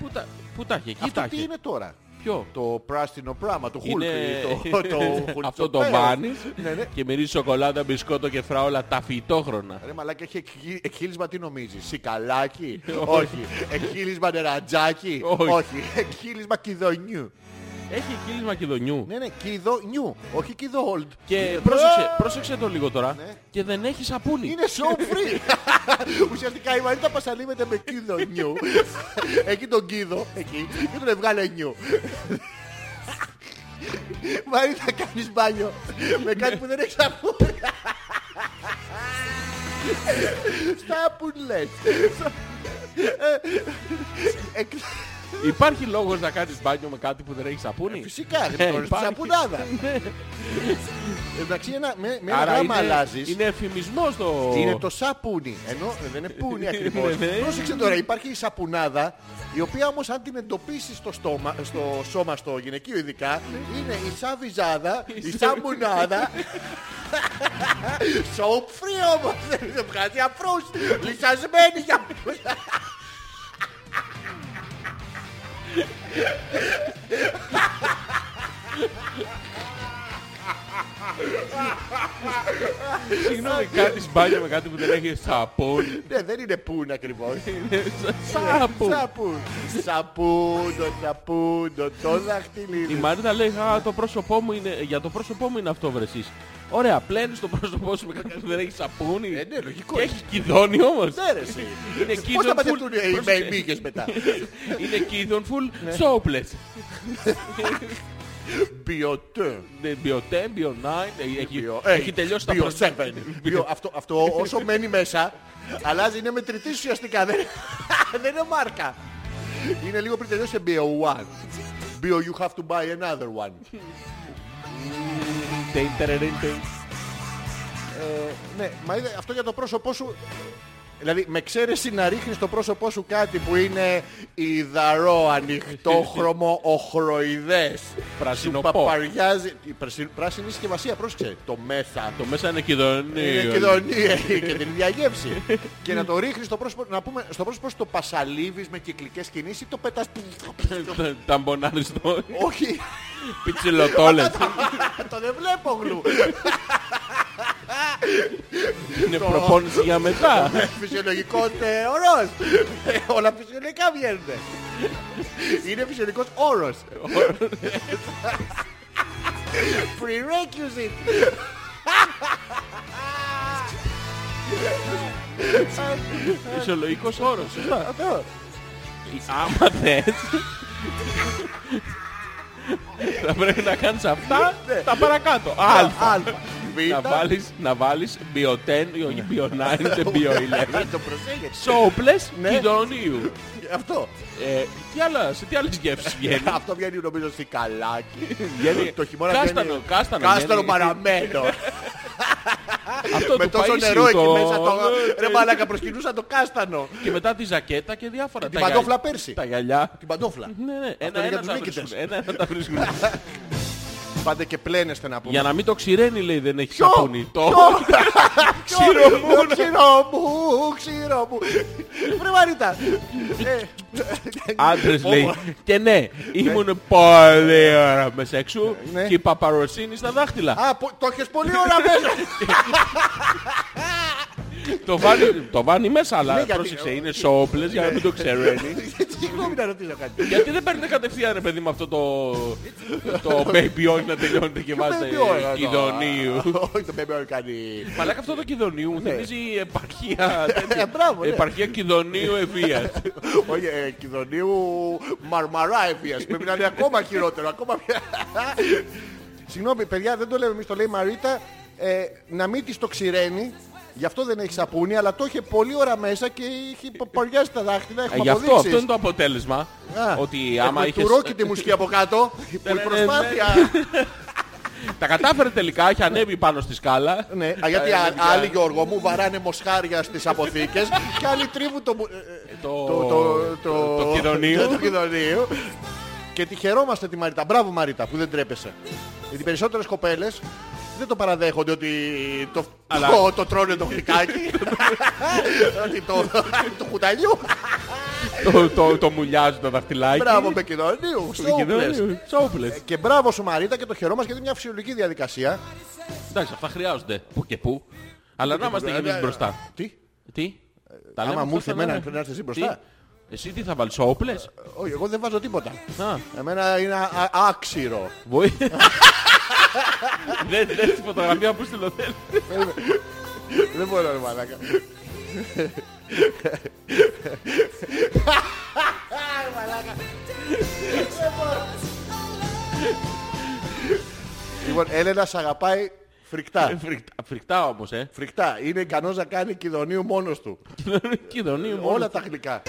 Πού τα- Πού τα είχε, εκεί τα Αυτό τι είχε. είναι τώρα. Ποιο. Το πράσινο πράγμα, το χούλκ. Είναι Το, το αυτό το χουλτσοπέρα. μπάνις Ναι, ναι. και μυρίζει σοκολάτα, μπισκότο και φράουλα ταφιτόχρονα. Ρε μαλάκα έχει εκχύ- εκχύλισμα τι νομίζεις Σικαλάκι Όχι Εκχύλισμα νερατζάκι Όχι. Όχι Εκχύλισμα κιδονιού Έχει κύλι Μακεδονιού. Ναι ναι κιδονιού Όχι κιδόλτ Και πρόσεξε, πρόσεξε το λίγο τώρα. ε. Ναι. Και δεν έχεις σαπούνι. Είναι show free. Ουσιαστικά η Μαρίτα πασαλίβεται με κίδο νιου. εκεί τον κίδο, εκεί, και τον έβγαλε νιου. Μαρίτα κάνεις μπάνιο με κάτι που δεν έχεις σαπούνι. Σαπούνι λες. Ε, εκ- Υπάρχει λόγος να κάνεις μπάνιο με κάτι που δεν έχεις σαπούνι. Φυσικά, Ε, δεν γνωρίζεις τη υπάρχει. σαπουνάδα. Εντάξει, ένα, με, με ένα Άρα γράμμα είναι, αλλάζεις. είναι εφημισμός το... Είναι το σαπούνι. Ενώ δεν είναι πούνι ακριβώς. Ναι, ναι. Πρόσεξε τώρα, υπάρχει η σαπουνάδα, η οποία όμως αν την εντοπίσεις στο, στόμα, στο σώμα, στο γυναικείο ειδικά, είναι η σαβιζάδα, η σαμπουνάδα. Σοπ free όμως, δεν βγάζει αφρούς, λυσασμένη για Συγγνώμη, κάνεις μπάνιο με κάτι που δεν έχει σαπούνι. Ναι, δεν είναι πουν ακριβώς. Είναι Σαπούν. Σαπούν. Σαπούντο, σαπούντο, το Ναι, Η δαχτυλίδι. Μαρίτα λέει, α, το πρόσωπό μου είναι, για το πρόσωπό μου είναι αυτό βρεσής. Ωραία, πλένεις το πρόσωπό σου με κάτι που δεν έχει σαπούνι. Ε, ναι, λογικό. Και έχει κυδόνι όμως. Ναι, ρε, εσύ. Είναι Πώς θα κίδων παντρευτούν full- οι Πρόσεξε. μεϊμίκες μετά. Είναι κίδων Ναι. full σόπλες. Ποιοτέ. Ναι, Bio 10, Bio 9, ε, έχει, Bio έχει eight, τελειώσει τα Bio πρώτα. seven. Bio- αυτό, αυτό όσο μένει μέσα αλλάζει, είναι μετρητής ουσιαστικά. Δεν, δεν είναι μάρκα. Είναι λίγο πριν τελειώσει σε BO1. Bio, you have to buy another one. Τεν, τερεν, τεν. Ε, ναι, μα είδε, αυτό για το πρόσωπό σου. Δηλαδή, με ξέρεση να ρίχνεις στο πρόσωπό σου κάτι που είναι υδαρό, ανοιχτόχρωμο, ochroidές. Σου Πρασινοπό. παπαριάζει. Η πρασι- πράσινη συσκευασία, πρόσεξε. Το μέσα, Το μέσα είναι κυδόνι. Ε, Είναι και δονή, και την διαγεύση. και να το ρίχνεις στο πρόσωπο, να πούμε, στο πρόσωπο σου το πασαλίβεις με κυκλικές κινήσεις ή το πετάς... Ταμπονάριστο. Όχι, Πιτσιλοτόλες. το δεν βλέπω γλου. Είναι προπόνηση για μετά. Φυσιολογικό όρος. Όλα φυσιολογικά βγαίνουν. Είναι φυσιολογικός όρος. Prerequisite. Φυσιολογικός όρος. σωστά. Αυτό. Άμα θες... Θα πρέπει να κάνεις αυτά Ναι. τα παρακάτω. Α. Αλφα. Να Β. βάλεις, να βάλεις Bio 10, Ναι. όχι Bio 9, ούτε Bio 11. Το προσέγγες. Σόπλες Ναι. κυδονίου. Αυτό. Ε, τι άλλα, σε τι άλλες Ναι. γεύσεις βγαίνει. Αυτό βγαίνει νομίζω στη καλάκι. Βγαίνει Το χειμώνα κάστανο, βγαίνει- κάστανο Κάστανο βγαίνει. παραμένο. Αυτό Με του τόσο Παΐσιου νερό εκεί το- Ναι, μέσα το... Ρε μαλάκα προσκυνούσα το κάστανο. Και μετά τη ζακέτα και διάφορα. Την Τα γυα- παντόφλα πέρσι. Τα γυαλιά. Την παντόφλα. Ναι, ναι. είναι για Ένα-ένα τους τα νίκητες. βρίσκουν. Ένα-ένα τα βρίσκουν. Πάντε και πλένεστε να πούμε. Για να μην το ξηραίνει λέει δεν έχει σαπούνι. Το Ξύρο ξηρομούνι. μου, ξύρο μου, ξύρο μου. Βρε Μαρίτα. Ε, Άντρες λέει. Ω, Και ναι, ήμουν πολύ ώρα με σεξού Ναι. και η παπαροσύνη στα δάχτυλα. Α, πο- το έχεις πολύ ώρα μέσα. Το βάνει- Το βάνει μέσα, Ναι, αλλά γιατί- Ναι. πρόσεξε, είναι σόπλες για να μην το ξεραίνει. Συγγνώμη να ρωτήσω κάτι. Γιατί δεν παίρνετε κατευθείαν ρε παιδί με αυτό το, το baby oil να τελειώνετε και βάζετε Baby oil, εδώ. κυδονίου. Όχι, το baby oil κάνει. Μαλάκα αυτό το κυδονίου μου θυμίζει επαρχία τέτοια. Ναι. Ε, μπράβο, ναι. Επαρχία κυδονίου ευεία. Όχι, ε, κυδονίου μαρμαρά ευφυίας. Πρέπει να είναι Δηλαδή, ακόμα χειρότερο. Ακόμα πιο- Συγγνώμη, παιδιά, δεν το λέμε εμείς, το λέει η Μαρίτα. Ε, να μην της το ξηραίνει. Γι' αυτό δεν έχει σαπούνι, αλλά το είχε πολλή ώρα μέσα και είχε παπαριάσει τα δάχτυλα. Ε, Έχουμε Γι' αυτό αποδείξεις. αυτό είναι το αποτέλεσμα. Α, Ότι ε, άμα Ναι, με είχες. Του ρόκιτη μουσική από κάτω. που η προσπάθεια. ναι, Τα κατάφερε τελικά, έχει ανέβει πάνω στη σκάλα. ναι, α, γιατί α- άλλοι Γιώργο μου βαράνε μοσχάρια στις αποθήκες και άλλοι τρίβουν το. μου- ε, ε, Το- το- το- το κηδονίου. το κηδονίου. Και τη χαιρόμαστε τη Μαρίτα. Μπράβο Μαρίτα που δεν τρέπεσαι. Γιατί περισσότερες κοπέλες δεν το παραδέχονται ότι το, Αλλά- το, το τρώνε το γλυκάκι. ότι το, το κουταλιού. Το- το- Το μουλιάζει το δαχτυλάκι. Μπράβο με κηδονίου. Το Σόφλες. κυδονίου. Σόφλες. Και μπράβο σου Μαρίτα και το χαιρόμαστε γιατί είναι μια φυσιολογική διαδικασία. Εντάξει, αυτά χρειάζονται. Πού και πού. Αλλά να είμαστε κι εμείς μπροστά. Τι. Τι. Τα Ε, Άμα λέμε μου ήρθε αυτά, εμένα ναι. πρέπει να έρθεις εσύ Τι? μπροστά. Εσύ τι θα βάλεις, όπλες. Όχι, εγώ δεν βάζω τίποτα. Α, Εμένα είναι α- α- άξιρο. βοή. Δεν θες τη φωτογραφία που στείλω θέλει. δεν μπορώ, ρε μαλάκα. Λοιπόν, Έλενα σ' αγαπάει φρικτά. Φρικτά- Φρικτά όμως, ε. Φρικτά. Είναι ικανός να κάνει κηδονίου μόνος του. Κυδονίου μόνο. Όλα τα γλυκά.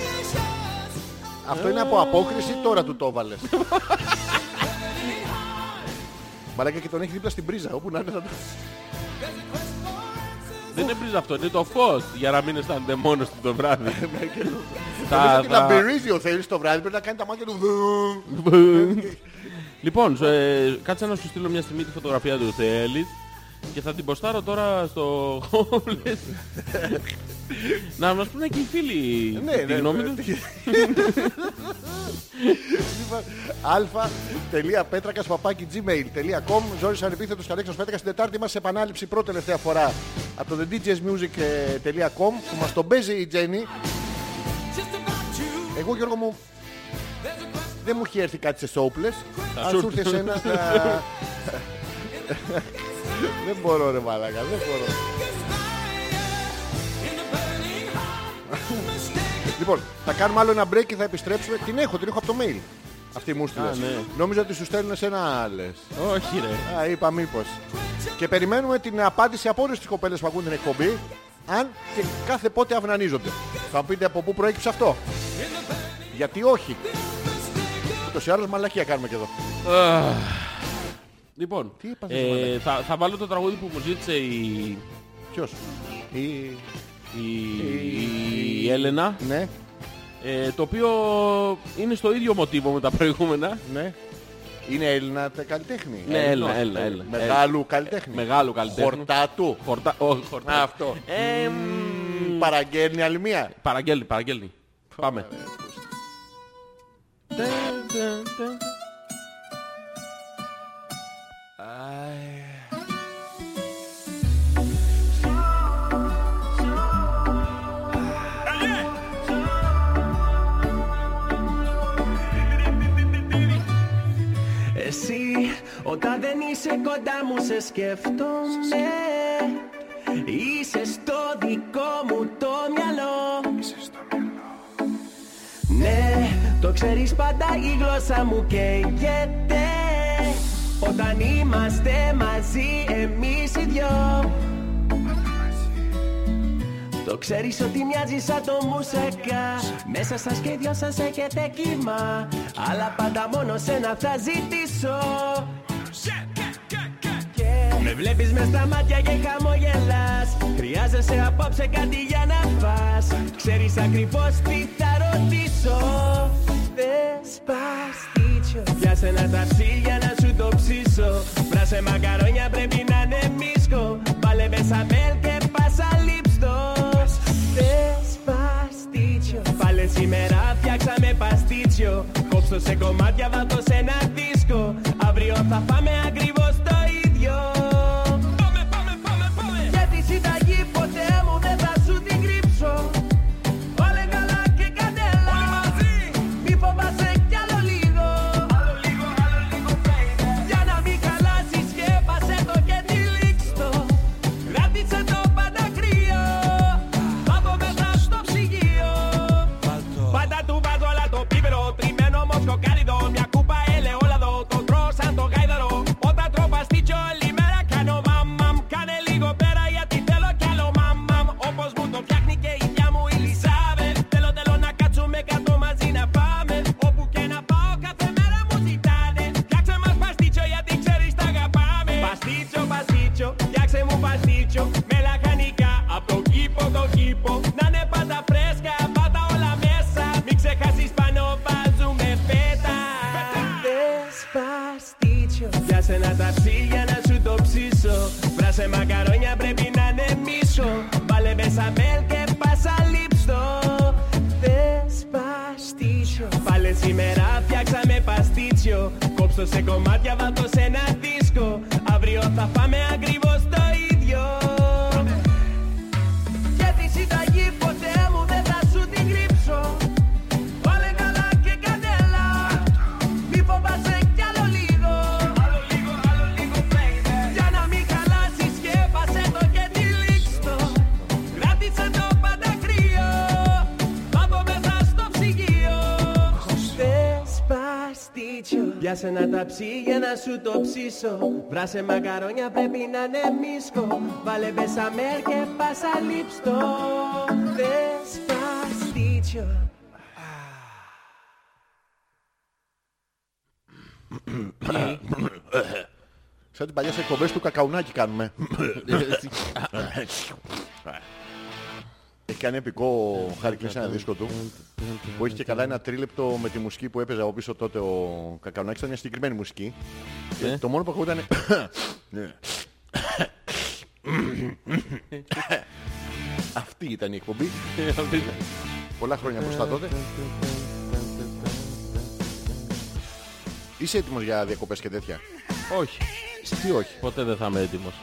Αυτό είναι από απόκριση, τώρα του το έβαλες. Μαλάκα και τον έχει δίπλα στην πρίζα, όπου να είναι θα το... Δεν είναι πρίζα αυτό, είναι το φως για να μην αισθάνεται μόνος του το βράδυ. Ε, ναι, Νομίζω Τα- ότι τα- να μπυρίζει ο Θέλης το βράδυ, πρέπει να κάνει τα μάτια του... Λοιπόν, σου, ε, κάτσε να σου στείλω μια στιγμή τη φωτογραφία του θέλει και θα την ποστάρω τώρα στο Homeless. να μας πούνε και οι φίλοι Ναι, τη ναι, γνώμη ναι. τους. αλφα.πέτρακα παπάκι gmail.com Ζόρι ανεπίθετο Αλέξο Πέτρακα την Τετάρτη μα σε επανάληψη πρώτη τελευταία φορά από το thedjsmusic.com ε, που μα τον παίζει η Τζέννη. Εγώ Γιώργο μου δεν μου έχει έρθει κάτι σε σόπλες Αν σου σου έρθει. έρθει ένα θα... Δεν μπορώ ρε μαλάκα, δεν μπορώ. Λοιπόν, θα κάνουμε άλλο ένα break και θα επιστρέψουμε. Την έχω, την έχω από το mail. Αυτή μου στείλε. Νόμιζα ότι σου στέλνουν σε ένα άλλε. Όχι ρε. Α, είπα μήπω. Και περιμένουμε την απάντηση από όλε τι κοπέλε που ακούν την εκπομπή. Αν και κάθε πότε αυνανίζονται. Θα μου πείτε από πού προέκυψε αυτό. Γιατί όχι. Ούτως ή άλλως μαλακία κάνουμε και εδώ. Λοιπόν, Τι είπα, ε, θα, θα βάλω το τραγούδι που μου ζήτησε η, Ποιος. Η... η, η Έλενα, Ναι, ε, το οποίο είναι στο ίδιο μοτίβο με τα προηγούμενα. ναι. Είναι Έλληνα τε- καλλιτέχνη. Ναι, Έλληνα, Έλληνα, Έλληνα. Ε, Μεγάλου καλλιτέχνη. Μεγάλο καλλιτέχνη. Χορτάτου. Χορτά, όχι, χορτά. Αυτό. Ε, μ, Παραγγέλνει άλλη μία. παραγγέλνει, παραγγέλνει. Πάμε. Εσύ όταν δεν είσαι κοντά μου σε σκέφτομαι Είσαι στο δικό μου το μυαλό Ναι, το ξέρεις πάντα η γλώσσα μου καίγεται Όταν είμαστε μαζί εμείς οι δυο το ξέρεις ότι μοιάζει σαν το μουσακά Μέσα σας και δυο σας έχετε κύμα Αλλά πάντα μόνο σένα θα ζητήσω Και Με βλέπεις με στα μάτια και χαμογελάς Χρειάζεσαι απόψε κάτι για να φας Ξέρεις ακριβώς τι θα ρωτήσω Δεσπαστίτσιο Πιάσε ένα ταψί για να σου το ψήσω Πράσε μακαρόνια πρέπει να είναι μίσκο Βάλε μπεσαμέλ και πάσα λιψτός Δεσπαστίτσιο Πάλε σήμερα φτιάξαμε παστίτσιο Κόψω σε κομμάτια βάλτο σε ένα δίσκο Αύριο θα πάμε ακριβώς το ίδιο Πάμε, πάμε, πάμε, πάμε Για τη συνταγή ποτέ μου δεν θα σου την κρύψω Βάλε καλά και κανέλα Όλοι μαζί Μη φοβάσαι κι άλλο λίγο Άλλο λίγο, άλλο λίγο baby Για να μην χαλάσεις σκέπασε το και τυλίξτο Κράτησε το πάντα κρύο Από μέσα στο ψυγείο Πάντα του βάζω αλλά το πίπερο Τριμμένο μοσκοκάριδο Μια κούπα ελαιόλαδο Το τρώω σαν το γάιδαρο Όταν τρώω παστίτσιο όλη μέρα κάνω μαμαμ Κάνε λίγο πέρα γιατί θέλω κι άλλο μαμαμ Όπως μου το φτιάχνει και η γιά μου η Λισάβετ Θέλω θέλω να κάτσουμε κάτω μαζί να πάμε Όπου και να πάω κάθε μέρα μου ζητάνε Φτιάξε μας παστίτσιο γιατί ξέρεις τα αγαπάμε Παστίτσιο, παστίτσιο, φτιάξε μου παστίτσιο Με λαχανικά από τον κήπο τον κήπο Να είναι πάντα φρέσκα, πάντα όλα μέσα Μην ξεχάσεις πάνω βάζουμε φέτα Δεσπαστίτσιο Πιάσε ένα ταψί για να σου το ψήσω Βράσε μακαρόνια πρέπει να είναι μίσο Βάλε μπεσαμέλ και πάσα λίψτο Δεσπαστίτσιο Πάλε σήμερα φτιάξαμε παστίτσιο Κόψτο σε κομμάτια βάλτο σε ένα δίσκο Αύριο θα πάμε ακριβώς το ίδιο Και τη συνταγή ποτέ μου δεν θα σου την κρύψω Βάλε καλά και κανέλα μη φοβάσαι κι άλλο λίγο Άλλο λίγο, άλλο λίγο baby Για να μην χαλάσεις σκέπασε το και τυλίξτο Κράτησε το πάντα κρύο Από μέσα στο ψυγείο Δεσπαστίτσιο Πιάσε ένα ταψί για να σου το ψήσω Βράσε μακαρόνια πρέπει να είναι μίσκο Βάλε μπεσαμέρ και πάσα λιψτό Δεσπαστίτσιο Σαν τις παλιές εκπομπές του κακαουνάκι κάνουμε. Έχει κάνει επικό ο Χάρη Κλίν σε ένα δίσκο του που έχει και καλά ένα τρίλεπτο με τη μουσική που έπαιζε από πίσω τότε ο Κακαουνάκης ήταν μια συγκεκριμένη μουσική. Και Το μόνο που ακούγονταν είναι... Αυτή ήταν η εκπομπή. Πολλά χρόνια μπροστά τότε. Είσαι έτοιμος για διακοπές και τέτοια. Όχι. Τι όχι. Ποτέ δεν θα είμαι έτοιμος.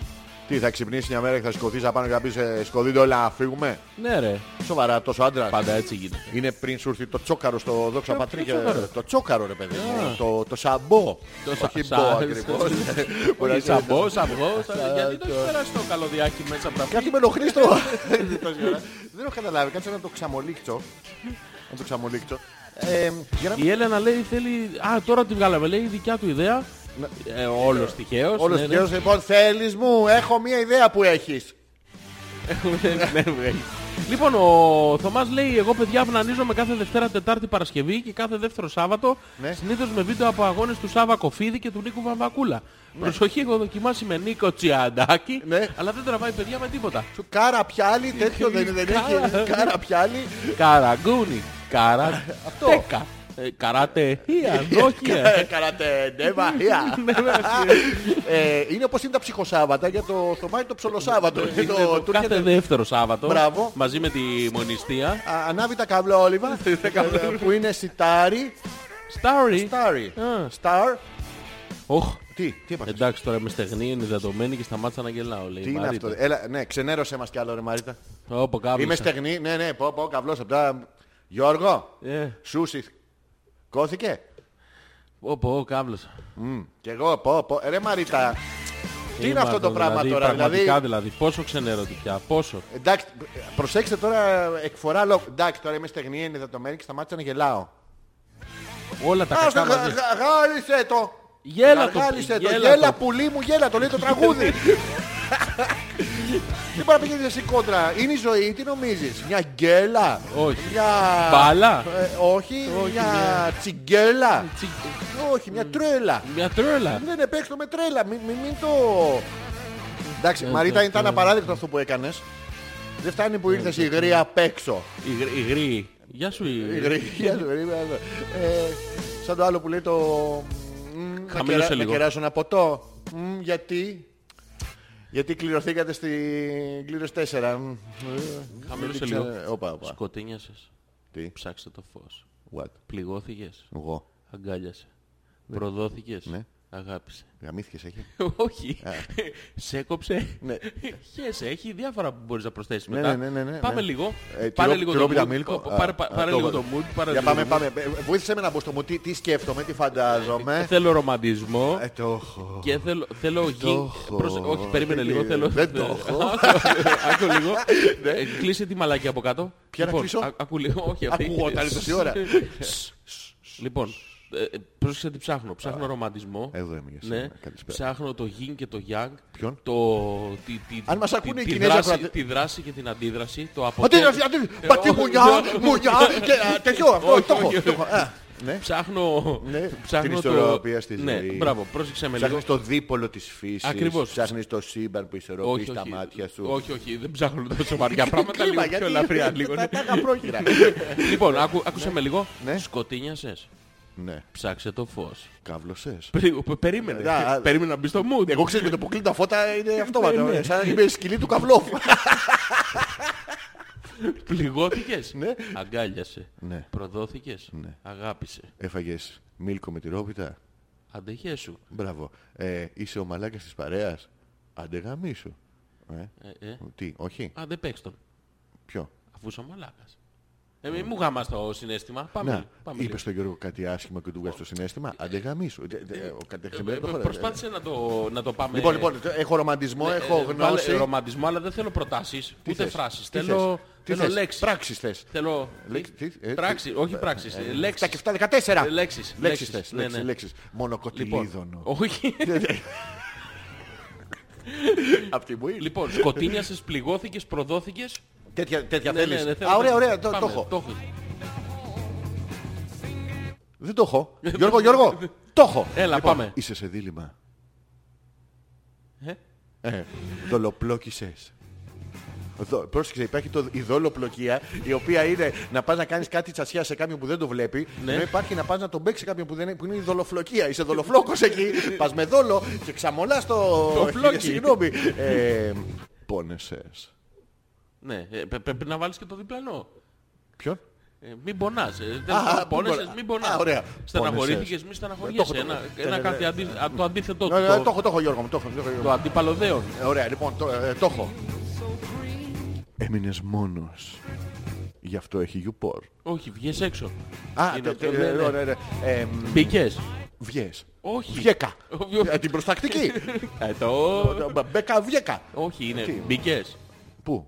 Τι θα ξυπνήσει μια μέρα και θα σηκωθείς απάνω και θα πεις ε, σκοτείτε όλα να φύγουμε. Ναι ρε. Σοβαρά τόσο άντρας. Πάντα έτσι γίνεται. Είναι πριν σου έρθει το τσόκαρο στο δόξα Ποιο- πατρί ποιο και... τσόκαρο? Το τσόκαρο ρε παιδί μου. Το, το σαμπό. Το Όχι σα- μπό σα- ακριβώς. Μπορεί να Όχι είναι- σαμπό, σαμπό. σα- Γιατί το το- έχει περάσει το καλωδιάκι μέσα από τα Κάτι φύλλα. με ενοχλείς τώρα. Δεν έχω καταλάβει. Κάτσε να το ξαμολύξω. Να το ξαμολύξω. Ε, για να μην- Η Έλενα λέει θέλει... Α, τώρα τη βγάλαμε. Λέει η δικιά του ιδέα. Ε, όλος τυχαίος. Όλος ναι, ναι. τυχαίος λοιπόν θέλεις μου. Έχω μια ιδέα που έχεις. Ναι, ναι. Λοιπόν, ο Θωμάς λέει: Εγώ παιδιά αυνανίζομαι κάθε Δευτέρα, Τετάρτη, Παρασκευή και κάθε δεύτερο Σάββατο. Ναι. Συνήθως με βίντεο από αγώνες του Σάβα Κοφίδη και του Νίκου Βαμβακούλα. Προσοχή, έχω δοκιμάσει με Νίκο Τσιαντάκη, Ναι. αλλά δεν τραβάει παιδιά με τίποτα. Σου Κάρα πιάλι, τέτοιο δεν είναι, δεν Κάρα. έχει. Κάρα πιάλι. Καραγκούνι, καρα... τέκα, ε, καράτε, Ε, ανδόκια. Καρατε, ναι, βαριά. Ε, Είναι όπως είναι τα ψυχοσάββατα για το Θωμά είναι το ψολοσάββατο. Είναι το- του έρχεται- Κάθε δεύτερο Σάββατο Μπράβο. μαζί με τη μονιστία. Α, Ανάβει τα καβλόλιβα ε, που είναι σιτάρι. Στάρι. Στάρι. Α. Στάρ. Οχ, Τι, τι είπα. εντάξει τώρα με στεγνή, είναι δεδομένη και σταμάτησα να γελάω. Λέει, Τι είναι αυτό. Έλα, ναι, ξενέρωσέ μας κι άλλο ρε Μαρίτα. Όπω κάποιο. Είμαι στεγνή. Ναι, ναι, πω, πω, καβλός. απ' τα- Γιώργο, Ε. σούσι. Κώθηκε. Όπω ο κάβλος. Κι εγώ, πω, πω. Ε, Ρε Μαρίτα. Τι είναι Είμαι αυτό το πράγμα δηλαδή, τώρα, δηλαδή. Πραγματικά δηλαδή, πόσο ξενέρωτη πια, πόσο. Εντάξει, προσέξτε τώρα εκφορά λόγω. Εντάξει, τώρα είμαι στεγνή, είναι δεδομένη και σταμάτησα να γελάω. Όλα τα Ας το κακά γα- μαζί. γα- γάλισε το! Γέλα το, Γάλισε το, γέλα γέλα το. πουλί μου, γέλα το, λέει το τραγούδι. Δεν μπορεί να πηγαίνεις εσύ κόντρα. Είναι η ζωή, τι νομίζεις. Μια γκέλα. Όχι. Μια... Μπάλα. Ε, όχι, μια τσιγκέλα. Τσι- Όχι, μια τρέλα. Μια τρέλα. Δεν επέξω με τρέλα, μην, μην, μην το... Εντάξει, Ε, ναι, Μαρίτα, ήταν απαράδεκτο αυτό που έκανες. Δεν φτάνει Ε, που ήρθες υγρή απ' έξω. Η γρ- Η γρή. Γεια σου η Υγρή, γεια σου, γρή, γεια σου. Ε, Σαν το άλλο που λέει το... μ, να Χαμήλωσε κερα- λίγο. Να κεράσω ένα ποτό. Μ, Γιατί... Γιατί κληρωθήκατε στην κλήρωση 4. Μ, ε, Χαμήλωσε δεν ξέρω. λίγο. Όπα, όπα. Σκοτίνιασες. Τι, Ψάξε το φως. what, Πληγώθηκες. εγώ. Αγκάλιασε. Προδόθηκες. Ναι. Αγάπησε. Γαμήθηκες έχει. Όχι. Σέκοψε. Ναι. Χέσε. Έχει διάφορα που μπορείς να προσθέσεις Ναι, μετά. ναι, ναι, ναι, ναι. Πάμε λίγο. Ε, Πάρε τυρό- λίγο το τυρόπιτα mood. μίλκο. Πα- πάρε- Α, πα- α, πάρε το λίγο βάζω. το mood. πάρε Για λίγο πάμε, το mood. πάμε. Ε, Βοήθησε με να μπω στο μου. Τι, τι σκέφτομαι, τι φαντάζομαι. Ε, Θέλω ρομαντισμό. Ε, το έχω. Και θέλω, θέλω Το γη... Προς... έχω. Όχι, περίμενε Δεν λίγο. είναι. Θέλω... Δεν το έχω. Ναι. Άκου λίγο. Ε, Κλείσε τη μαλάκια από κάτω. Ποια να Λοιπόν, κλείσω? α- Ακού λίγο. Όχι, αυτή. Ακουγόταν τόση ώρα. Λοιπόν, ε, πρόσεξε τι ψάχνω. Ψάχνω ρομαντισμό. Εδώ είμαι για Ναι. σένα. Καλησπέρα. Ψάχνω το γιν και το γιάνγκ. Ποιον? Το... Τη, τη, Αν μας τη- ακούνε οι τη, Κινέζοι δράση, ακροατές. τη δράση και την αντίδραση. Το Μα από τι το- είναι αυτή, τι- μα τι μουνιά, μουνιά και α, τέτοιο αυτό, Όχι, το έχω, όχι. το έχω. Α, Ναι, Ψάχνω, Ναι, ψάχνω την ισορροπία στη Ναι, ζωή. μπράβο, πρόσεξε με λίγο. ψάχνεις το δίπολο της φύσης, Ακριβώς. ψάχνεις το σύμπαν που ισορροπεί τα μάτια σου. Όχι, όχι, δεν ψάχνω τόσο βαριά πράγματα. Κρίμα, λίγο πιο γιατί ελαφριά. λίγο, ναι. τα- Τα είχα πρόχειρα. Λοιπόν, άκου- άκουσε με λίγο. Ναι. Σκοτίνιασες. Ναι, Ψάξε το φως. καύλωσες. Περί- πε- Περίμενε. Να, Ναι, α. Περίμενε να μπει στο mood. Εγώ ξέρω με το που κλείνει τα φώτα είναι αυτόματο. Ναι, ναι. ε, Σαν να είμαι σκυλή του Καβλόφ. Πληγώθηκες. Ναι. Αγκάλιασε. Ναι. Προδόθηκες. Αγάπησε. Έφαγες μίλκο με τη ρόπιτα. Αντεχέ σου. Μπράβο. Ε, Είσαι ο μαλάκας της παρέας. Αντεγαμί σου. Ε, ε. Τι, όχι, Άντε παίξ τον. ποιο. Αφού είσαι μαλάκας. Ε, μη μου γάμας το συνέστημα. Πάμε. Να, λίγο, πάμε Ναι, είπε στον Γιώργο κάτι άσχημο και του βγάζει το συνέστημα. Αντεγαμίσου. Ο λίγο. κατεξιμένος Ε, το χωράει. Προσπάθησε να το, να το πάμε. Λοιπόν, λοιπόν, έχω ρομαντισμό, Ε, έχω ε, βάλε γνώση. ρομαντισμό, αλλά δεν θέλω προτάσεις, Τι ούτε θες, φράσεις. τι Θέλω, θες, τι θέλω θες, λέξεις. Πράξεις θες. Θέλω Λέξ- τι, ε, πράξεις, όχι πράξεις, ε, Τα και λέξεις. αυτά 14. Ε, λέξεις, Λέξεις λέξεις, θες. ναι, Λέξεις, Ε, ναι. Λοιπόν, λέξεις. Μονοκοτιλίδωνο. όχι. Αυτή μου είναι. λοιπόν, σκοτίνιασες, πληγώθηκες, προδόθηκες. Τέτοια τέτοια Ναι, ναι, ναι, θέλεις. θέλω- Α, ωραία, ωραία, το το Πάμε, έχω. έχω. Δεν το έχω. Γιώργο, Γιώργο, το έχω. Λοιπόν, Έλα, πάμε. Είσαι σε δίλημα. Ε? Ε, δολοπλόκησες. Δο, πρόσεξε, υπάρχει το, η δολοπλοκία, η οποία είναι να πας να κάνεις κάτι τσασιά σε κάποιον που δεν το βλέπει, Ναι. ενώ υπάρχει να πας να τον παίξεις κάποιον που, δεν, είναι- που είναι η δολοφλοκία. Είσαι δολοφλόκος εκεί, πας με δόλο και ξαμολάς το... Το φλόκι. Συγγνώμη. Ε, πόνεσες. Ναι, ε, πρέ- πρέπει να βάλεις και το διπλανό. Ποιον? Ε, μην πονάς. Ε, Α, μην δεν πόνεσες, πονά- μην Α, πονάς. ωραία. Στεναχωρήθηκες, μη Πόνεσες. στεναχωριέσαι. Το έχω, το Ένα, έχω. ένα Ναι, κάτι ναι. αντί, α, το αντίθετο. Ναι, ναι, Το Το, έχω, το έχω Γιώργο μου, το έχω, το έχω, Γιώργο το μου. αντιπαλωδέον. Ε, Ωραία, λοιπόν, το, ε, το έχω. Έμεινες μόνος. Γι' αυτό έχει YouPorn. Όχι, βγες έξω. Α, Είναι τε- αυτό, τε- ναι, ναι. ωραία, ναι. Ε, μ, Μπήκες. Βγες. Όχι. Βγέκα. Βγε- Ε, Την προστακτική. Ε, το... Μπέκα βγέκα. Όχι, είναι. Τι? Μπήκες. Πού.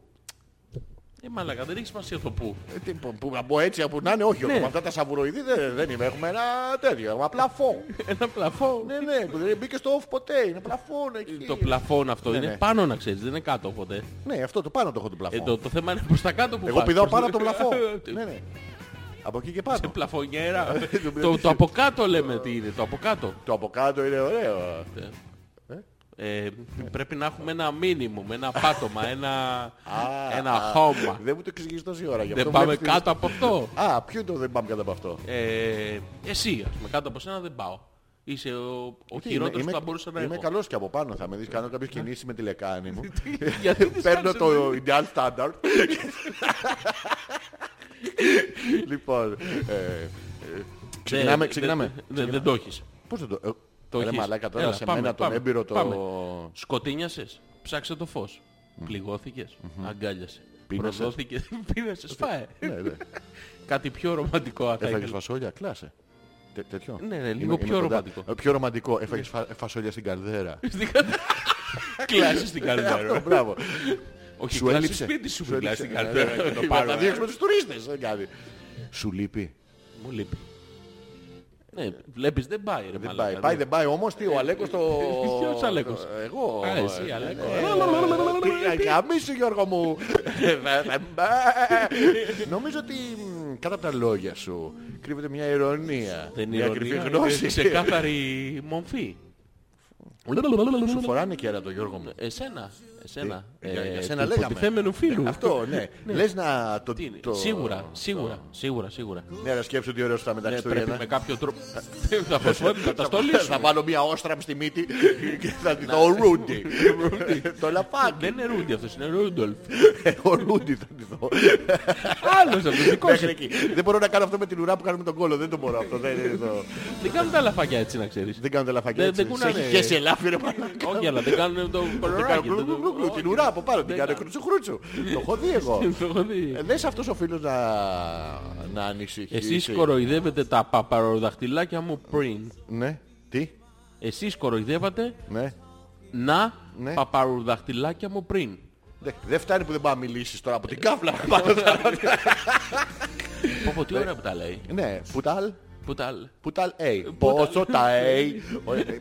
Ε, μαλακα, δεν έχεις σημασία το που. Ε, τι, Που, που, από έτσι, από να είναι, όχι. Ναι. Με αυτά τα σαβουροειδή δεν, δεν είμαι. Έχουμε ένα τέτοιο. Απλά φω. Ένα πλαφό. ναι, ναι, που δεν μπήκε στο off ποτέ. Είναι πλαφόν εκεί. Το πλαφόν αυτό Ναι, είναι ναι. πάνω να ξέρεις, δεν είναι κάτω ποτέ. Ναι, αυτό το πάνω το έχω το Ε, πλαφόν. το, το θέμα είναι προς τα κάτω που Εγώ πας. πηδάω Προς- πάνω από το πλαφό. ναι, ναι. Από εκεί και Σε πάνω. πλαφωνιέρα. Το- το, το από κάτω λέμε τι είναι, το από κάτω. Το από κάτω είναι ωραίο. Ε, πρέπει να έχουμε ένα μίνιμουμ, ένα πάτωμα, ένα, Α, ένα α, χώμα. Δεν μου το εξηγείς τόση ώρα. γι' δεν αυτό πάμε βλέπεις τι- κάτω από αυτό. Α, ποιο είναι το δεν πάμε κάτω από αυτό. Ε, εσύ, ας πούμε, κάτω από σένα δεν πάω. Είσαι ο, ο Ε, Τι, χειρότερος που θα μπορούσα να είμαι έχω. καλός και από πάνω θα με δεις κάνω κάποιες κινήσεις με τη λεκάνη μου. Γιατί τις Παίρνω κάνεις, το Indian Standard. λοιπόν, ε, ε, ξεκινάμε, Δεν- ξεκινάμε. δεν- Δεν δεν το έχεις. Πώς δεν το... ε, Ε, Το Ρε έχεις. μαλάκα τώρα Έλα, σε πάμε, μένα τον πάμε, έμπειρο το... πάμε. Σκοτίνιασες, ψάξε το φως. Πληγώθηκες, αγκάλιασε. Πίνασες. Προδόθηκες, πίνασες, φάε. ναι, ναι. Κάτι πιο ρομαντικό αν θα Έφαγες ήθελες. φασόλια, κλάσε. Τε- τέτοιο. Ναι, ναι, λίγο Είμαι- πιο είμαι κοντά. ρομαντικό. Ε, Πιο ρομαντικό. Έφαγες φα- φασόλια στην καρδέρα. Στην καρδιά. Κλάσεις στην Αυτό, καρδέρα. μπράβο. Όχι, Σου κλάσεις έλειψε. σπίτι σου Σου κλάσεις έλειψε. στην καρδέρα. και το Ε, πάρω. Θα δείξουμε τους τουρίστες. δεν κάνει. Σου λείπει. Μου λείπει. Ναι, βλέπεις δεν πάει ρε Δεν μαλάκα. ναι. Ε, πάει. Πάει, δεν πάει όμως. Τι, ο Αλέκος το... Ποιος Αλέκος? Εγώ. Α, εσύ, Αλέκο. Καμίσου Γιώργο μου. Ε, Θα- θα- Νομίζω ότι μ, κάτω από τα λόγια σου κρύβεται μια ηρωνία. Δεν μια είναι κρυφή ηρωνία, γνώση. είναι ξεκάθαρη μομφή. Σου φοράνε και ένα το Γιώργο μου. Εσένα, εσένα. Τι, για- για ε, σένα του λέγαμε. υποτιθέμενου φίλου. Αυτό, ναι. Λες να το... Τι είναι, το- Σίγουρα, σίγουρα, σίγουρα, σίγουρα. Ναι, να σκέψου τι ωραίο θα Ναι, μεταξύ του πρέπει με κάποιο τρόπο. Θα φωσφώ την Θα καταστολή βάλω μια όστραμ στη μύτη και θα τη δω ο Ρούντι. Το λαφάκι. Δεν είναι Ρούντι αυτός, είναι Ρούντολφ. Ο Ρούντι θα τη δω. Άλλος αυτός δικός σου. Μέχρι εκεί. Δεν μπορώ να κάνω αυτό με την ουρά που κάνουμε τον κόλλο. Δεν το μπορώ αυτό. Δεν, δεν, το- Δεν κάνουν τα λαφάκια έτσι να ξέρεις. δεν κάνω τα λαφάκια. Δεν- έτσι. δεν Σε έχει κουνάνε. χέσει ελάφι ρε μαλάκα. Όχι, αλλά δεν κάνουν το Δεν κάνω κοροράκι. γκλου, δεν το- γκλου, γκλου, γκλου, Την όχι. ουρά από πάνω. Την Δεν κάνω κάνω. κρούτσου χρούτσου. Το έχω δει εγώ. Το έχω δει. Ε, Λες αυτός ο φίλος να, να ανησυχήσει. Εσείς κοροϊδεύετε τα παπαροδαχτυλάκια μου πριν. Ναι. Τι. Εσείς κοροϊδεύατε Ναι. να Ναι. παπαροδαχτυλάκια μου πριν. Δε- Δεν φτάνει που δεν πάμε να μιλήσεις τώρα από την κάφλα. Πω πω τι ωραία που τα λέει. Ναι. Πουτάλ. Που τα Ναι. λέει. Πού τα λέει. Πόσο τα λέει.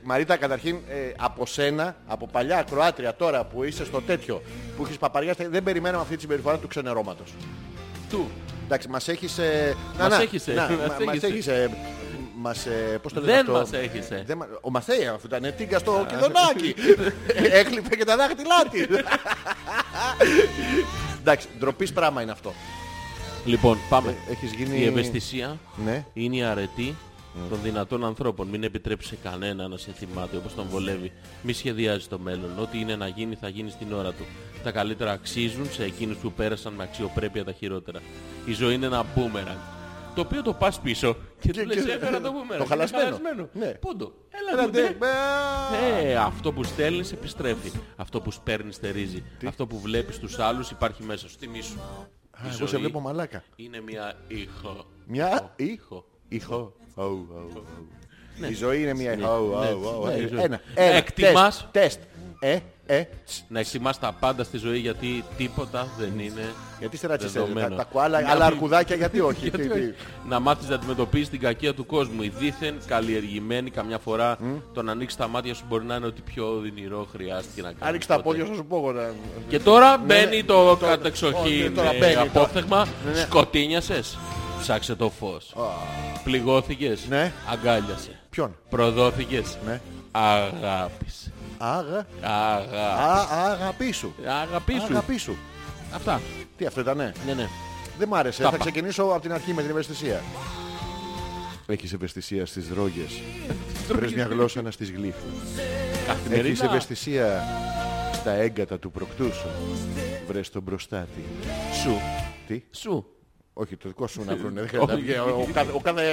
Μαρίτα, καταρχήν ε, από σένα, από παλιά Κροάτρια τώρα που είσαι στο τέτοιο, που έχεις παπαριά, στα- δεν περιμέναμε αυτή τη συμπεριφορά του ξενερώματος. Του. Εντάξει, μας έχεις... Ε, Μας έχεις, ε, να, μας μα- μας έχεις, έχεις... Ε, μας, ε, πώς το λένε Δεν αυτό? μας έχεις, ε. Δεν μα- ο Μαθέα αφού ήταν ε, τίγκα στο κιδονάκι. Έκλειπε και τα δάχτυλά της. Εντάξει, ντροπής πράγμα είναι αυτό. Λοιπόν, πάμε. Ε, Έχεις γίνει... Η ευαισθησία Ναι. είναι η αρετή των δυνατών ανθρώπων. Μην επιτρέψει κανένα να σε θυμάται όπως τον βολεύει. Μη σχεδιάζει το μέλλον. Ό,τι είναι να γίνει θα γίνει στην ώρα του. Τα καλύτερα αξίζουν σε εκείνους που πέρασαν με αξιοπρέπεια τα χειρότερα. Η ζωή είναι ένα μπούμεραν. Το οποίο το πας πίσω και του λες και- έφερα το μπούμεραν. το χαλασμένο. Ναι. Ναι. Πόντο. Έλα, ναι». Έλα, Έλα ντε, μπα. ε, αυτό που στέλνεις επιστρέφει. Αυτό που σπέρνεις στερίζει. Αυτό που βλέπεις στους άλλους υπάρχει μέσα σου. Τιμή σου. Η Εγώ σε ζωή βλέπω μαλάκα. Είναι μια ήχο. Μια ήχο. Ήχο. Ήχο. Αου, αου, αου. Η ζωή είναι μια ήχο. Αου, αου, αου. ναι, η ζωή. Ένα. ένα. Εκτιμάς. Τεστ, Τεστ. Ε, ε. τσ. Να εκτιμάς τα πάντα στη ζωή γιατί τίποτα δεν είναι Γιατί σε ρατσιστέ. δεδομένο. Τα, τα κουάλα, Να άλλα μην- αρκουδάκια γιατί όχι. Τι- τι. να μάθεις να αντιμετωπίζεις την κακία του κόσμου. Η δίθεν καλλιεργημένη καμιά φορά το να ανοίξεις τα μάτια σου μπορεί να είναι ότι πιο οδυνηρό χρειάστηκε να κάνεις. Άνοιξε τα ποτέ. πόδια σου, να σου πω εγώ. να- Και τώρα ναι. μπαίνει το Τώρα- κατεξοχήν Όχι, τώρα ε, μπαίνει, τώρα. απόθεγμα. Ναι, ναι. Σκοτίνιασες. Ψάξε το φως. Πληγώθηκες. Ναι. Αγκάλιασες. Ποιον. Προδόθηκες. Ναι. Αγάπησε. Αγα. Αγα... Α, αγαπή σου. Αγαπή σου. Αγαπή Ε, σου. Αυτά. Τι αυτό ήτανε. Ναι, ναι. Δεν μ' άρεσε. Τα Θα πα. ξεκινήσω από την αρχή με την ευαισθησία. Έχεις ευαισθησία στις ρόγες. Βρες μια γλώσσα να στις γλύφουν. Έχεις Καθημερινά. ευαισθησία στα έγκατα του προκτού σου. Βρες τον μπροστάτη. Σου. Τι. Σου. Όχι, το δικό σου να βρουν. Δεν χρειάζεται να βγει. Ο- ο κάθε- Ο κάθε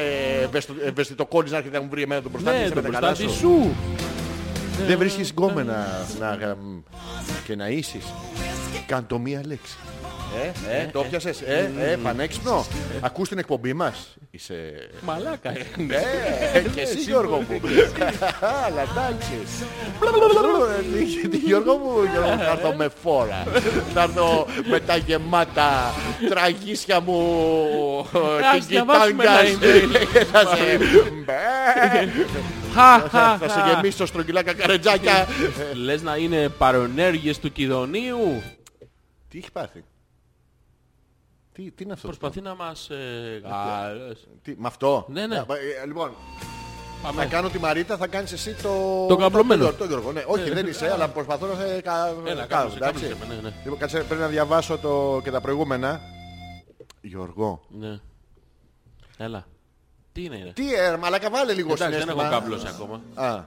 ευαισθη- ευαισθητοκόλλης να έρχεται να μου βρει εμένα τον μπροστάτη. Ναι, «Είσαι το με τα καλά προστάτη σου». Ναι. σου. Δεν βρίσκεις γκόμενα να γαμ- και να ίσεις. Κάν το μία λέξη. Ε, ε, το πιάσες. Ε, ε, πανέξυπνο. Ακούς την εκπομπή μας. Είσαι... Μαλάκα. ε. Ναι, και εσύ Γιώργο μου. Αλλά εντάξει. Τι Γιώργο μου, Γιώργο μου, θα έρθω με φόρα. Θα έρθω με τα γεμάτα τραγίσια μου ε, την διαβάσουμε κοιτάγκα. ένα email. Χα, χα, Θα σε χα. γεμίσω στρογγυλά κακαρετζάκια. Λες να είναι παρονέργειες του Κιδωνίου. Τι έχει πάθει. Τι, τι είναι αυτό. Προσπαθεί να μας... ε, γάλες. Τι, με αυτό. Ναι, ναι. Α, ε, Λοιπόν, θα Πάμε. κάνω τη Μαρίτα, θα κάνεις εσύ το... Το καπλωμένο. Το, το Γιώργο, ναι. Όχι, δεν είσαι, αλλά προσπαθώ να σε... κα- Έλα, κάνω, κάμψε, εντάξει. κάμψε με, ναι, ναι. Λοιπόν, κάτσε, πρέπει να διαβάσω το... και τα προηγούμενα. Γιώργο. Ναι. Έλα. Τι είναι, ρε. Τι, ε, μαλακα, βάλε λίγο Εντάξει, δεν συνέστημα. έχω κάπλωση ακόμα. Α.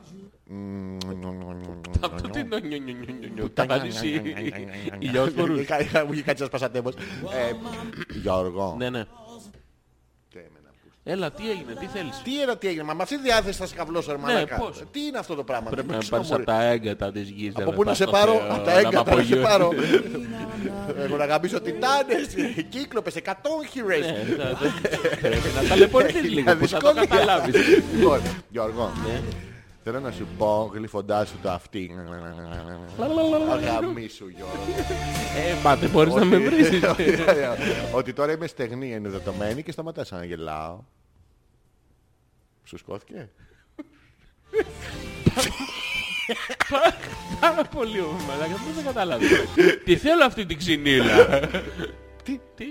Αυτό τι νο- νιο- νιο- νιο- νιο- νιο. Τα βάζεις η- η- η Γιώργος. Είχα- είχα- Μου είχε κάτσει ένας πασατέμπος. Ε, Γιώργο. Ναι, ναι. Και εμένα. Έλα, τι έγινε, τι θέλεις. Τι era, τι έγινε, μα με αυτή τη διάθεση θα σε καβλώσω, ρε μαλάκα. Ναι, Ε, πώς. Τι είναι αυτό το πράγμα. Πρέπει δεν να ξέρω, πάρεις μωρέ. από τα έγκατα της γης. Από πού να σε πάρω, από τα έγκατα να σε πάρω. Ναι. Εγώ να γαμπίσω τιτάνες, κύκλοπες, εκατόχειρες. Πρέπει να ταλαιπωρηθείς λίγο, Ναι. που θα το Δυσκόλυκα. καταλάβεις. δηλαδή, Ναι. Λοιπόν, Γιώργο, θέλω να σου πω γλυφοντάς σου το αυτί. Αγαμί σου, Γιώργο. Ε, πάτε, μπορείς να με βρεις. Ότι τώρα είμαι στεγνή, ενδεδοτωμένη και σταματάς να γελάω. Σου σκόθηκε. Πάρα πολύ όμορφα, μαλάκα, δεν θα καταλάβεις. Τι θέλω αυτή την ξυνήλα. Τι, Τι.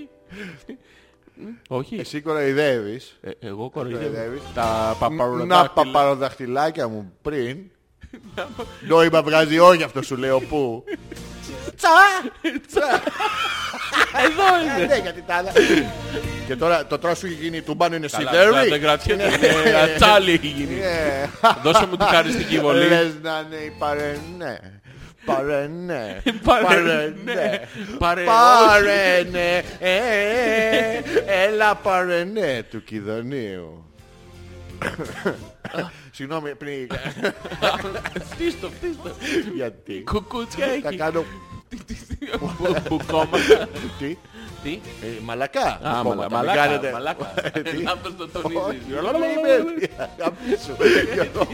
Όχι, εσύ κοροϊδεύεις. ε, εγώ κοροϊδεύεις. κοροϊδεύω τα Να παπαροδάκτυλα. παπαροδαχτυλάκια μου πριν. Νόημα βγάζει όχι αυτό σου λέω πού. Τσα! Εδώ Ε, είναι. Ναι, γιατί τα άλλα. Και τώρα το τρώσο έχει γίνει τουμπάνο είναι Καλά, τώρα Δεν σιδέρι. κρατιέται, ε, ατσάλι έχει γίνει. Ε, Δώσε μου τη χαριστική βολή. Λες να είναι η παρενέ. Παρενέ. Παρενέ. Παρε- Παρενέ. Ε, ε, ε, Έλα παρενέ του κηδονίου. Συγγνώμη πριν. Φτύστο, φτύστο. Γιατί. Κουκούτσια Θα έχει. κάνω. Μπου- Μπουκόμα. Τι. Τι. Ε, Μαλακά. Α, Κόμματα, μαλα- μην μαλάκα. κάνετε. Μαλάκα. Τι. Λάθος το Όχι, τονίζεις. είμαι- Απίσω.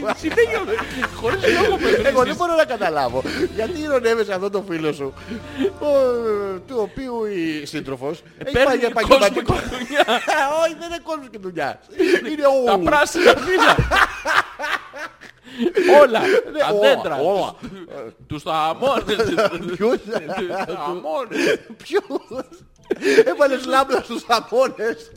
Συνέχεια, χωρίς λόγο παίζουν Ε, Εγώ δεν εσείς. μπορώ να καταλάβω γιατί ειρωνεύεσαι αυτό το φίλο σου, ο, του οποίου η σύντροφος έχει πάει για Ε, Παίρνει κόσμο επαγγελματικό. και δουλειά. Όχι, δεν είναι κόσμος και δουλειάς. Είναι ο... Τα πράσινα φύλλα. Όλα. Τα ο- δέντρα. ο- τους- Τους αμόνες. Ποιος? Τους αμόνες. Ποιος. Έβαλες λάμπλα στους αμόνες.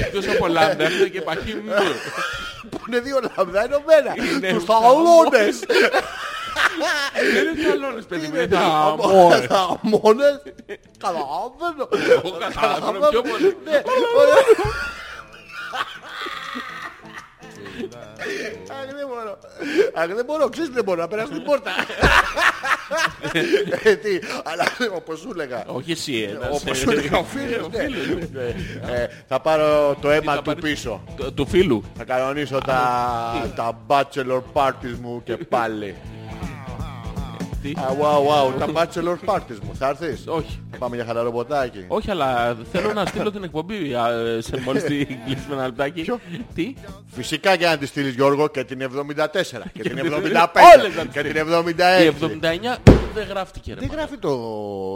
Εκτός από λαμπέρτο και παχύμνου. Που είναι δύο λάμπλα ενωμένα. Είναι Τους τα αμόνες. Δεν είναι καλώνες παιδί μου. Είναι είναι τα αμόνες. αμόνες. Αμόνες. Καταλαβαίνω. Εγώ καταλαβαίνω πιο πολύ. Ναι. Αχ, δεν μπορώ. Αχ, δεν μπορώ. Ξέρεις, δεν μπορώ να περάσω την πόρτα. Ε, τι, Αλλά όπως σου έλεγα. Όχι εσύ. ένας, Όπως ε, σου έλεγα ο φίλος. ναι. φίλος, ναι. Ε, Θα πάρω το αίμα θα του πάρεις? πίσω. Το- Του φίλου. Θα κανονίσω τα, τα bachelor parties μου και πάλι. Τι? Α, wow, wow, τα bachelor parties μου. Θα έρθεις. Όχι. Θα Πάμε για χαλαρό ποτάκι. Όχι, αλλά θέλω να στείλω την εκπομπή α, ε, σε μόλις τη κλείσουμε ένα λεπτάκι. Ποιο? Τι? Φυσικά και να τη στείλεις Γιώργο και την 74 και την 75 Όλες να τις και την Η 76. 79 δεν γράφτηκε ρε. Δεν γράφει το...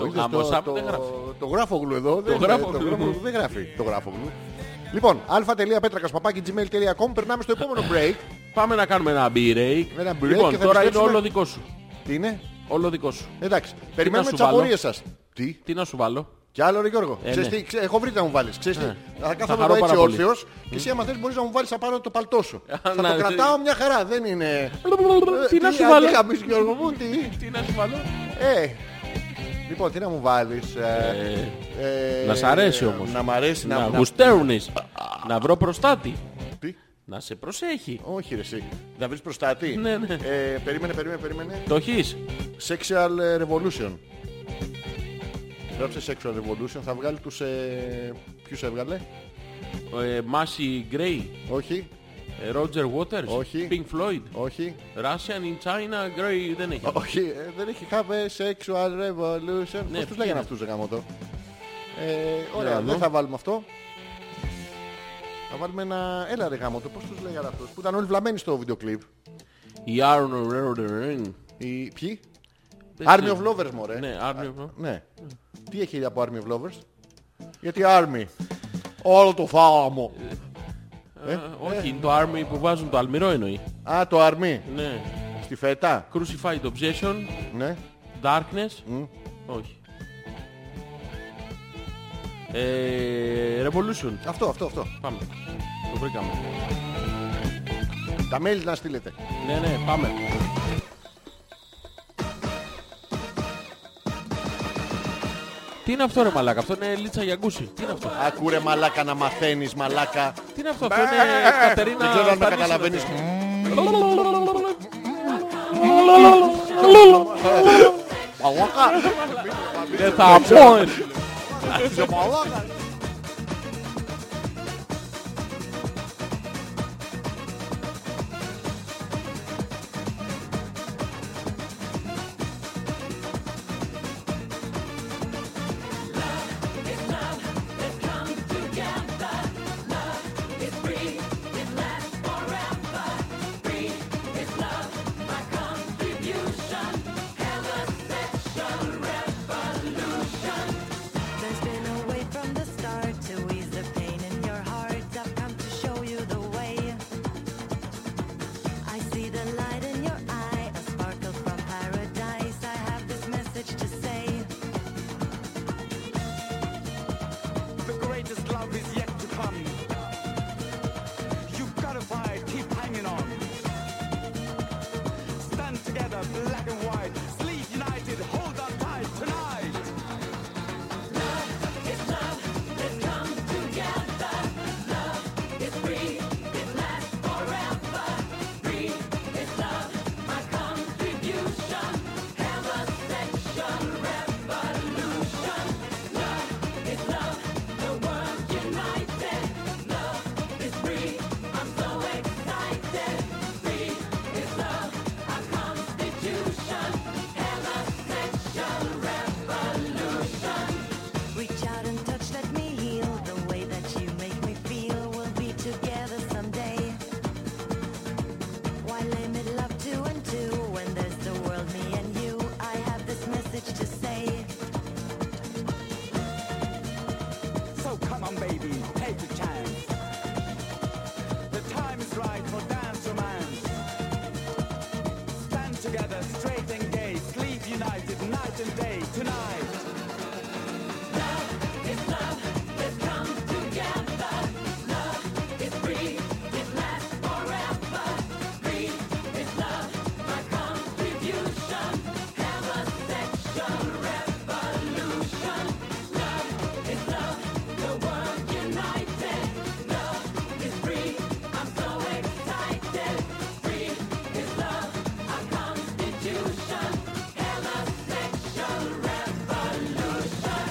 είδες γαμοσάμ το, δεν γράφει. το γράφογλου εδώ. δεν- γράφογλου. δεν γράφει το γράφογλου. Λοιπόν, α.πέτρακας.gmail.com Περνάμε στο επόμενο break. Πάμε να κάνουμε ένα break. Ένα break λοιπόν, και θα τώρα είναι επιστρέψουμε. όλο δικό σου. Τι είναι? Όλο δικό σου. Εντάξει. Περιμένουμε σου τις βάλω? απορίες σας. Τι, Τι να σου βάλω. κι άλλο ρε Γιώργο. Ε, Ξέρεις ναι. τι, ξέ- έχω βρει τι να μου βάλεις. Ξέρεις τι, θα κάθομαι εδώ χαρώ έτσι πάρα πολύ. Ε, όρθιος και εσύ άμα θες μπορείς να μου βάλεις απάνω το παλτό σου. θα Να, το τι- κρατάω μια χαρά, δεν είναι... Τι να σου αν βάλω. είχα μπει, Γιώργο μου, τι... Τι να σου βάλω. Ε, λοιπόν, τι να μου βάλεις. ε, ε, Να σ' αρέσει όμως. Να μ' αρέσει να... Να να- γουστέρνεις. Να βρω προστάτη. Τι? Να σε προσέχει. Όχι ρε εσύ. Να βρεις προστάτη. Ναι, ναι. Ε, περίμενε, περίμενε, περίμενε. Το έχεις. Sexual ε, Revolution. Γράψε Sexual Revolution, θα βγάλει τους... Ε, ποιους έβγαλε. Ε, Μάση Γκρέι. Όχι, Ε, Roger Waters. Όχι. Pink Floyd. όχι, Russian in China Grey δεν έχει. όχι. ε, δεν έχει have a sexual revolution. Ναι, Πώς ποιοι τους λέγανε είναι? αυτούς, ρε γαμότο. Ε, ωραία, Ναι, δεν ναι. θα βάλουμε αυτό. Θα βάλουμε ένα... Έλα ρε γαμότο, πώς τους λέγανε αυτούς. Που ήταν όλοι βλαμμένοι στο βίντεο κλιπ. Η Iron Roder. Οι... Ποιοι? Δεν Army ξέρω. of Lovers, μωρέ. Ναι, Army of Ναι. Τι έχει από Army of Lovers? Γιατί Army. Όλο το φάμο. ναι. Ε, Όχι, είναι το Army που βάζουν το αλμυρό εννοεί. Α, το Army. Ναι. Στη φέτα. Crucified Obsession. Ναι. Darkness. Όχι. Ε, Revolution. Αυτό, αυτό, αυτό. Πάμε. Το βρήκαμε. Τα mail να στείλετε. Ναι, ναι, πάμε. Τι είναι αυτό ρε μαλάκα, αυτό είναι λίτσα για γκούσι. Τι είναι αυτό, Ακούρε μαλάκα να μαθαίνεις μαλάκα. τι είναι αυτό, αυτό είναι Κατερίνα Δεν ξέρω αν με Στανίσινα. καταλαβαίνεις. Μαλάκα. Δεν θα πω. ε. είσαι μαλάκα. There's been a way from the start to ease the pain in your heart. I've come to show you the way. I see the light in your eye, a sparkle from paradise. I have this message to say. The greatest love is yet to come. You've got to fight, keep hanging on. Stand together, black and white. Sleep united, hold on tight tonight. Reach out and touch, let me heal. The way that you make me feel, we'll be together someday. Why limit love two and two when there's the world, me and you? I have this message to say. So come on, baby, take a chance. The time is right for dance romance. Stand together, straight and gay. Sleep united, night and day, tonight. Love is love, the constitution, hella sexual revolution.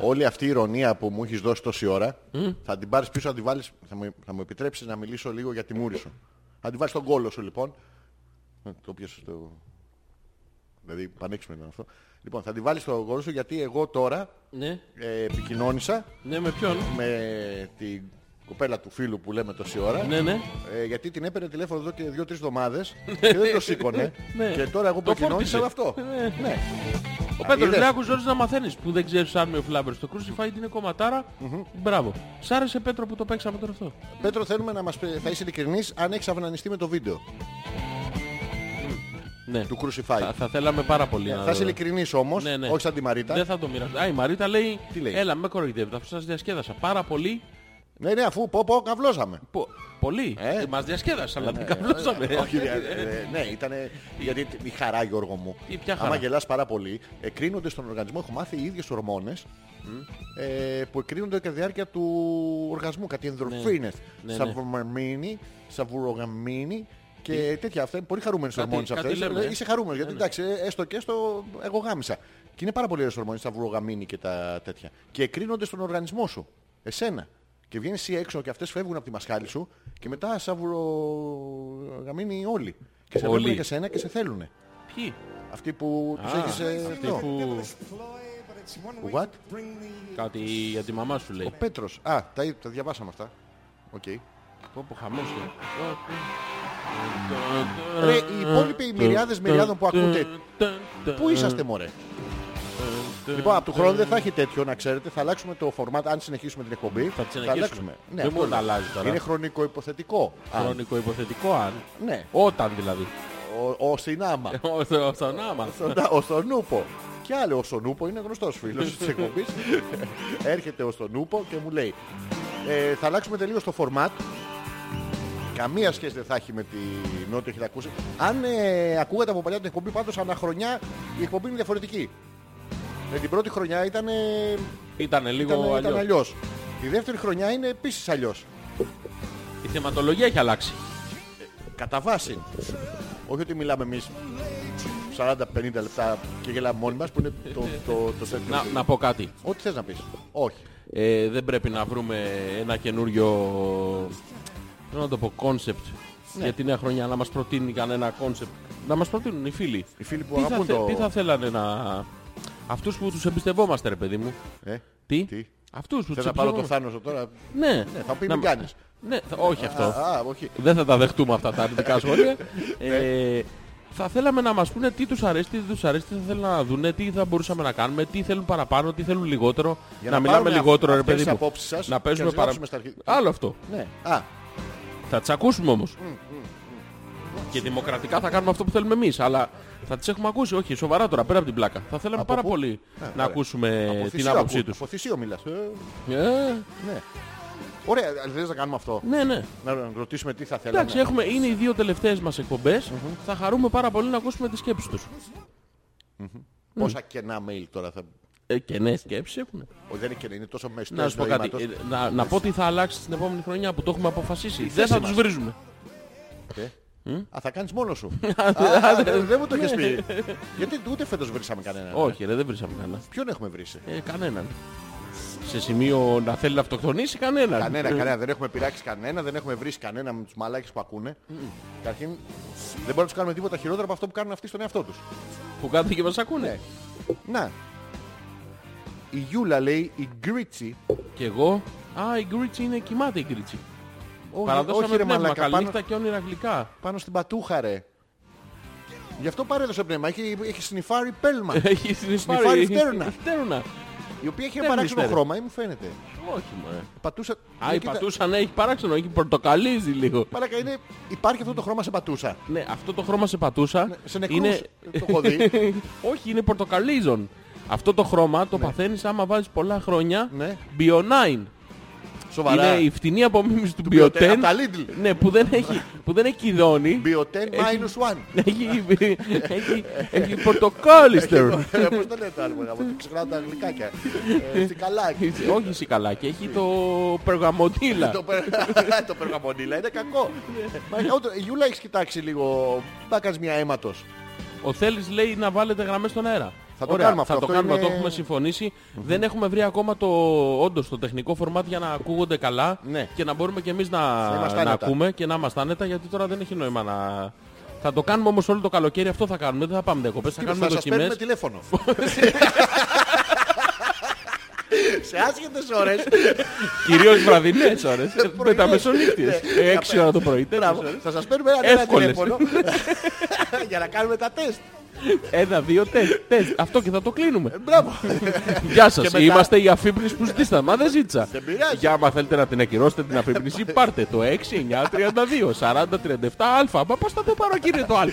Όλη αυτή η ηρωνία που μου έχεις δώσει τόση ώρα, θα την πάρεις πίσω, θα την βάλεις... Θα μου, θα μου επιτρέψεις να μιλήσω λίγο για τη μούρη σου. Θα την βάλεις στον κόλο σου λοιπόν. Ε, Το πιάσε το... Δηλαδή πανέξιμο ήταν αυτό. Λοιπόν, θα την βάλεις στον κόλο σου γιατί εγώ τώρα Ναι, ε, επικοινώνησα ναι, με ποιον. με την κοπέλα του φίλου που λέμε τόση ώρα. Ναι, ναι. Ε, γιατί την έπαιρνε τηλέφωνο εδώ και δύο-τρει εβδομάδες και δεν το σήκωνε. Ναι. και τώρα εγώ Το επικοινώνησα με φόρτισε. αυτό. ναι. Ο Πέτρος είδες. λέει, άκου να μαθαίνεις που δεν ξέρεις αν με φλάμπερ στο Crucify είναι κομματάρα. Μπράβο. Σ' άρεσε Πέτρο που το παίξαμε τώρα αυτό. Πέτρο, θέλουμε να μας πει- θα είσαι ειλικρινής αν έχεις αυνανιστεί με το βίντεο Ναι. του Crucify. Ε, Θα, θα θέλαμε πάρα πολύ να Ναι, θα είσαι δω. ειλικρινής όμως, Ναι, ναι. όχι σαν τη Μαρίτα. Δεν θα το μοιραστώ. Α, η Μαρίτα λέει, Τι λέει? έλα με κοροϊδεύετε, αφού σας διασκέδασα πάρα πολύ. Ναι, ναι, αφού πω πω, καβλώσαμε. Πο- Πολύ. Ε. Ε, μας διασκέδασε, αλλά δεν καβλώσαμε. Όχι, ε, ε, ναι, ήταν γιατί τ- η χαρά Γιώργο μου. Τι- ποια χαρά? Άμα γελάς πάρα πολύ, εκρίνονται στον οργανισμό, έχω μάθει οι ίδιες ορμόνες ε, που εκρίνονται κατά τη διάρκεια του οργασμού, κάτι ενδορφίνες. Ναι, ναι. Σαββαμαρμίνη, σαβουρογαμίνη και τέτοια. Αυτά είναι πολύ χαρούμενες Ε, Κάτι- ορμόνες κάτι αυτές. λέμε, Ε, ε. Είσαι χαρούμενος, γιατί εντάξει, ε, έστω και έστω εγώ γάμισα. Και είναι πάρα πολύ ωραίες ορμόνες, σαβουρογαμίνη και τα τέτοια. Και εκρίνονται στον οργανισμό σου, εσένα. Και βγαίνεις εσύ έξω και αυτές φεύγουν από τη μασχάλη σου και μετά σαβουρογαμίνη όλοι. Και σε Όλοι. βλέπουν και σένα και σε θέλουν. Ποιοι. Αυτοί που τους έχεις... ε, αυτοί αυτό. που... What? Κάτι για τη μαμά σου λέει. Ο Πέτρος. Α, τα, εί- τα διαβάσαμε αυτά. Οκ. Ε, Πω πω χαμός είναι. Ρε, οι ε, υπόλοιποι μυριάδες μυριάδων που ακούτε, πού είσαστε μωρέ. Λοιπόν, από του χρόνου δεν θα έχει τέτοιο, να ξέρετε. Θα αλλάξουμε το format αν συνεχίσουμε την εκπομπή. Θα, τη συνεχίσουμε. αλλάξουμε. Δεν αυτό μπορεί να λέω. αλλάζει τώρα. Είναι χρονικό υποθετικό. Χρονικό υποθετικό αν. Ναι. Όταν δηλαδή. Ο, ο Σινάμα. Ο- ο- Στον άμα. Στον- ο Στονούπο. Και άλλο, ο Στονούπο είναι γνωστός φίλος της εκπομπής. Έρχεται ο Στονούπο και μου λέει ε, θα αλλάξουμε τελείως το format. Καμία σχέση δεν θα έχει με την ό,τι έχετε ακούσει. Αν ε, ακούγατε από παλιά την εκπομπή, πάντως αναχρονιά η εκπομπή είναι διαφορετική. Ε, την πρώτη χρονιά ήταν, ε, ήταν, Ήτανε λίγο ήταν αλλιώς. αλλιώς. Η δεύτερη χρονιά είναι επίσης αλλιώς. Η θεματολογία έχει αλλάξει. Κατά βάση. Όχι ότι μιλάμε εμείς 40-50 λεπτά και γελάμε μόνοι μας που είναι το, το, το, τέτοιο. Να, να πω κάτι. Ό,τι θες να πεις. Όχι. Ε, δεν πρέπει να βρούμε ένα καινούριο θέλω να το πω κόνσεπτ για τη νέα χρονιά να μας προτείνει κανένα κόνσεπτ να μας προτείνουν οι φίλοι Οι φίλοι που τι, θα, αγαπούν θε- το... τι θα θέλανε να αυτούς που τους εμπιστευόμαστε ρε παιδί μου Ε, τι, Τι? αυτούς που θες τους να πάρω το εμπιστευόμαστε θάνος τώρα. ναι. Ναι, θα πει Να- μην κάνεις. ναι, θα- όχι αυτό Α, Ναι. όχι. δεν θα τα δεχτούμε αυτά τα αρνητικά σχόλια Ναι. ε, θα θέλαμε να μας πούνε τι τους αρέσει, τι δεν τους αρέσει, τι θα θέλουν να δουν, τι θα μπορούσαμε να κάνουμε, τι θέλουν παραπάνω, τι θέλουν λιγότερο. Για να, να μιλάμε πάρουμε λιγότερο, αυ- ρε αυτές παιδί τις μου. απόψεις σας να και παίζουμε να τις παρα... γράψουμε στα αρχή. Άλλο αυτό. Ναι. Α, Θα τις ακούσουμε όμως. Και δημοκρατικά θα κάνουμε αυτό που θέλουμε εμείς. Αλλά θα τις έχουμε ακούσει. Όχι, σοβαρά τώρα, πέρα από την πλάκα. Θα θέλαμε Από πάρα πού? Ναι, πολύ να ωραία. ακούσουμε από Ε, την θυσίο άποψή ακού- τους. Από θυσίο μιλάς. Ε, Ε, ναι. Ωραία, αλλά θες να κάνουμε αυτό. ναι, ναι. Να ρωτήσουμε τι θα θέλαμε. Εντάξει, έχουμε, είναι οι δύο τελευταίες μας εκπομπές. Θα χαρούμε πάρα πολύ να ακούσουμε τις σκέψεις τους. Πόσα κενά mail τώρα θα... Ε, και ναι, σκέψεις έχουν. Ο, δεν είναι κενά, είναι τόσο μεστές Να σου πω κάτι. νοήματος. Ε, να, να πω τι θα αλλάξει την επόμενη χρονιά που το έχουμε αποφασίσει. Δεν θέση θα τους μας. βρίζουμε. Ε, Α, θα κάνεις μόνος σου. Α, α, δε- Δεν μου το έχεις πει. Γιατί ούτε φέτος βρήσαμε κανέναν. Ναι. Όχι, ρε, δεν βρίσαμε κανένα. Ποιον έχουμε βρήσει. Ε, κανέναν. Σε σημείο να θέλει να αυτοκτονήσει κανέναν. Κανένα, Ε, κανένα. Δεν έχουμε πειράξει κανένα, δεν έχουμε βρει κανένα με τους μαλάκες που ακούνε. Mm. Καταρχήν, δεν μπορούμε να τους κάνουμε τίποτα χειρότερο από αυτό που κάνουν αυτοί στον εαυτό τους. Που κάθονται και μας Ναι. ακούνε. Να. Η Γιούλα λέει, η Γκρίτσι. Και εγώ. Α, η Γκρίτσι είναι κοιμάται η Γκρίτσι. Όχι, Παραδώσαμε όχι ρε πνεύμα, μαλάκα, καλή πάνω, νύχτα και όνειρα γλυκά. πάνω στην πατούχα ρε. Γι' αυτό παρέδωσε πνεύμα. Έχει, έχει συνειφάρει πέλμα. Έχει Σνιφάρει συνεισφάρει φτέρνα. Φτέρνα. η οποία έχει ένα Δεν παράξενο μισθέρε. χρώμα, ή μου φαίνεται. Όχι, μωρέ. Πατούσα. Α, Ναι, η κοίτα, πατούσα, ναι, έχει παράξενο, έχει πορτοκαλίζει λίγο. Μαλάκα, είναι, υπάρχει αυτό το χρώμα σε πατούσα. Ναι, αυτό το χρώμα σε πατούσα Ναι, Σε νεκρούς. είναι... Το έχω δει. Όχι, είναι πορτοκαλίζον. Αυτό το χρώμα το παθαίνεις άμα βάζεις πολλά χρόνια Ναι. Bio9. Σοβαρά. Είναι η φτηνή απομίμηση του Bio10, Bio10. απ' τα Lidl. Ναι, που δεν έχει, που δεν έχει κυδόνι. Bio10 Ε, minus one. Έχει, έχει, έχει πορτοκάλιστερ. Ε, Πώς το λένε το άλλο, από ξεχνάω τα γλυκάκια. Ε, Στην καλάκη. Όχι σικαλάκι, έχει το περγαμοτήλα. Το πε- Το περγαμονίλα είναι κακό. Ναι. Μαλάκα, ούτε- Η Γιούλα έχεις κοιτάξει λίγο. Να κάνεις μια αίματος. Ο Θέλης λέει να βάλετε γραμμές στον αέρα. Θα το Ωραία, κάνουμε θα αυτό. το, Αυτό κάνουμε, είναι- το έχουμε συμφωνήσει. Δεν έχουμε βρει ακόμα το, όντως, το τεχνικό φορμάτ για να ακούγονται καλά Ναι. και να μπορούμε και εμείς να, Να είμαστε να άνετα. ακούμε και να είμαστε άνετα γιατί τώρα δεν έχει νόημα να... Θα το κάνουμε όμως όλο το καλοκαίρι, αυτό θα κάνουμε. Δεν θα πάμε διακοπές, θα κάνουμε Θα σας δοκιμές. παίρνουμε τηλέφωνο. Σε άσχετες ώρες. Κυρίως βραδινές ώρες. με Ναι, τα Πρωινές. μεσονύχτιες. Ναι. Έξι ώρα το πρωί, Μπράβο. τέτοιες ώρες. Θα σας παίρνουμε ένα- ένα Εύκολες. τηλέφωνο. Για να κάνουμε τα τεστ. Ένα, δύο, τεστ, τεστ. Αυτό και θα το κλείνουμε. Μπράβο. Γεια σας, Και μετά- είμαστε η αφύπνιση που ζητήσατε. Μα δεν ζήτησα. Δεν πειράζει. Για άμα θέλετε να την ακυρώσετε την αφύπνιση, πάρτε το 6, 9, 32, 40, 37, α. Μα πώς θα το πάρω κύριε το α.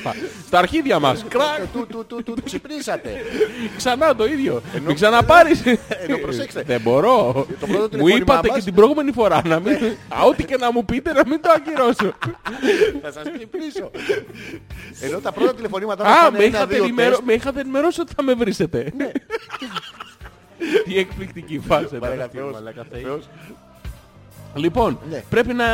Στα αρχίδια μας. Κρακ, Του- του- του- του- του Ξυπνήσατε. ξανά το ίδιο. Μην ξαναπάρεις. ενώ προσέξτε. Δεν μπορώ. Το πρώτο Μου τηλεφώνημά είπατε μας- Ναι. και την προηγούμενη φορά να μην... Α, ό,τι και να μου πείτε να μην το ακυρώσω. Θα σας ξυπνήσω. Ενώ τα πρώτα τηλεφωνήματα μας Α, ήταν με ένα, είχατε, δύο ενημερω... τεστ. Ναι. με είχατε ενημερώσει ότι θα με βρίσετε. Τι εκπληκτική φάση. ήταν Μαλάκα αυτή, Θεός, μαλάκα Θεέ. Θεός. Λοιπόν, Ναι. πρέπει να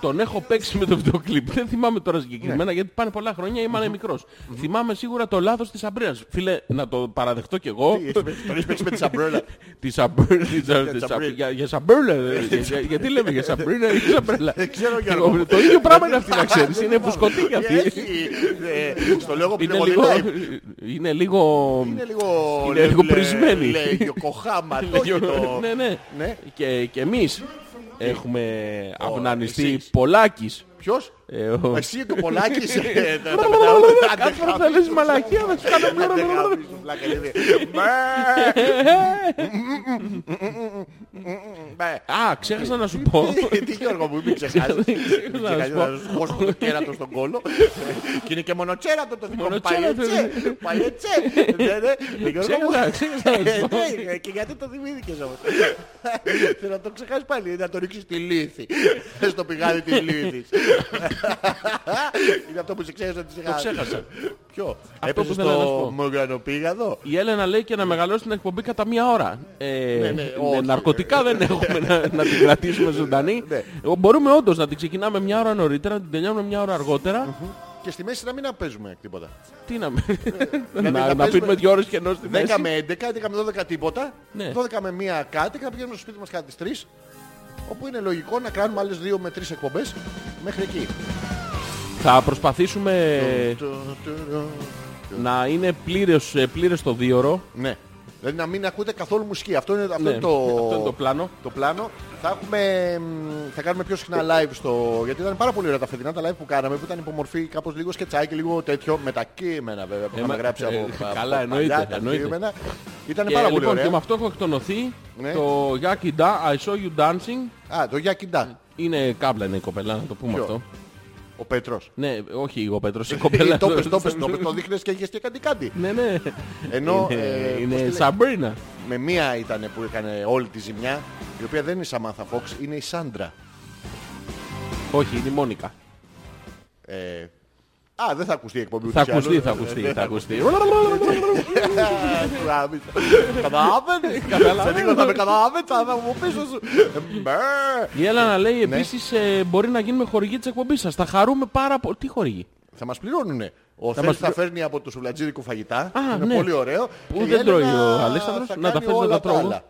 τον έχω παίξει με το βίντεο κλιπ. Δεν θυμάμαι τώρα συγκεκριμένα Ναι. γιατί πάνε πολλά χρόνια ήμουν μικρός. Θυμάμαι σίγουρα το λάθος της αμπρέλας. Φίλε, να το παραδεχτώ κι εγώ. Έχεις παίξει- Τον έχεις παίξει με τη σαμπρέλα. Τη σαμπρέλα. της- της- σαμπρέλα. για- Για σαμπρέλα. ε, για- για- Γιατί λέμε για σαμπρέλα ή σαμπρέλα. Δεν ξέρω, Εγώ- Γιώργο. Το ίδιο πράγμα είναι αυτή να ξέρεις. Είναι Λοιπόν, φουσκωτή για αυτή. Έχει, ε, Στο λόγο Είναι λίγο... πνευμονικά Είναι λίγο... Είναι λίγο... Είναι λίγο πρισμένη. Λέει Ιωκοχάμα. το όχι το- Ναι, ναι. Ναι. Και, και εμείς έχουμε αυνανιστεί εσείς. πολλάκις. Ποιος? Ε, ο- Εσύ το πολλάκι σε... Κάθε φορά θα λες μαλακία θα σου κάνω Α, ξέχασα να σου πω. Τι Γιώργο μου, μην ξεχάσεις. Μην ξεχάσεις να σου χώσω το κέρατο στον κόλο. Και είναι και μονοτσέρατο το δικό μου. Μονοτσέρατο, Παλιετσέ. Παλιετσέ. Ναι, ναι. Ε, Γιώργο μου. Ξέχασα, ξέχασα να σου πω. Ε, ναι, Και γιατί το θυμήθηκες όμως. Θέλω να το ξεχάσεις πάλι. Να το ρίξεις στη λύθη. Στο πηγάδι της λύθης. Είναι αυτό που σε ξέρεις ότι Το ξεχάσεις. ξέχασα. Ποιο. που Έπεσε ήθελα να σου στο πω. μογανοπήγαδο. Η Έλενα λέει και να μεγαλώσει την εκπομπή κατά μία ώρα. Ε, Ναι, ναι, ε, όχι. Ναρκωτικά δεν έχουμε να, να την κρατήσουμε ζωντανή. Ναι. Ε, Μπορούμε όντως να την ξεκινάμε μία ώρα νωρίτερα, να την τελειώνουμε μία ώρα αργότερα. Και στη μέση να μην απέζουμε τίποτα. Τι να, με- Ναι. να να, να παίζουμε- πίνουμε δύο ώρες και ενώ στη 10 μέση. με 11, 11 με 12 τίποτα. Ναι. 12 με 1 κάτι και να πηγαίνουμε στο σπίτι μας κάτι τις 3. Όπου είναι λογικό να κάνουμε άλλες 2 με 3 εκπομπές μέχρι εκεί. Θα προσπαθήσουμε Ναι, να είναι πλήρες, ε, πλήρες το δίωρο. Ναι. Δηλαδή να μην ακούτε καθόλου μουσική. Αυτό είναι, αυτό Ναι, είναι, το, αυτό είναι το πλάνο. το πλάνο. Θα, έχουμε, μ, θα κάνουμε πιο συχνά live στο... Γιατί ήταν πάρα πολύ ωραία τα φετινά τα live που κάναμε που ήταν υπομορφή κάπως λίγο σκετσάκι, λίγο τέτοιο με τα κείμενα βέβαια που Ε, είχαμε μα- γράψει ε, από, καλά, από παλιά εννοείται, τα εννοείται. κείμενα. Ήταν Και, πάρα πολύ λοιπόν, και με ωραία. αυτό έχω εκτονωθεί Ναι. το Yaki Da, I saw you dancing. Α, το Γιάκη Ντά, Είναι κάμπλα είναι η κοπέλα, να το πούμε Ποιο? αυτό. ο Πέτρος. Ναι, όχι εγώ Πέτρος, η Ε, κοπέλα. Το πες, το πες, το πες, το δείχνες και είχες και κάτι κάτι. Ναι, ναι. Ενώ είναι ε, πώς τη είναι λένε, Σαμπρίνα. με μία ήταν που έκανε όλη τη ζημιά, η οποία δεν είναι η Σαμάθα Φόξ, είναι η Σάντρα. Όχι, είναι η Μόνικα. Ε, α, δεν θα ακουστεί η εκπομπή Θα ούτως ή ακουστεί, άλλως. Ε, θα ακουστεί, θα ακουστεί. Καταλάβες. Καταλάβες. Σε λίγο θα με καταλάβες, θα θα μου πίσω σου. Μπε. Η Έλανα λέει επίσης ε, μπορεί να γίνουμε χορηγή της εκπομπής σας. Θα χαρούμε πάρα πολύ. Τι χορηγή. Θα μας πληρώνουνε. Ο μας Θέλης θα πληρώ- φέρνει από το σουβλατζίδικο φαγητά. Α, είναι ναι. πολύ ωραίο. Που Και η δεν τρώει Έλενα ο Αλέξανδρος. θα Να τα κάνει φέρεις να όλα τα τρώω. άλλα.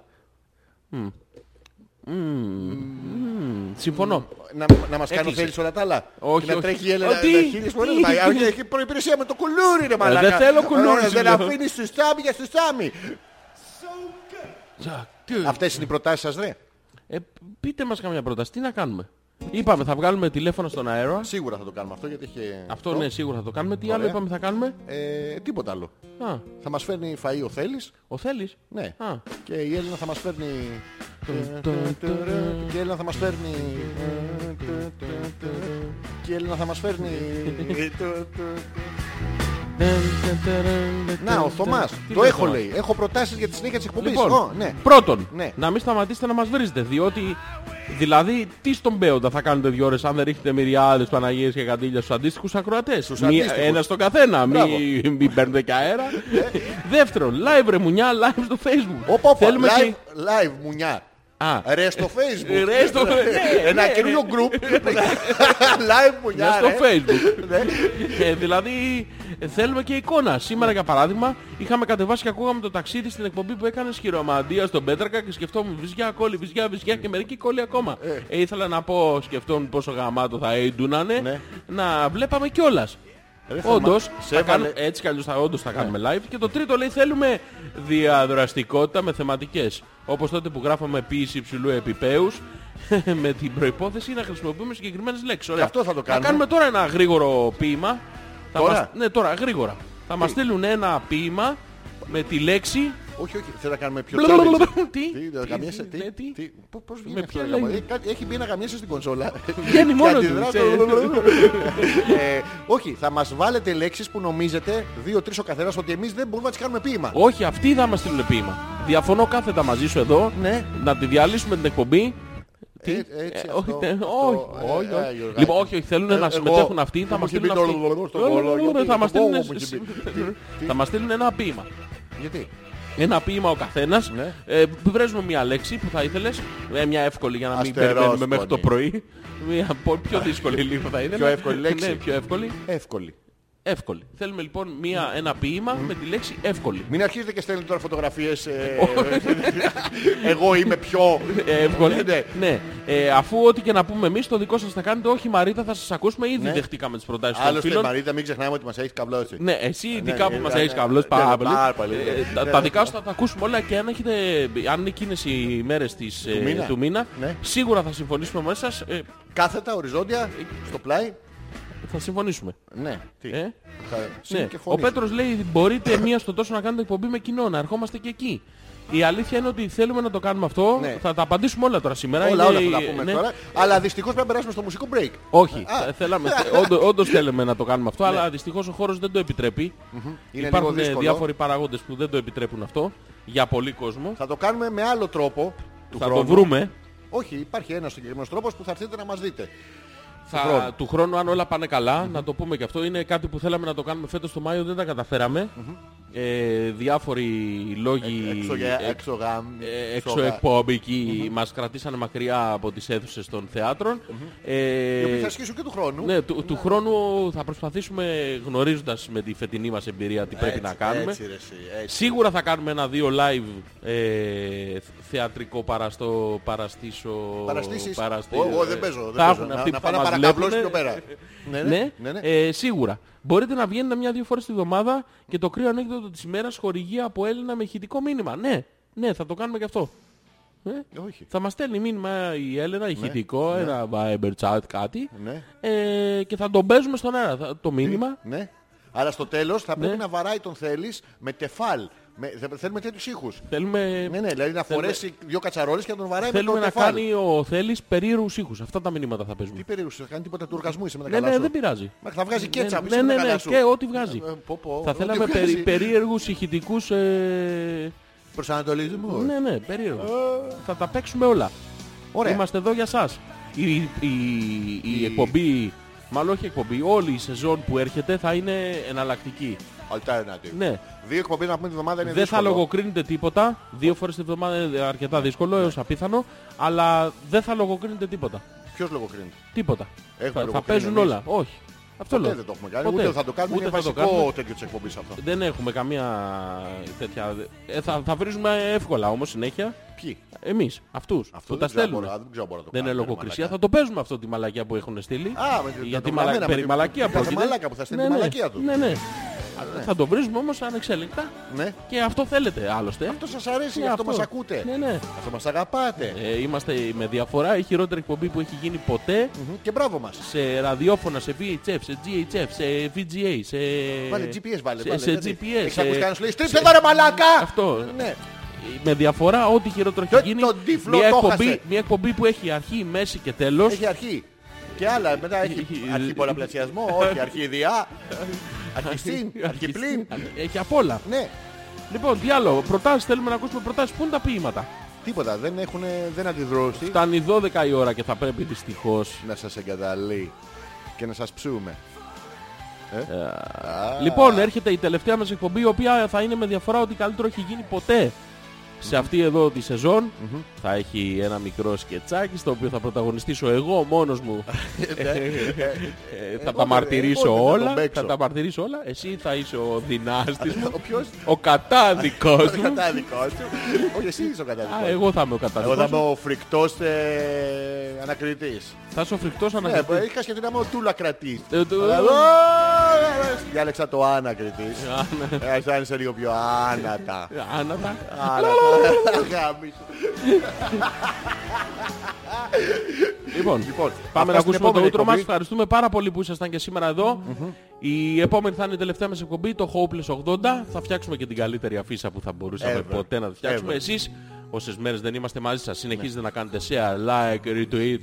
Συμφωνώ. Να, να μας κάνει Έκλεισε. θέλεις όλα τα άλλα. Όχι, Και να όχι. τρέχει η Έλενα Ότι- χίλιες φορές. Τι- Ε, Μα όχι, έχει προϋπηρεσία με το κουλούρι ρε μαλάκα. δεν θέλω κουλούρι, Ε, Δεν σου λέω. αφήνεις τους στάμι για στους στάμι. Αυτές είναι οι προτάσεις σας ναι. Ε, πείτε μας καμιά πρόταση, τι να κάνουμε. Είπαμε θα βγάλουμε τηλέφωνο στον αέρα. Σίγουρα θα το κάνουμε αυτό γιατί είχε... Αυτό ναι, σίγουρα θα το κάνουμε. Τι άλλο Ωραία. είπαμε θα κάνουμε. Ε, τίποτα άλλο. Α, Θα μας φέρνει φαΐ ο Θέλης. ο Θέλης. Ναι. Α. Και η Έλληνα θα μας φέρνει... Και η Έλληνα θα μας φέρνει... Και η Έλληνα θα μας φέρνει... Να, ο Θωμάς. Τι Το λέει ο έχω Θωμάς? λέει. Έχω προτάσεις για τη συνέχεια της εκπομπής. Λοιπόν, Ω, ναι. πρώτον, Ναι. να μην σταματήσετε να μας βρίζετε, διότι δηλαδή τι στον Πέοντα θα κάνετε δύο ώρες αν δεν ρίχνετε μυριάδες, Παναγίες και καντήλια στους αντίστοιχους ακροατές. Στους αντίστοιχους. Ένας στον καθένα, μην Μπράβο. Ναι. μη παίρνετε και αέρα. Δεύτερον, live ρε μουνιά, live στο facebook. Οπα, οπα, Θέλουμε live, και... live μουνιά. Α, Ρε στο facebook. Ρε στο- ναι, Ένα ναι, καινούριο ναι. group. Live που Μια για στο ρε. facebook. Ε, δηλαδή ε, θέλουμε και εικόνα. Σήμερα για παράδειγμα είχαμε κατεβάσει και ακούγαμε το ταξίδι στην εκπομπή που έκανε χειρομαντία στον Πέτρακα και σκεφτόμουν βυζιά κόλλη, βυζιά, βυζιά και μερικοί κόλλοι ακόμα. Ε, ήθελα να πω, σκεφτόμουν πόσο γαμάτο θα έντουνανε, Ναι. να βλέπαμε κιόλας. Θωμά, Όντω, σε έβαλε- έτσι κι αλλιώς θα, όντως θα κάνουμε live. Και το τρίτο λέει θέλουμε διαδραστικότητα με θεματικές. Όπως τότε που γράφαμε ποιήση υψηλού επιπέους με την προϋπόθεση να χρησιμοποιούμε συγκεκριμένες λέξεις. Ωραία. αυτό θα το κάνουμε. Θα κάνουμε τώρα ένα γρήγορο ποίημα. Θα Τώρα? μας- Ναι, τώρα, γρήγορα. Θα μας στείλουν ένα ποίημα με τη λέξη... Όχι, όχι, θέλω να κάνουμε πιο Blablabla. challenge. Τι? Τι, να Τι, γαμιέσαι, τι, τι, ναι, τι. τι, πώς- πώς βγαίνει αυτό ποια το γάμα, λέξη? κάτι- Έχει μπει ένα γαμιέσαι στην κονσόλα. Βγαίνει Και μόνο του, αντιδρά το- Ε, Όχι, θα μας βάλετε λέξεις που νομίζετε δύο-τρεις ο καθένας ότι εμείς δεν μπορούμε να τις κάνουμε ποίημα. Όχι, αυτοί θα μας στείλουν ποίημα. Διαφωνώ κάθετα μαζί σου εδώ. Ναι. Να τη διαλύσουμε την εκπομπή. Τι? Ε, έτσι Ε, αυτό, όχι, ναι, αυτό, όχι, ε, όχι, ε, όχι. ε, Γιωργάκη. Λοιπόν, όχι, όχι, θέλουν Ε, να εγώ- συμμετέχουν αυτοί, θα μου μας έχει στείλουν πει το αυτοί. λογό στο Ε, ε, κόλλο, ε, γιατί Θα μας το στείλουν πόγο μου έχει πει. Τι, θα τι, μας στείλουν ένα ποίημα. Γιατί. Ένα ποίημα ο καθένας. Ναι. ε, Βρέζουμε μια λέξη που θα ήθελες. ε, Μια εύκολη για να μην Αστερόσκονη. περιμένουμε μέχρι το πρωί. Μια πο- πιο δύσκολη λίγο θα ήθελα. Πιο εύκολη λέξη. Ναι, πιο εύκολη. Εύκολη. Εύκολη. Θέλουμε λοιπόν μια, ένα ποίημα με τη λέξη εύκολη. Μην αρχίζετε και στέλνετε τώρα φωτογραφίες. ε, Εγώ είμαι πιο... Ε, Εύκολη. Ναι. ναι. Ε, αφού ό,τι και να πούμε εμείς το δικό σας θα κάνετε, όχι Μαρίτα, θα σας ακούσουμε. Ήδη δεχτήκαμε τις προτάσεις των Ναι. Άλλωστε φίλων. Μαρίτα μην ξεχνάμε ότι μας έχεις καβλώσει. Ναι, εσύ ειδικά ναι, που ναι, μας ναι, έχεις ναι, καβλώσει ναι, ναι, πάρα πάρα πολύ. πολύ, Ε, ναι. τα- Ναι, Τα ναι, δικά σου θα τα ακούσουμε όλα και αν έχετε, ε, αν είναι εκείνες οι μέρες της, ε, μήνα. του μήνα, Ναι. σίγουρα θα συμφωνήσουμε μαζί σας. ε, Κάθετα, οριζόντια, στο πλάι. Θα συμφωνήσουμε. Ναι. Τι. Ε? Θα- Ναι. συν και Ο φωνή. Πέτρος λέει μπορείτε μία στο τόσο να κάνετε εκπομπή με κοινό, να ερχόμαστε και εκεί. Η αλήθεια είναι ότι θέλουμε να το κάνουμε αυτό. Ναι. Θα τα απαντήσουμε όλα τώρα σήμερα. Όλα, Είναι- όλα θα τα πούμε ναι. τώρα. Αλλά δυστυχώς πρέπει να περάσουμε στο μουσικό break. Όχι, Α. Ναι. θα- θέλαμε, όντως, όντως θέλουμε να το κάνουμε αυτό, αλλά δυστυχώς ο χώρος δεν το επιτρέπει. Είναι Υπάρχουν ε, λίγο δύσκολο. διάφοροι παραγόντες που δεν το επιτρέπουν αυτό για πολύ κόσμο. Θα το κάνουμε με άλλο τρόπο. Του θα χρόνου. το βρούμε. Όχι, υπάρχει ένας συγκεκριμένος τρόπος που θα έρθετε να μας δείτε. Θα, χρόνου. του, χρόνου. αν όλα πάνε καλά, να το πούμε και αυτό, είναι κάτι που θέλαμε να το κάνουμε φέτος το Μάιο, δεν τα καταφεραμε Ε, διάφοροι λόγοι Εξωγα- ε, Εξωγάμ. ε, εξωγα- εξωεκπομπικοί μας κρατήσανε μακριά από τις αίθουσες των θεάτρων. Ε, Οι οποίοι θα ασκήσουν και του χρόνου. Ναι, του, του χρόνου θα προσπαθήσουμε γνωρίζοντας με τη φετινή μας εμπειρία τι πρέπει να κάνουμε. Έτσι, ρε, εσύ, έτσι. Σίγουρα θα κάνουμε ένα-δύο live ε, θεατρικό παραστό, παραστήσω... Παραστήσεις. παραστή- Εγώ- Εγώ δεν παίζω. Θα δεν παίζω. έχουν Να- αυτοί Να που θα πάνε μας παρακαβλώσει πιο βλέπουνε. πέρα. Ναι, Ναι, ναι, ναι. Ε, σίγουρα. Μπορείτε να βγαίνετε μια-δύο φορές τη βδομάδα και το κρύο ανέκδοτο της ημέρας χορηγεί από Έλληνα με ηχητικό μήνυμα. Ναι, ναι, θα το κάνουμε και αυτό. Ε, Όχι. θα μας στέλνει μήνυμα η Έλενα, ηχητικό, ένα Viber chat, κάτι. Ναι. Ε, και θα τον παίζουμε στον αέρα θα- το μήνυμα. Ναι. Αλλά στο τέλος θα πρέπει Ναι. να βαράει τον θέλεις με τεφάλ. Με- θα- Θέλουμε τέτοιους ήχους. Θέλουμε, Ναι, ναι, δηλαδή να Ε, Θέλουμε- φορέσει δύο κατσαρόλες και να τον βαράει με θέλουμε τον να τεφάλ. κάνει ο Θέλης περίεργους ήχους. Αυτά τα μηνύματα θα παίζουμε. Τι περίεργο, θα κάνει τίποτα του οργασμού είσαι με τα Ναι, καλά ναι, σου. δεν πειράζει. Μα, Θα βγάζει κέτσα, ναι, ναι, ναι, και ό,τι βγάζει. Ε, πω, πω, θα ό,τι θέλαμε βγάζει. περί, περίεργους ηχητικούς... Ε, Προσανατολισμό. ναι, ναι, περίεργους. θα τα παίξουμε όλα. Ωραία. Είμαστε εδώ για σας. Η, η, η, η εκπομπή, μάλλον όχι εκπομπή, όλη η σεζόν που έρχεται θα είναι εναλλακτική. Alternative. Ναι. Δύο εκπομπές να πούμε τη βδομάδα είναι Δεν θα δύσκολο. λογοκρίνετε τίποτα. Δύο φορές τη βδομάδα είναι αρκετά δύσκολο έως απίθανο. Αλλά δεν θα λογοκρίνετε τίποτα. Ποιος λογοκρίνει. Τίποτα. Έχουμε Θα, θα λογοκρίνει παίζουν εμείς. όλα. Όχι. Αυτό Ποτέ λέω. Ε, δεν το έχουμε κάνει. Ποτέ. Ούτε θα το κάνουμε. Ούτε είναι θα το βασικό κάνουμε. τέτοιο της εκπομπής αυτό. Δεν έχουμε καμία τέτοια... Ε, θα, θα βρίζουμε εύκολα όμως συνέχεια. Ποιοι. Εμείς. Αυτούς. Αυτό που τα δεν ξέρω, στέλνουν. μπορώ- δεν ξέρω μπορώ να το Δεν είναι κάνω, λογοκρισία. μαλακά. Θα το παίζουμε αυτό τη μαλακία που έχουν στείλει. Α, με- τα- Γιατί τα μαλα... γραμμένα, με περί την- μαλακία κάθε πρόκειται. μαλάκα που θα στέλνει τη μαλακία του. Ναι, ναι. Θα το βρίζουμε όμως ανεξέλεγκτα. Ναι. Και αυτό θέλετε άλλωστε. Αυτό σας αρέσει, Ναι, γι' αυτό αυτό. μας ακούτε. Ναι, ναι. Αυτό μας αγαπάτε. Ε, είμαστε με διαφορά η χειρότερη εκπομπή που έχει γίνει ποτέ Μμμ, Και μπράβο μας. σε ραδιόφωνα, σε VHF, σε GHF, σε VGA, σε... Βάλε GPS, βάλε. Ε, σε, βάλε, σε έτσι. GPS. Έχεις ε, σε- ακούσει κανένα σου λέει «Στρίψε εδώ ρε μαλάκα». Αυτό. Ναι. Με διαφορά ό,τι χειρότερο Το- έχει γίνει. τον τύφλο μια, το εκπομπή, χάσε. μια εκπομπή που έχει αρχή, μέση και τέλος. Έχει αρχή. Και άλλα, μετά έχει Έχει- ε, αρχή πολλαπλασιασμό, όχι αρχή διά, αρχή συν, αρχή πλην. Έχει απ' όλα. Ναι, Λοιπόν, τι άλλο. Προτάσεις, θέλουμε να ακούσουμε προτάσεις. Πού είναι τα ποίηματα. τίποτα, δεν έχουν, δεν αντιδρώσει Φτάνει 12 η ώρα και θα πρέπει δυστυχώς. να σας εγκαταλεί και να σας ψούμε. Λοιπόν, έρχεται η τελευταία μας εκπομπή, η οποία θα είναι με διαφορά ότι καλύτερο έχει γίνει ποτέ. Σε αυτή εδώ τη σεζον θα έχει ένα μικρό σκετσάκι στο οποίο θα πρωταγωνιστήσω εγώ μόνος μου. Ναι. Ε, θα δεν- τα εγώ δεν μαρτυρήσω θα όλα. τον παίξω. Θα τα μαρτυρήσω όλα. Εσύ θα είσαι ο δυνάστης μου. Ο ποιος? Ο κατάδικος Ο μου. κατάδικος σου. Όχι, εσύ είσαι ο κατάδικος. Α, εγώ θα είμαι ο Εγώ θα είμαι κατάδικος. ο φρικτός ε, ανακριτής. Θα είσαι ο φρικτός Ναι, ανακριτής. είχα σχεδόν να είμαι ο Τούλα κρατής. Ε, το- Αλλά εδώ, ε, Διάλεξα το Άννα κριτής. ναι. Ε, Ας άνοιξε λίγο πιο Ε, άνατα. Άνατα. Άνατα. Γάμισο. Λοιπόν, Λοιπόν, πάμε αυτά να στην ακούσουμε το επόμενη ούτρο μας. εκπομπή. Ευχαριστούμε πάρα πολύ που ήσασταν και σήμερα εδώ. Η επόμενη θα είναι η τελευταία μας εκπομπή, το Hopeless 80. Θα φτιάξουμε και την καλύτερη αφίσα που θα μπορούσαμε Ever. ποτέ να τη φτιάξουμε. Ever. Εσείς, όσες μέρες δεν είμαστε μαζί σας, συνεχίζετε να κάνετε share, like, retweet,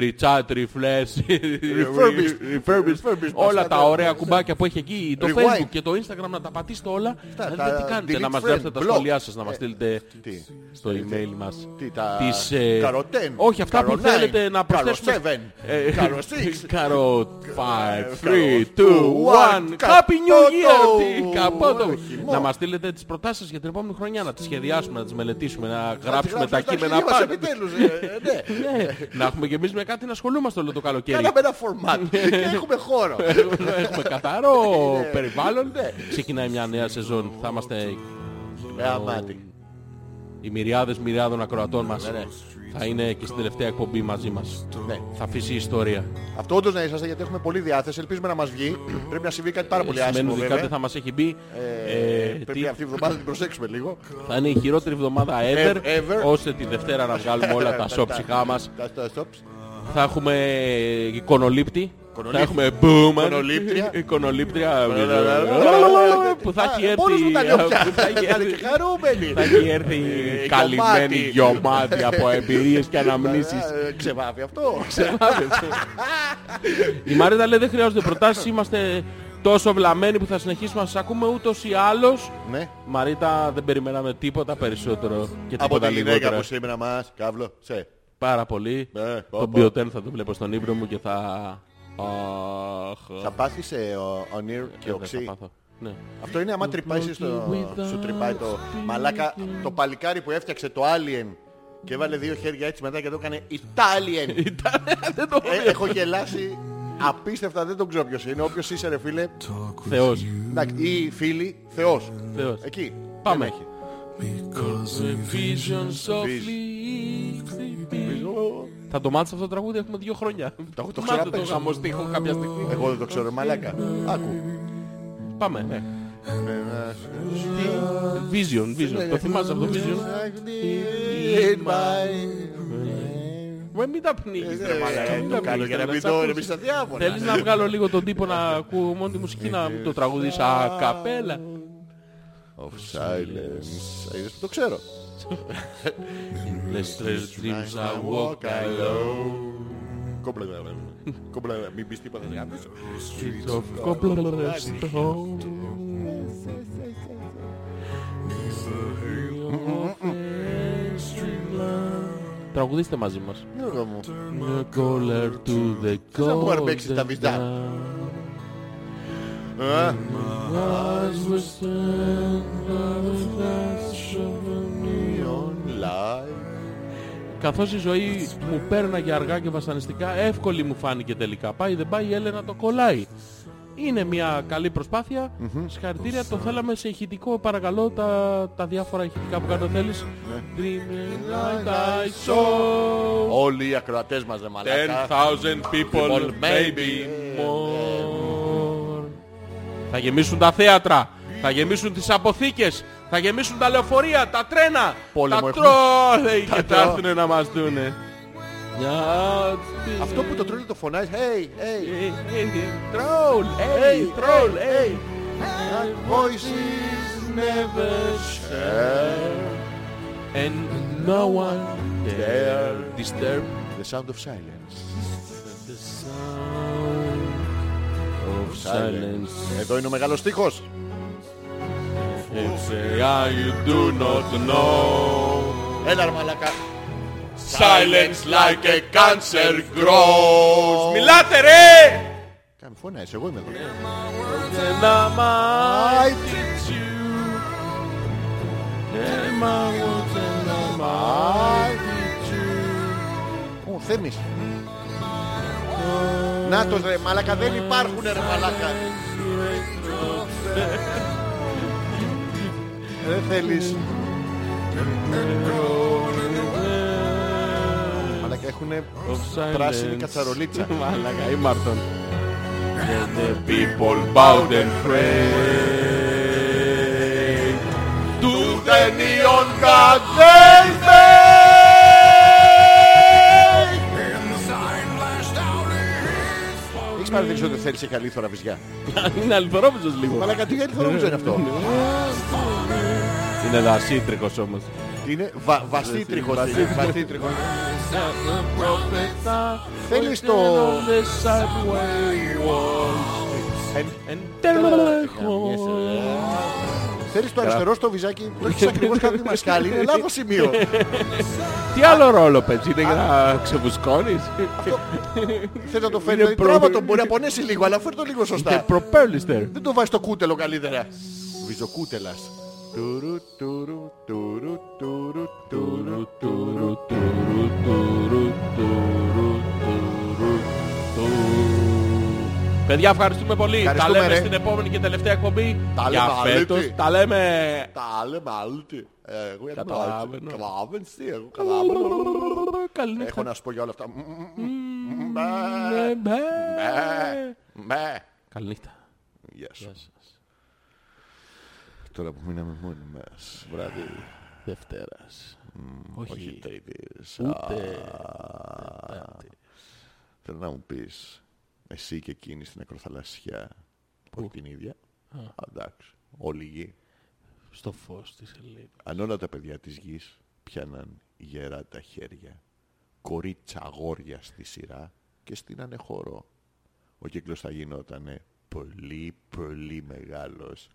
rechat, refresh, Refurbished, Ε, refurbished, refurbished. όλα τα Αυτά ωραία κουμπάκια που έχει εκεί, το Rewind. Facebook και το Instagram να τα πατήσετε όλα. Να δείτε τα τι κάνετε, delete να μας friend, γράψετε τα block. σχόλιά σας, να μας Ε, στείλετε τι. Ε, στο email μας. Τι τα... Τις, ε, Καροτέν. Όχι, αυτά που θέλετε να προσθέσουμε. Καροσέβεν. Ε, Καροσίξ. Καρο 5, 3, 2, 1. Ε, two, one. Happy New Year! Καπότο. Τι καπότο. Χυμό. Να μας στείλετε τις προτάσεις για την επόμενη χρονιά, να τις σχεδιάσουμε, να τις μελετήσουμε, να γράψουμε τα Γράψτε κείμενα αρχεία μας πάνω. Επιτέλους, ε, ναι. Ναι, να έχουμε και εμείς με κάτι να ασχολούμαστε όλο το καλοκαίρι. Ε, Κάναμε ένα format και έχουμε χώρο. Ε, Έχουμε- Έχουμε καθαρό περιβάλλον. Ξεκινάει μια νέα σεζόν. Θα είμαστε Ναι. Με αμάτι. οι μυριάδες μυριάδων ακροατών μας. Θα είναι και στην τελευταία εκπομπή μαζί μας. Ναι. Θα αφήσει η ιστορία. Αυτό όντως να είσαστε γιατί έχουμε πολλή διάθεση. Ελπίζουμε να μας βγει. Πρέπει να συμβεί κάτι πάρα πολύ Σημαίνει άσχημο Ε, ότι κάτι βέβαια. θα μας έχει μπει. Ε, ε, Πρέπει τι- αυτή η εβδομάδα να την προσέξουμε λίγο. Θα είναι η χειρότερη εβδομάδα ever, Ε, ever. ώστε τη Δευτέρα να βγάλουμε όλα τα σόψυχά μας. Τα- τα stops. Θα έχουμε εικονολήπτη. Θα Εικονολήπτη. έχουμε boomer. Εικονολήπτρια. Εικονολήπτρια. Ε, Ε, Που θα έχει Α, έρθει. μόνος μου ε, τα λέω πια. που θα έχει Ήταν έρθει- και χαρούμενοι. Θα έχει έρθει Ε, γεμάτη. καλυμμένη γεωμάτη από εμπειρίες και αναμνήσεις. Ε, Ξεβάβει αυτό. Η Μαρίτα λέει δεν χρειάζονται προτάσεις, είμαστε τόσο βλαμμένοι που θα συνεχίσουμε να σας ακούμε ούτως ή άλλως. Ναι. Μαρίτα δεν περιμέναμε τίποτα περισσότερο και Από τίποτα τη γυναίκα λιγότερο. που σήμερα μας Ε. καύλωσε. Πάρα πολύ. Ναι, πω, Τον πω. Πιωτέν θα τον βλέπω στον ύπνο μου και θα... Αχ, Θα πάθεις ε, ο- ονείρ και δεν θα οξύ. πάθω. Ναι. Αυτό είναι άμα τρυπάει στο... Σου τρυπάει το... Μαλάκα, το παλικάρι που έφτιαξε το Alien και έβαλε δύο χέρια έτσι μετά και το έκανε Italian. Δεν το Ε, Έχω γελάσει απίστευτα, δεν τον ξέρω ποιος είναι. Όποιος είσαι ρε φίλε, Θεός. εντάξει, ή φίλοι, Θεός. Θεός. Εκεί. Πάμε. Δεν έχει. Θα το μάτσε αυτό το τραγούδι έχουμε δύο χρόνια. Το έχω- το Μάθε ξέρω απ' το έξω. γαμοστίχο κάποια στιγμή. Εγώ δεν το ξέρω, μαλάκα. Άκου. Πάμε. ναι. Vision, Vision. Το θυμάσαι αυτό το Vision. In my- Με Ε, μην τα πνίγεις ρε μαλάκα. Ε, μην Το τα κάνω πνίγεις, για να θέλω μην σ' το ακούσω. ρεμίσεις στα διάβολα. Θέλεις να βγάλω λίγο τον τύπο να ακούω μόνο τη μουσική να μην το τραγουδείς ακαπέλα. Of silence. Είδες που το ξέρω. The stress dreams I walk alone. Mm. Κόμπλα, ε, κόμπλα, μην πεις τίποτα να γάμισω. Streets of cobblestone. Τραγουδίστε μαζί μας. Γιώργο μου. The color to the να μου golden αρπέξεις τα βυζιά. dawn. Ε, As we stand by the flash of a neon light. Καθώς η ζωή μου πέρναγε αργά και βασανιστικά, εύκολη μου φάνηκε τελικά. Πάει δεν πάει, η Έλενα το κολλάει. Είναι μια καλή προσπάθεια. Συγχαρητήρια, το θέλαμε σε ηχητικό. Παρακαλώ τα, τα διάφορα ηχητικά που κάνω θέλεις. Dreaming like I saw Όλοι οι ακροατές μας ρε μαλάκα. 10,000 people, maybe more. Θα γεμίσουν τα θέατρα, θα γεμίσουν τις αποθήκες, θα γεμίσουν τα λεωφορεία, τα τρένα, Πόλεμο τα έχουμε. τρόλεϊ και τρο- θα έρθουνε να μας δούνε. Αυτό που το τρώνε το φωνάζεις. Hey, hey. Τρόλ, hey, τρόλ, hey. That voice is never shared. And no one dare disturb The sound of silence. the sound of silence. Εδώ είναι ο μεγάλος στίχος. It's a I you do not know. Έλα ρε μαλάκα. Silence like a cancer grows. Μιλάτε ρε! Κάνε φωνά, εσύ, εγώ είμαι εδώ. And I might teach you. And my words Θέμης. Να το ρε μαλάκα, δεν υπάρχουν ρε μαλάκα. Δεν θέλεις. Μαλάκα έχουνε πράσινη κατσαρολίτσα. Μαλάκα, ήμαρτον. And the people bowed and prayed to the neon god they made. Έχεις παρατηρήσει ότι θέλεις και καλή θωραβιζιά. Είναι αλυθορόβιζος λίγο. Μαλάκα, τι γιατί θωραβιζό είναι Ναι. αυτό. Είναι δασίτρικος όμως. Είναι βα- βασίτριχος. είναι, βασίτριχος. Θέλεις το... Θέλεις το αριστερό στο βυζάκι. Το έχεις ακριβώς κάτι μασκάλι. Είναι λάθος σημείο. Τι άλλο ρόλο παίζεις, είναι για να ξεβουσκώνεις. Θες να το φέρει. Είναι δηλαδή, προ- Τράβα τον μπορεί να πονέσει λίγο, αλλά φέρ το λίγο Και σωστά. προπέλιστερ. Δεν το βάζεις το κούτελο καλύτερα. Βυζοκούτελας. Τουρου, τουρου, τουρου, τουρου, τουρου, τουρου. Παιδιά, ευχαριστούμε πολύ. Τα Ευχαριστούμε, λέμε ρε. στην επόμενη και τελευταία εκπομπή. Τα Για λέμε, φέτος αλήτη. τα λέμε. Τα λέμε αλήτη. Εγώ είμαι Καταλάβαινε. αλήτη. ε, Καταλάβαινες τι, εγώ καταλάβαινε. Έχω Καληνύχτα. να σου πω για όλα αυτά. Μμμ, μμμ, μπε, Ε, μπε. μπε, μπε. Καληνύχτα. Γεια σου. Τώρα που μείναμε μόνοι μας, βράδυ, Δευτέρας. όχι Όχι. τρίτης. Ούτε. Θέλω να μου πεις, εσύ και εκείνη στην ακροθαλασσιά, όχι την ίδια, Α, εντάξει, όλη η γη. Στο φως της Ελλήνης. Αν όλα τα παιδιά της γης πιάναν γερά τα χέρια, κορίτσα αγόρια στη σειρά και στείνανε χώρο. Ο κύκλος θα γινότανε πολύ πολύ μεγάλος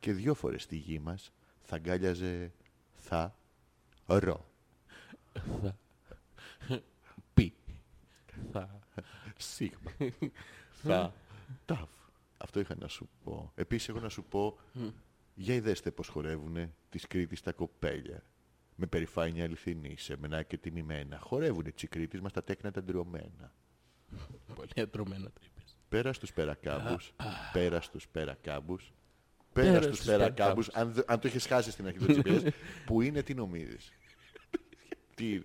και δυο φορές στη γη μας θα αγκάλιαζε θα ρο. Πι. Θα. Σίγμα. Θα. Ταφ. Αυτό είχα να σου πω. Επίσης έχω να σου πω, για ιδέστε πως χορεύουνε της Κρήτης τα κοπέλια. Με περηφάνεια αληθινή, σεμενά και τιμημένα. Χορεύουνε της Κρήτης μας τα τέκνα τα ντριωμένα. Πολύ ατρωμένα τα είπες. Πέρα στους περακάμπους, πέρα στους περακάμπους, πέρα στους στους περακάμπους, αν, δε- αν το έχεις χάσει στην αρχή του GPS, που είναι τι νομίζεις. τι είναι.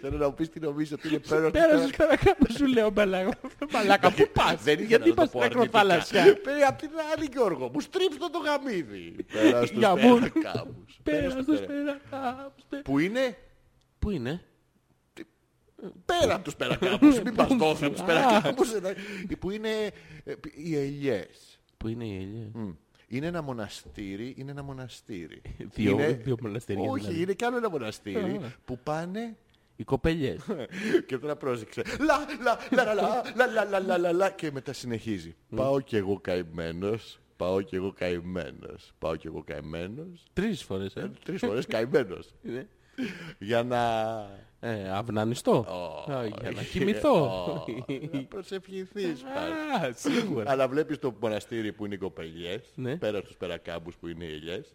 Θέλω να μου πεις τι νομίζεις ότι είναι πέρας στους Πέρα περακάμπους. στους παρακάτω σου λέω μπαλάκα. Μπαλάκα, πού πας. Δεν ήθελα Γιατί να το πας πω στην αρνητικά. Ε, ακροθάλασσια. Πέρα απ' την άλλη Γιώργο, μου στρίψτε το γαμίδι. Πέρα στους Για μου. περακάμπους. Πέρα στους στους περα- περακάτω. Που είναι Πού είναι. πέρα από τους περακάμπους. Μην πας τόσο από τους περακάμπους. Που είναι ε, οι ελιές. Πού είναι η Ελία. Μμ. Είναι ένα μοναστήρι, είναι ένα μοναστήρι. Δύο- δύο μοναστήρια Όχι, δηλαδή. είναι κι άλλο ένα μοναστήρι που πάνε Οι κοπελιές. και τώρα πρόσεξε. Λα, λα, λα, λα, λα, λα, λα, λα, λα, λα, και μετά συνεχίζει. Πάω κι εγώ καημένος, πάω κι εγώ καημένος, πάω κι εγώ καημένος, Τρεις φορές. ε. τρεις φορές καημένος. Είναι. Για να... Ε, αυνανιστώ. Α, Για να κοιμηθώ. να προσευχηθείς πάλι. Α, σίγουρα. Αλλά βλέπεις το μοναστήρι που είναι οι κοπελιές, Ναι. πέρα στους περακάμπους που είναι οι ελιές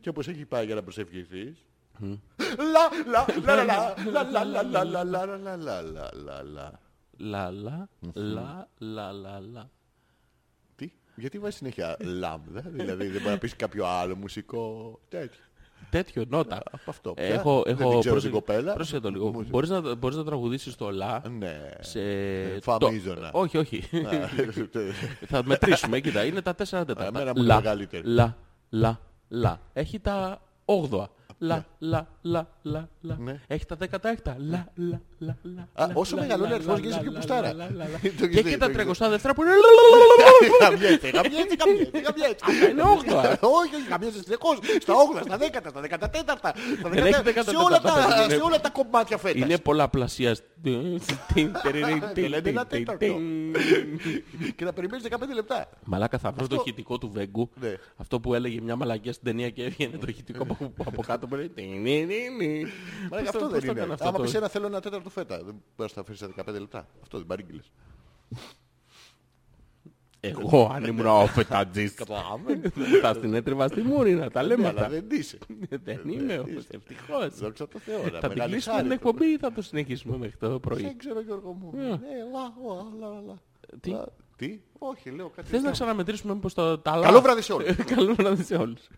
και όπως έχει πάει για να προσευχηθείς. Λα, λα, λα, λα, λα, λα, λα, λα, λα, λα, λα, λα, λα, λα, λα. Λα λα, λα λα λα λα. Τι, γιατί βάζεις συνέχεια λάμδα, δηλαδή δεν μπορεί να πεις κάποιο άλλο μουσικό, τέτοιο. Τέτοιο νότα. Από αυτό πια. Έχω, δεν έχω την ξέρω την κοπέλα. Πρόσεχε το λίγο. Μου- Μπορείς να, μπορείς να τραγουδήσεις το λα. Ναι. Σε... Φαμίζωνα. το- Όχι, όχι. Ναι. Θα μετρήσουμε. Κοίτα, είναι τα τέσσερα τέταρτα. Ε, εμένα μου είναι μεγαλύτερη. λα, λα, λα. Έχει τα όγδοα. Λα, λα, λα, λα, λα. Ναι. Έχει τα δέκατα έκτα. Λα, λα, λα, λα. Α, λα, όσο λα, μεγαλώνει ο λα, αριθμός λα, γίνεσαι λα, πιο λα, κουστάρα. λα, λα, λα. Το έχεις δει, Και έχει το τα έχεις δει. τριακοστά δευτρά που είναι. Γαμιέται, γαμιέται, γαμιέται, γαμιέται. είναι όγδοα. Όχι, όχι, γαμιέται συνεχώς. Στα όγδοα, στα δέκατα, στα δεκατατέταρτα. στα Δεν έχει δεκατέ- Σε όλα δεκατέταρτα, τα- είναι- σε όλα τα κομμάτια φέτας. Είναι πολλαπλασία. Ε, δηλαδή, Το λένε ένα τέταρτο. Και να περιμένεις 15 λεπτά. Μαλάκα θα βρω το Αυτό- ηχητικό του Βέγκου. Ναι. Αυτό που έλεγε μια μαλακία στην ταινία και έβγαινε το ηχητικό που που από κάτω που λέει. «Τι, νι, νι, νι». Μα Πώς το- αυτό πώς δεν το έκανε είναι. αυτό Άμα το- πεις ένα θέλω ένα τέταρτο φέτα. Δεν μπορείς να τα αφήσεις σε 15 λεπτά. Αυτό δεν παρήγγειλες. Εγώ αν ήμουν ο φετατζής θα στην έτρεβα στη μούρη να τα λέμε Ναι, Αλλά αυτά. δεν είσαι. Δεν είμαι όμως, ευτυχώς. Δόξα τω Θεώ. ρε, Θα την μεγάλη κλείσουμε χάρη. την εκπομπή ή θα το συνεχίσουμε μέχρι το πρωί. Δεν ξέρω Γιώργο μου. Ε, λα, ο, λα, λα, λα. Τι? Λα, Τι, όχι λέω κάτι. Θες να τέτοιο. ξαναμετρήσουμε μήπως το τα άλλα. Καλό βράδυ σε όλους. Καλό βράδυ σε όλους.